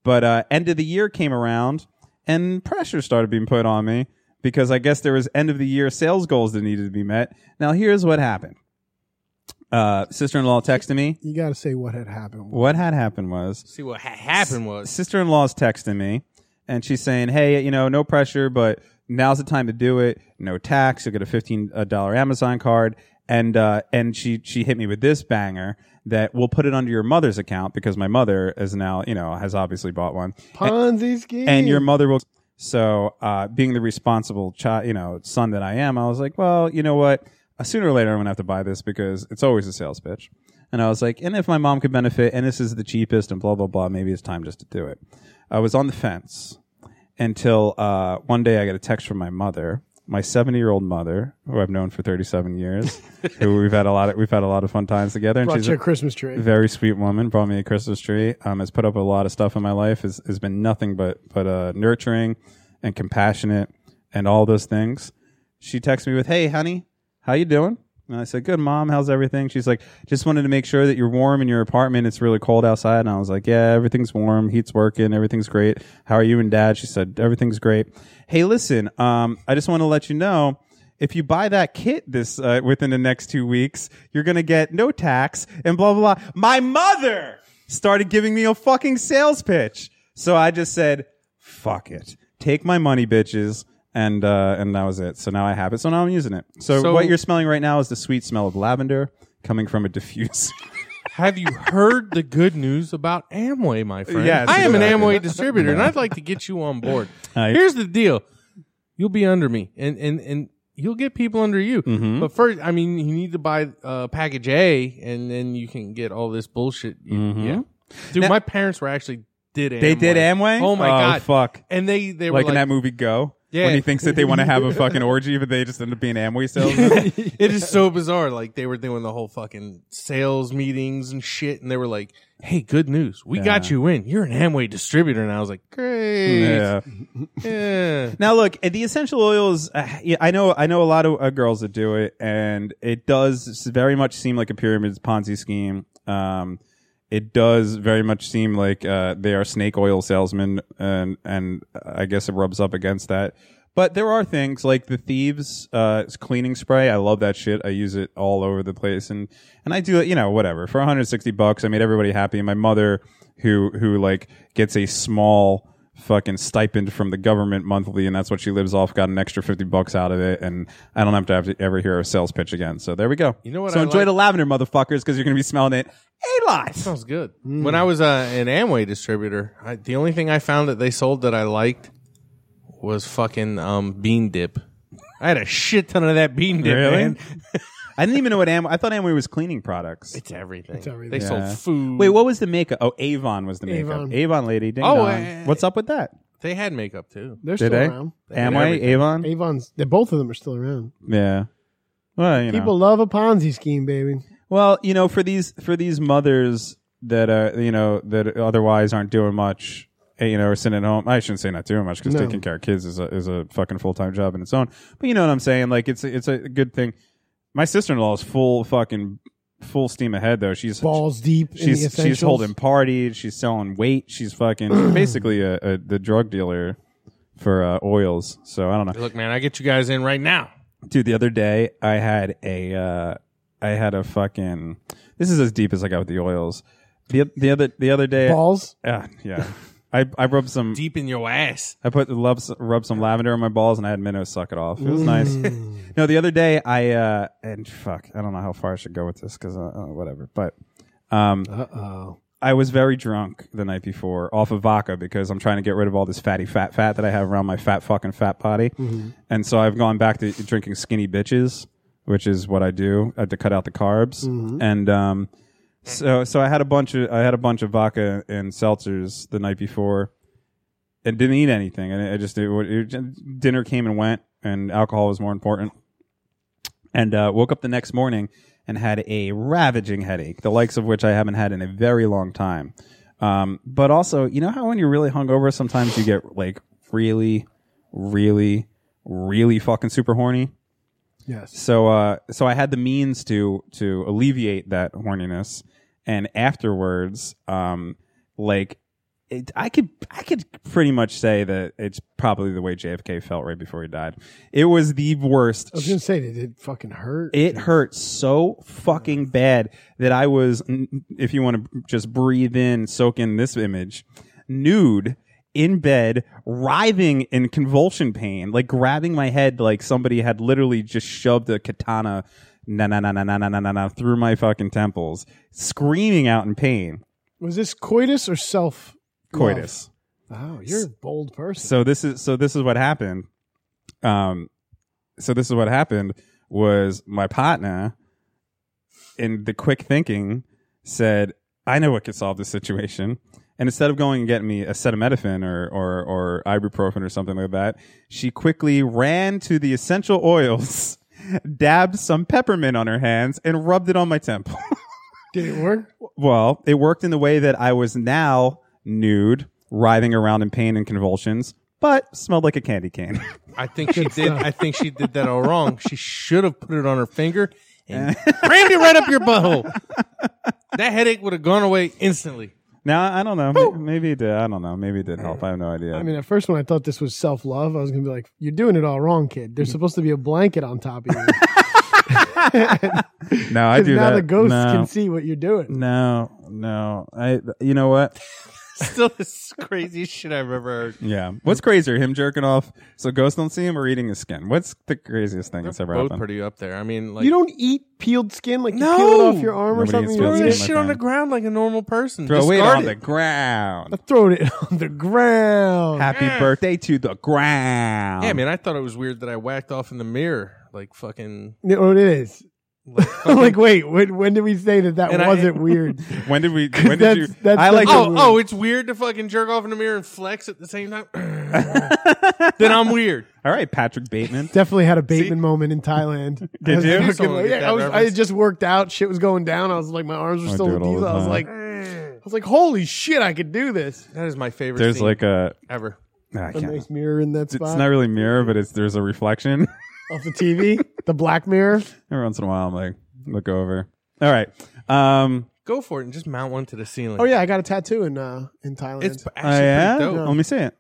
[SPEAKER 13] But uh, end of the year came around, and pressure started being put on me because I guess there was end of the year sales goals that needed to be met. Now here's what happened. Uh, sister-in-law texted me.
[SPEAKER 7] you got to say what had happened.
[SPEAKER 13] What had happened was
[SPEAKER 12] See what ha- happened was.
[SPEAKER 13] sister in law's texting me and she's saying, Hey, you know, no pressure, but now's the time to do it. No tax. You'll get a $15 Amazon card. And, uh, and she, she hit me with this banger that we'll put it under your mother's account because my mother is now, you know, has obviously bought one.
[SPEAKER 7] Ponzi scheme.
[SPEAKER 13] And your mother will. So, uh, being the responsible child, you know, son that I am, I was like, well, you know what? Uh, Sooner or later, I'm going to have to buy this because it's always a sales pitch. And I was like, and if my mom could benefit and this is the cheapest and blah, blah, blah, maybe it's time just to do it. I was on the fence until uh, one day I got a text from my mother, my 70 year old mother, who I've known for 37
[SPEAKER 7] (laughs)
[SPEAKER 13] years, who we've had a lot of, we've had a lot of fun times together. And
[SPEAKER 7] brought
[SPEAKER 13] she's
[SPEAKER 7] you
[SPEAKER 13] a-
[SPEAKER 7] a Christmas tree.
[SPEAKER 13] very sweet woman. Brought me a Christmas tree. Um, has put up with a lot of stuff in my life. Has, has been nothing but but uh, nurturing and compassionate and all those things. She texted me with, "Hey, honey, how you doing?" And I said, "Good, mom. How's everything?" She's like, "Just wanted to make sure that you're warm in your apartment. It's really cold outside." And I was like, "Yeah, everything's warm. Heat's working. Everything's great. How are you and dad?" She said, "Everything's great." Hey, listen. Um, I just want to let you know if you buy that kit this uh, within the next two weeks, you're gonna get no tax and blah blah blah. My mother started giving me a fucking sales pitch, so I just said, "Fuck it, take my money, bitches," and uh, and that was it. So now I have it. So now I'm using it. So,
[SPEAKER 12] So-
[SPEAKER 13] what you're smelling right now is the sweet smell of lavender coming from
[SPEAKER 12] (laughs)
[SPEAKER 13] a diffuser.
[SPEAKER 12] (laughs) Have you heard the good news about Amway, my friend?
[SPEAKER 13] Yes,
[SPEAKER 12] I am an
[SPEAKER 13] exactly.
[SPEAKER 12] Amway distributor, and I'd like to get you on
[SPEAKER 13] (laughs)
[SPEAKER 12] board.
[SPEAKER 13] I-
[SPEAKER 12] Here's the deal: you'll be under me, and and and you'll get people under you.
[SPEAKER 13] Mm-hmm.
[SPEAKER 12] But first, I mean, you need to buy uh, package A, and then you can get all this bullshit. You- Yeah, dude,
[SPEAKER 13] Mm-hmm. Now-
[SPEAKER 12] my parents were actually did Amway.
[SPEAKER 13] They did Amway?
[SPEAKER 12] Oh my
[SPEAKER 13] Oh,
[SPEAKER 12] god,
[SPEAKER 13] fuck.
[SPEAKER 12] And they they were
[SPEAKER 13] like,
[SPEAKER 12] like,
[SPEAKER 13] in that movie Go,
[SPEAKER 12] Yeah.
[SPEAKER 13] when he thinks that they want to have a fucking orgy, but they just end up being Amway salesmen.
[SPEAKER 12] (laughs) it is so bizarre. Like they were doing the whole fucking sales meetings and shit, and they were like, "Hey, good news, we got you in. You're an Amway distributor." And I was like, "Great,
[SPEAKER 13] yeah.
[SPEAKER 12] yeah."
[SPEAKER 13] (laughs) Now, look, uh, the essential oils. Uh, yeah, I know, I know a lot of uh, girls that do it, and it does s- very much seem like a pyramid Ponzi scheme. Um, it does very much seem like uh, they are snake oil salesmen, and and I guess it rubs up against that. But there are things like the thieves uh, cleaning spray. I love that shit. I use it all over the place, and and I do it. You know, whatever for 160 bucks, I made everybody happy. My mother, who who like gets a small fucking stipend from the government monthly, and that's what she lives off. Got an extra fifty bucks out of it, and I don't have to, have to ever hear a sales pitch again. So there we go.
[SPEAKER 12] You know what
[SPEAKER 13] So
[SPEAKER 12] I
[SPEAKER 13] enjoy
[SPEAKER 12] like-
[SPEAKER 13] the lavender, motherfuckers, because you're gonna be smelling it a lot.
[SPEAKER 12] Sounds
[SPEAKER 13] (laughs)
[SPEAKER 12] good.
[SPEAKER 13] Mm.
[SPEAKER 12] When I was uh, an Amway distributor, I, the only thing I found that they sold that I liked was fucking um, bean dip. I had a shit ton of that bean dip,
[SPEAKER 13] Really?
[SPEAKER 12] man.
[SPEAKER 13] (laughs) I didn't even know what Amway. I thought Amway was cleaning products.
[SPEAKER 12] It's everything.
[SPEAKER 7] everything.
[SPEAKER 12] They
[SPEAKER 13] Yeah.
[SPEAKER 12] sold food.
[SPEAKER 13] Wait, what was the makeup? Oh, Avon was the makeup.
[SPEAKER 7] Avon.
[SPEAKER 13] Avon, lady. Ding
[SPEAKER 12] Oh,
[SPEAKER 13] dong.
[SPEAKER 12] eh, eh,
[SPEAKER 13] What's up with that?
[SPEAKER 12] They had makeup too.
[SPEAKER 7] They're
[SPEAKER 13] Did
[SPEAKER 7] still
[SPEAKER 13] they?
[SPEAKER 7] around.
[SPEAKER 13] Amway,
[SPEAKER 12] everything.
[SPEAKER 13] Avon.
[SPEAKER 7] Avon's. They, both of them are still around.
[SPEAKER 13] yeah. Well, you know.
[SPEAKER 7] People love a Ponzi scheme, baby.
[SPEAKER 13] Well, you know, for these for these mothers that uh you know that otherwise aren't doing much, eh, you know, or sitting at home. I shouldn't say not doing much because
[SPEAKER 7] No.
[SPEAKER 13] taking care of kids is a, is a fucking full time job in its own. But you know what I'm saying? Like it's a- it's a good thing. My sister in law is full fucking full steam ahead though. She's
[SPEAKER 7] Balls deep. in the
[SPEAKER 13] she's
[SPEAKER 7] essentials.
[SPEAKER 13] she's holding parties. She's selling weight.
[SPEAKER 7] (clears throat)
[SPEAKER 13] She's fucking basically a, a the drug dealer for uh, oils. So I don't know
[SPEAKER 12] Look, man, I get you guys in right now.
[SPEAKER 13] dude the other day i had a uh i had a fucking this is as deep as i got with the oils the the other the other day
[SPEAKER 7] balls.
[SPEAKER 13] Ah, yeah i i rubbed some
[SPEAKER 12] Deep in your ass.
[SPEAKER 13] i put love rubbed some lavender on my balls and i had minnows suck it off it was nice (laughs) no the other day i uh and fuck i don't know how far i should go with this because uh, uh, whatever but um
[SPEAKER 7] Uh oh.
[SPEAKER 13] I was very drunk the night before off of vodka because I'm trying to get rid of all this fatty fat fat that I have around my fat fucking fat body. And so I've gone back to drinking skinny bitches, which is what I do uh, to cut out the carbs. And um, So so I had a bunch of I had a bunch of vodka and seltzers the night before, and didn't eat anything. And I just it, it, dinner came and went, and alcohol was more important. And uh, woke up the next morning and had a ravaging headache, the likes of which I haven't had in a very long time. Um, but also, you know how when you're really hungover, sometimes you get like really, really, really fucking super horny.
[SPEAKER 7] Yes.
[SPEAKER 13] So uh so I had the means to to alleviate that horniness and afterwards um like it, I could I could pretty much say that it's probably the way JFK felt right before he died. It was the worst.
[SPEAKER 7] I was gonna say, did it fucking hurt?
[SPEAKER 13] It hurt so fucking bad that I was if you want to just breathe in, soak in this image, nude in bed, writhing in convulsion pain, like grabbing my head like somebody had literally just shoved a katana na na na na na na na na na through my fucking temples, screaming out in pain.
[SPEAKER 7] Was this coitus or self
[SPEAKER 13] Coitus.
[SPEAKER 7] Wow, you're a bold person.
[SPEAKER 13] So this is so this is what happened. Um so this is what happened was my partner in the quick thinking said, I know what could solve this situation. And instead of going and getting me acetaminophen or, or, or ibuprofen or something like that, she quickly ran to the essential oils, (laughs) dabbed some peppermint on her hands, and rubbed it on my temple.
[SPEAKER 7] Did it work?
[SPEAKER 13] well, it worked in the way that I was now nude, writhing around in pain and convulsions, but smelled like a candy cane. (laughs)
[SPEAKER 12] I think she did. I think she did that all wrong. She should have put it on her finger and crammed it right up your butthole. That headache would have gone away instantly.
[SPEAKER 13] now I don't know. May- Maybe it did. I don't know. Maybe it did help. I have no idea.
[SPEAKER 7] I mean, at first when I thought this was self love, I was gonna be like, "You're doing it all wrong, kid.
[SPEAKER 13] Mm.
[SPEAKER 7] There's supposed to be a blanket on top of you."
[SPEAKER 13] no, (laughs) I
[SPEAKER 7] 'Cause
[SPEAKER 13] do
[SPEAKER 7] now
[SPEAKER 13] that.
[SPEAKER 7] the ghosts
[SPEAKER 13] no,
[SPEAKER 7] can see what you're doing.
[SPEAKER 13] no, no. I. You know what?
[SPEAKER 12] Still the craziest shit I've ever heard.
[SPEAKER 13] Yeah. What's crazier, him jerking off so ghosts don't see him or eating his skin? What's the craziest thing that's ever
[SPEAKER 12] Both
[SPEAKER 13] happened?
[SPEAKER 12] pretty up there. I mean, like
[SPEAKER 7] You don't eat peeled skin like
[SPEAKER 12] No!
[SPEAKER 7] you peel it off your arm or
[SPEAKER 13] Nobody eats
[SPEAKER 7] something. You
[SPEAKER 13] peeled
[SPEAKER 12] throw
[SPEAKER 7] don't
[SPEAKER 12] that
[SPEAKER 7] eat
[SPEAKER 13] skin.
[SPEAKER 7] it?
[SPEAKER 12] shit on the ground like a normal person.
[SPEAKER 13] Throw it
[SPEAKER 12] Discard
[SPEAKER 13] on the ground.
[SPEAKER 7] Throw it (laughs) on the ground.
[SPEAKER 13] Happy birthday to the ground.
[SPEAKER 12] Yeah, man, I thought it was weird that I whacked off in the mirror, like fucking.
[SPEAKER 7] No, it is.
[SPEAKER 12] Like,
[SPEAKER 7] (laughs) like,
[SPEAKER 12] fucking-
[SPEAKER 7] wait, when, when did we say that that
[SPEAKER 12] And I-
[SPEAKER 7] wasn't weird?
[SPEAKER 13] When did
[SPEAKER 7] (laughs)
[SPEAKER 13] we? (laughs) When did
[SPEAKER 7] That's-
[SPEAKER 13] you?
[SPEAKER 7] that's
[SPEAKER 13] I
[SPEAKER 7] the-
[SPEAKER 13] like.
[SPEAKER 12] oh,
[SPEAKER 7] weird.
[SPEAKER 12] oh, it's weird to fucking jerk off in the mirror and flex at the same time. (clears throat) then I'm weird.
[SPEAKER 13] all right,
[SPEAKER 7] (laughs)
[SPEAKER 13] Patrick Bateman.
[SPEAKER 7] Definitely had a Bateman moment in Thailand.
[SPEAKER 13] (laughs) Did
[SPEAKER 7] I was
[SPEAKER 13] you?
[SPEAKER 7] fucking
[SPEAKER 12] Someone
[SPEAKER 7] like-
[SPEAKER 12] get
[SPEAKER 7] yeah,
[SPEAKER 12] that
[SPEAKER 7] I was. I
[SPEAKER 12] reference.
[SPEAKER 7] had just worked out. Shit was going down. I was like, my arms were
[SPEAKER 13] I
[SPEAKER 7] still
[SPEAKER 13] do it all
[SPEAKER 7] in these.
[SPEAKER 13] the
[SPEAKER 7] I was
[SPEAKER 13] time.
[SPEAKER 7] like, I was like, holy shit, I could do this.
[SPEAKER 12] That is my favorite.
[SPEAKER 13] There's
[SPEAKER 12] scene
[SPEAKER 13] like a. ah,
[SPEAKER 12] ever.
[SPEAKER 13] I
[SPEAKER 7] A
[SPEAKER 13] can't.
[SPEAKER 7] nice mirror in that
[SPEAKER 13] It's
[SPEAKER 7] spot
[SPEAKER 13] not really mirror, but it's there's a reflection. (laughs)
[SPEAKER 7] off the TV, the black mirror.
[SPEAKER 13] Every once in a while, I'm like, look over. All right. Um.
[SPEAKER 12] Go for it and just mount one to the ceiling.
[SPEAKER 7] Oh yeah, I got a tattoo in uh in Thailand.
[SPEAKER 12] it's actually
[SPEAKER 13] Oh yeah.
[SPEAKER 12] pretty dope.
[SPEAKER 13] Let me see it.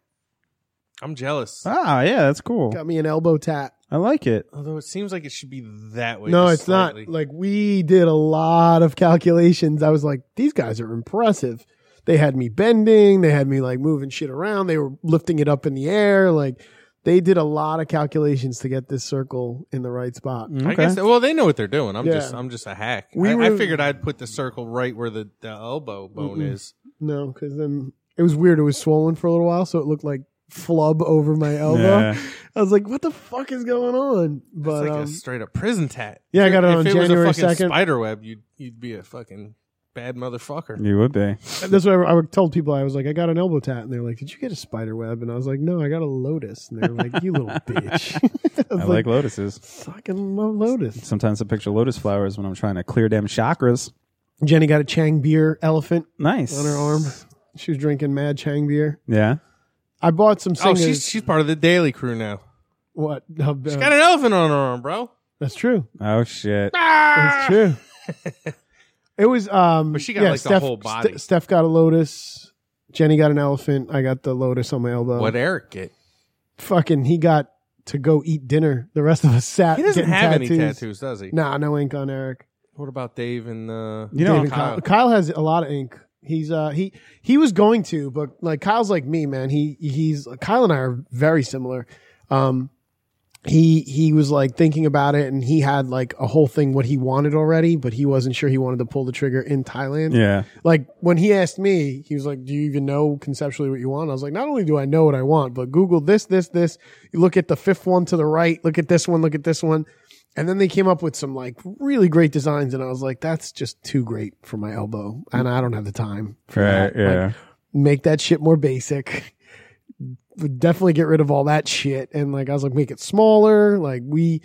[SPEAKER 12] I'm jealous.
[SPEAKER 13] Ah, yeah, that's cool.
[SPEAKER 7] got me an elbow tat.
[SPEAKER 13] I like it.
[SPEAKER 12] Although it seems like it should be that way.
[SPEAKER 7] no,
[SPEAKER 12] just
[SPEAKER 7] it's
[SPEAKER 12] slightly.
[SPEAKER 7] not. Like we did a lot of calculations. I was like, these guys are impressive. They had me bending. They had me like moving shit around. They were lifting it up in the air. Like they did a lot of calculations to get this circle in the right spot.
[SPEAKER 12] I guess. Well, they know what they're doing. I'm
[SPEAKER 7] Yeah.
[SPEAKER 12] just. I'm just a hack.
[SPEAKER 7] We
[SPEAKER 12] I, I
[SPEAKER 7] were-
[SPEAKER 12] figured I'd put the circle right where the, the elbow bone is.
[SPEAKER 7] No, because then it was weird. It was swollen for a little while, so it looked like flub over my elbow.
[SPEAKER 13] Yeah.
[SPEAKER 7] I was like, what the fuck is going on?
[SPEAKER 12] It's
[SPEAKER 7] But
[SPEAKER 12] like a
[SPEAKER 7] um,
[SPEAKER 12] straight up prison tat.
[SPEAKER 7] yeah, I got it
[SPEAKER 12] if
[SPEAKER 7] on
[SPEAKER 12] it
[SPEAKER 7] January
[SPEAKER 12] was a fucking
[SPEAKER 7] 2nd.
[SPEAKER 12] spider web, you'd you'd be a fucking bad motherfucker.
[SPEAKER 13] You would be.
[SPEAKER 7] that's what I, I told people. I was like, I got an elbow tat, and they're like, did you get a spider web? And I was like, no, I got a lotus. And they're like, you little bitch. (laughs) I was
[SPEAKER 13] I
[SPEAKER 7] like,
[SPEAKER 13] like lotuses.
[SPEAKER 7] fucking love lotus.
[SPEAKER 13] Sometimes I picture lotus flowers when I'm trying to clear damn chakras.
[SPEAKER 7] Jenny got a Chang beer elephant
[SPEAKER 13] Nice
[SPEAKER 7] on her arm. She was drinking mad Chang beer.
[SPEAKER 13] Yeah.
[SPEAKER 7] I bought some
[SPEAKER 12] Oh,
[SPEAKER 7] singers.
[SPEAKER 12] she's she's part of the daily crew now.
[SPEAKER 7] what? Uh,
[SPEAKER 12] She's got an elephant on her arm, bro.
[SPEAKER 7] that's true.
[SPEAKER 13] Oh shit.
[SPEAKER 12] Ah.
[SPEAKER 7] That's true. it was um
[SPEAKER 12] But she got,
[SPEAKER 7] yeah,
[SPEAKER 12] like, the
[SPEAKER 7] Steph,
[SPEAKER 12] whole
[SPEAKER 7] Ste-
[SPEAKER 12] body.
[SPEAKER 7] Steph got a lotus. Jenny got an elephant. I got the lotus on my elbow.
[SPEAKER 12] What Eric get?
[SPEAKER 7] Fucking he got to go eat dinner. The rest of us sat.
[SPEAKER 12] He doesn't
[SPEAKER 7] getting
[SPEAKER 12] have
[SPEAKER 7] tattoos.
[SPEAKER 12] any tattoos, does he?
[SPEAKER 7] Nah, no ink on Eric.
[SPEAKER 12] What about Dave and uh,
[SPEAKER 13] You know,
[SPEAKER 7] Dave and Kyle. Kyle has a lot of ink. He's uh he he was going to, but like Kyle's like me, man. He he's Kyle and I are very similar. Um he he was like thinking about it and he had like a whole thing what he wanted already, but he wasn't sure he wanted to pull the trigger in Thailand.
[SPEAKER 13] Yeah.
[SPEAKER 7] Like when he asked me, he was like, "Do you even know conceptually what you want?" I was like, "Not only do I know what I want, but Google this, this, this. You look at the fifth one to the right. Look at this one. Look at this one." And then they came up with some like really great designs, and I was like, that's just too great for my elbow, and I don't have the time. for
[SPEAKER 13] Right,
[SPEAKER 7] that. Like,
[SPEAKER 13] yeah.
[SPEAKER 7] make that shit more basic. Would definitely get rid of all that shit. And like I was like, make it smaller. Like we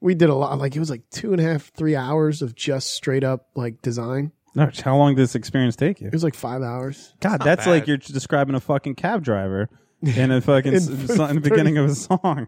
[SPEAKER 7] we did a lot. Like it was like two and a half, three hours of just straight up like design.
[SPEAKER 13] No, how long did this experience take you?
[SPEAKER 7] It was like five hours.
[SPEAKER 13] God, that's like you're describing a fucking cab driver in a fucking
[SPEAKER 7] (laughs) In
[SPEAKER 13] s- so- in the beginning of a (laughs) song.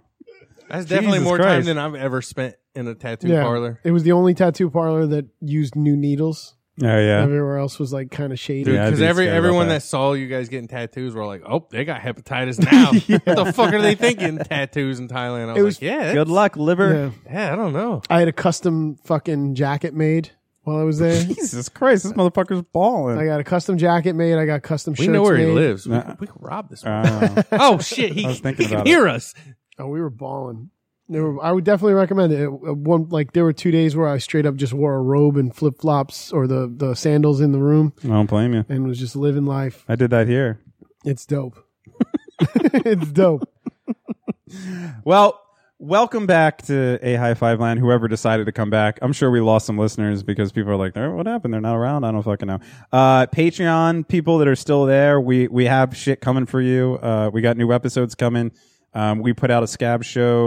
[SPEAKER 12] That's definitely
[SPEAKER 13] Jesus
[SPEAKER 12] more time
[SPEAKER 13] Christ.
[SPEAKER 12] than I've ever spent in a tattoo parlor.
[SPEAKER 7] It was the only tattoo parlor that used new needles.
[SPEAKER 13] Oh yeah,
[SPEAKER 7] Everywhere else was like kind of shady.
[SPEAKER 12] Dude,
[SPEAKER 13] Yeah, I'd
[SPEAKER 12] because
[SPEAKER 13] be
[SPEAKER 12] every
[SPEAKER 13] scared about
[SPEAKER 12] everyone
[SPEAKER 13] that.
[SPEAKER 12] that. saw you guys getting tattoos were like, "Oh, they got
[SPEAKER 13] (laughs)
[SPEAKER 12] hepatitis now." What the fuck are they thinking? Tattoos in Thailand? I was,
[SPEAKER 7] It was-
[SPEAKER 12] like, "Yeah,
[SPEAKER 13] good
[SPEAKER 12] that's-
[SPEAKER 13] luck,
[SPEAKER 7] Yeah.
[SPEAKER 13] liver.
[SPEAKER 12] yeah, I don't know."
[SPEAKER 7] I had a custom fucking jacket made while I was there.
[SPEAKER 13] (laughs) Jesus Christ, this motherfucker's balling.
[SPEAKER 7] I
[SPEAKER 13] (laughs)
[SPEAKER 7] got a custom jacket made. I got custom
[SPEAKER 12] We
[SPEAKER 7] shirts
[SPEAKER 12] know where he
[SPEAKER 7] made.
[SPEAKER 12] lives. We,
[SPEAKER 13] Nah.
[SPEAKER 12] we can rob this. one.
[SPEAKER 13] Oh.
[SPEAKER 12] oh shit, he,
[SPEAKER 13] I was thinking
[SPEAKER 12] he can
[SPEAKER 13] about it.
[SPEAKER 12] hear us.
[SPEAKER 7] Oh, we were balling. There were, I would definitely recommend it. It- One like there were two days where I straight up just wore a robe and flip flops or the the sandals in the room
[SPEAKER 13] I don't blame you.
[SPEAKER 7] and was just living life.
[SPEAKER 13] I did that here.
[SPEAKER 7] It's dope. (laughs) it's
[SPEAKER 13] (laughs)
[SPEAKER 7] dope.
[SPEAKER 13] Uh-huh. Well, welcome back to a high five land. Whoever decided to come back, I'm sure we lost some listeners because people are like, "Eh, "What happened? They're not around. I don't fucking know." Uh, Patreon people that are still there, we we have shit coming for you. Uh, we got new episodes coming. Um, we put out a scab show,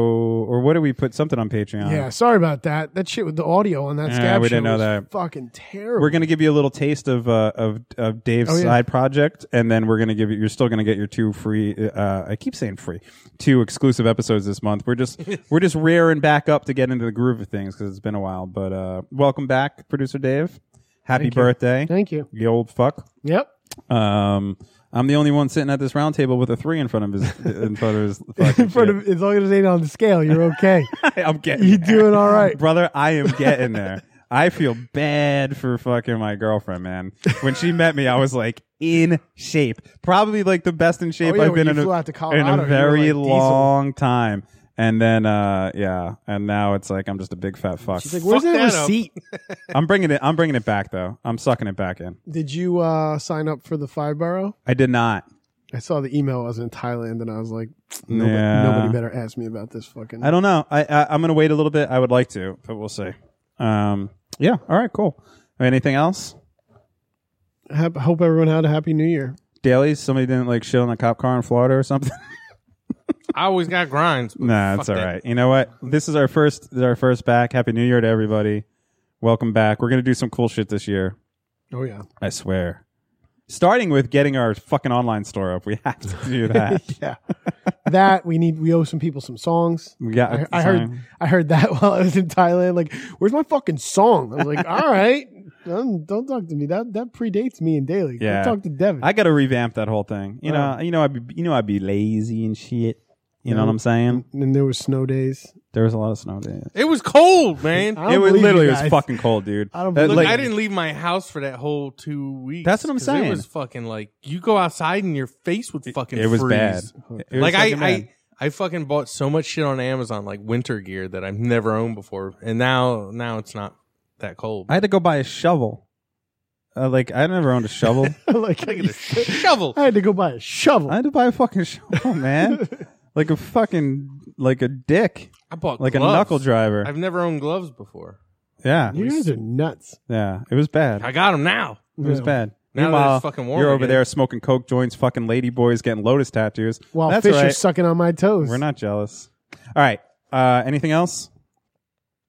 [SPEAKER 13] or what did we put something on Patreon?
[SPEAKER 7] Yeah, sorry about that. That shit with the audio on that
[SPEAKER 13] Yeah,
[SPEAKER 7] scab
[SPEAKER 13] we
[SPEAKER 7] show
[SPEAKER 13] didn't know
[SPEAKER 7] was
[SPEAKER 13] that.
[SPEAKER 7] fucking terrible.
[SPEAKER 13] We're gonna give you a little taste of uh, of of Dave's
[SPEAKER 7] Oh, yeah.
[SPEAKER 13] side project, and then we're gonna give you. You're still gonna get your two free. Uh, I keep saying free, two exclusive episodes this month.
[SPEAKER 7] (laughs)
[SPEAKER 13] We're just we're just rearing back up to get into the groove of things because it's been a while. But uh, welcome back, producer Dave. Happy birthday,
[SPEAKER 7] Thank you.
[SPEAKER 13] you old fuck.
[SPEAKER 7] Yep.
[SPEAKER 13] Um, I'm the only one sitting at this round table with a three in front of his in front of his.
[SPEAKER 7] (laughs)
[SPEAKER 13] fucking
[SPEAKER 7] In front
[SPEAKER 13] shit.
[SPEAKER 7] of as long as it ain't on the scale, you're (laughs) okay.
[SPEAKER 13] I'm getting
[SPEAKER 7] you're
[SPEAKER 13] there.
[SPEAKER 7] doing all right.
[SPEAKER 13] brother. I am getting there. I feel bad for fucking my girlfriend, man. When she met me, I was like in shape, probably like the best in shape
[SPEAKER 7] Oh, yeah,
[SPEAKER 13] I've
[SPEAKER 7] when
[SPEAKER 13] been
[SPEAKER 7] you
[SPEAKER 13] in a,
[SPEAKER 7] flew out to
[SPEAKER 13] in
[SPEAKER 7] Colorado, you
[SPEAKER 13] a
[SPEAKER 7] were
[SPEAKER 13] very
[SPEAKER 7] like diesel.
[SPEAKER 13] long time. And then, uh, yeah, and now it's like I'm just a big fat fuck.
[SPEAKER 7] She's like, where's
[SPEAKER 12] Fuck
[SPEAKER 7] that
[SPEAKER 12] that up.
[SPEAKER 7] receipt?
[SPEAKER 13] I'm bringing it. I'm bringing it back though. I'm sucking it back in.
[SPEAKER 7] (laughs) Did you uh, sign up for the five borough?
[SPEAKER 13] I did not.
[SPEAKER 7] I saw the email. I was in Thailand, and I was like, nobody,
[SPEAKER 13] Yeah.
[SPEAKER 7] nobody better ask me about this fucking.
[SPEAKER 13] I don't know. I, I I'm gonna wait a little bit. I would like to, but we'll see. Um, yeah. All right. Cool. Anything else?
[SPEAKER 7] Hap- hope everyone had a happy new year.
[SPEAKER 13] Dailies? Somebody didn't like shit on a cop car in Florida or something.
[SPEAKER 12] I always got grinds. but
[SPEAKER 13] Nah,
[SPEAKER 12] fuck
[SPEAKER 13] that's all
[SPEAKER 12] that.
[SPEAKER 13] right. You know what? This is our first this is our first back. Happy New Year to everybody. Welcome back. We're gonna do some cool shit this year.
[SPEAKER 7] Oh yeah,
[SPEAKER 13] I swear. Starting with getting our fucking online store up. We (laughs) have to do that.
[SPEAKER 7] yeah. that we need. We owe some people some songs.
[SPEAKER 13] We got
[SPEAKER 7] I, I heard. I heard that (laughs) while I was in Thailand. Like, where's my fucking song? I was like, all right, don't, don't talk to me. That that predates me and Daily. Go
[SPEAKER 13] Yeah.
[SPEAKER 7] talk to Devin.
[SPEAKER 13] I gotta revamp that whole thing. You know, you know I'd be you know I'd be lazy and shit. You know what I'm saying?
[SPEAKER 7] and there was snow days.
[SPEAKER 13] There was a lot of snow days.
[SPEAKER 12] It was cold,
[SPEAKER 13] (laughs)
[SPEAKER 12] man.
[SPEAKER 7] I
[SPEAKER 12] Look,
[SPEAKER 7] don't
[SPEAKER 13] It was
[SPEAKER 7] believe you
[SPEAKER 13] literally it was
[SPEAKER 7] guys.
[SPEAKER 13] fucking cold, dude.
[SPEAKER 7] I don't
[SPEAKER 13] That,
[SPEAKER 7] believe
[SPEAKER 13] like,
[SPEAKER 12] I didn't leave my house for that whole two weeks.
[SPEAKER 13] That's what I'm
[SPEAKER 12] 'cause
[SPEAKER 13] saying.
[SPEAKER 12] It was fucking like you go outside and your face would fucking.
[SPEAKER 13] It was
[SPEAKER 12] freeze.
[SPEAKER 13] bad. It was
[SPEAKER 12] like I,
[SPEAKER 13] fucking bad.
[SPEAKER 12] I I fucking bought so much shit on Amazon, like winter gear that I've never owned before, and now now it's not that cold.
[SPEAKER 13] I had to go buy a shovel. Uh, like I never owned a (laughs) shovel.
[SPEAKER 7] (laughs) like,
[SPEAKER 12] Look at this (laughs) shovel.
[SPEAKER 7] (laughs) I had to go buy a shovel.
[SPEAKER 13] I had to buy a fucking (laughs) shovel, man. like a fucking like a dick,
[SPEAKER 12] I bought
[SPEAKER 13] like a
[SPEAKER 12] gloves.
[SPEAKER 13] knuckle driver.
[SPEAKER 12] I've never owned gloves before.
[SPEAKER 13] yeah,
[SPEAKER 7] you guys are nuts.
[SPEAKER 13] yeah. It was bad.
[SPEAKER 12] I got them now.
[SPEAKER 13] It was bad.
[SPEAKER 12] Now that it's
[SPEAKER 13] Meanwhile,
[SPEAKER 12] fucking warm
[SPEAKER 13] you're over
[SPEAKER 12] again.
[SPEAKER 13] there smoking coke joints, fucking lady boys, getting lotus tattoos.
[SPEAKER 7] While
[SPEAKER 13] That's
[SPEAKER 7] fish
[SPEAKER 13] all right.
[SPEAKER 7] are sucking on my toes.
[SPEAKER 13] We're not jealous. All right. Uh, anything else?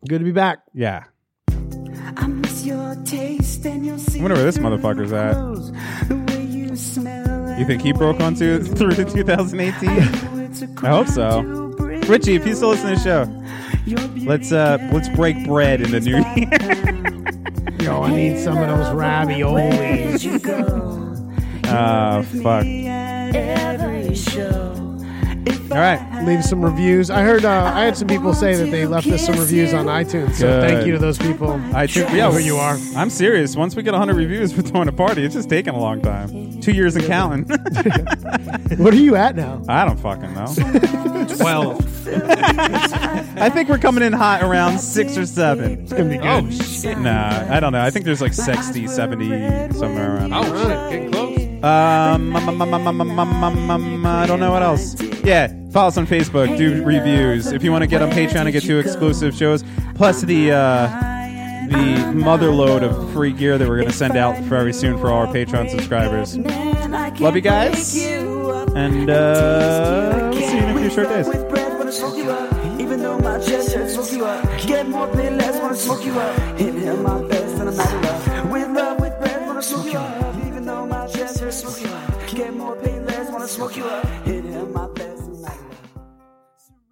[SPEAKER 7] good to be back.
[SPEAKER 13] Yeah.
[SPEAKER 2] I miss your taste and your
[SPEAKER 13] I wonder where this motherfucker's at. You think he broke onto (laughs) through to 2018? I hope so. Richie, if you still listen to the show, let's uh let's break bread in the new (laughs) year.
[SPEAKER 7] Yo, I need some of those raviolis.
[SPEAKER 13] Ah, fuck. All right.
[SPEAKER 7] (laughs) Leave some reviews. I heard uh, I had some people say that they left us some reviews on iTunes. So
[SPEAKER 13] Good.
[SPEAKER 7] thank you to those people. (laughs)
[SPEAKER 13] I think yeah,
[SPEAKER 7] Who you are.
[SPEAKER 13] I'm serious. Once we get 100 reviews, (laughs) we're throwing a party. It's just taking a long time. Two years and counting. (laughs)
[SPEAKER 7] What are you at now?
[SPEAKER 13] I don't fucking know.
[SPEAKER 12] Twelve.
[SPEAKER 13] I think we're coming in hot around six or seven.
[SPEAKER 7] It's gonna be
[SPEAKER 12] (laughs)
[SPEAKER 7] good.
[SPEAKER 12] oh shit.
[SPEAKER 13] Nah, I don't know. I think there's like 60, 70, somewhere around.
[SPEAKER 12] Oh shit. Get close.
[SPEAKER 13] Um, um, um, um, um, um, um, um, um, I don't know what else. Yeah, follow us on Facebook, do reviews. If you want to get on Patreon and get two exclusive shows, plus the uh, the mother load of free gear that we're going to send out very soon for all our Patreon subscribers. Love you guys, and uh, we'll see you in a few short days.
[SPEAKER 2] wanna smoke you up. Even though my chest hurts, smoke you up. Get more than less, wanna smoke you up. Inhale my best, and I'm out of love. With love, with breath, wanna smoke you up. Even though my chest hurts, smoke you up. Get more than less, wanna smoke you up. Inhale my best, and I'm out of love.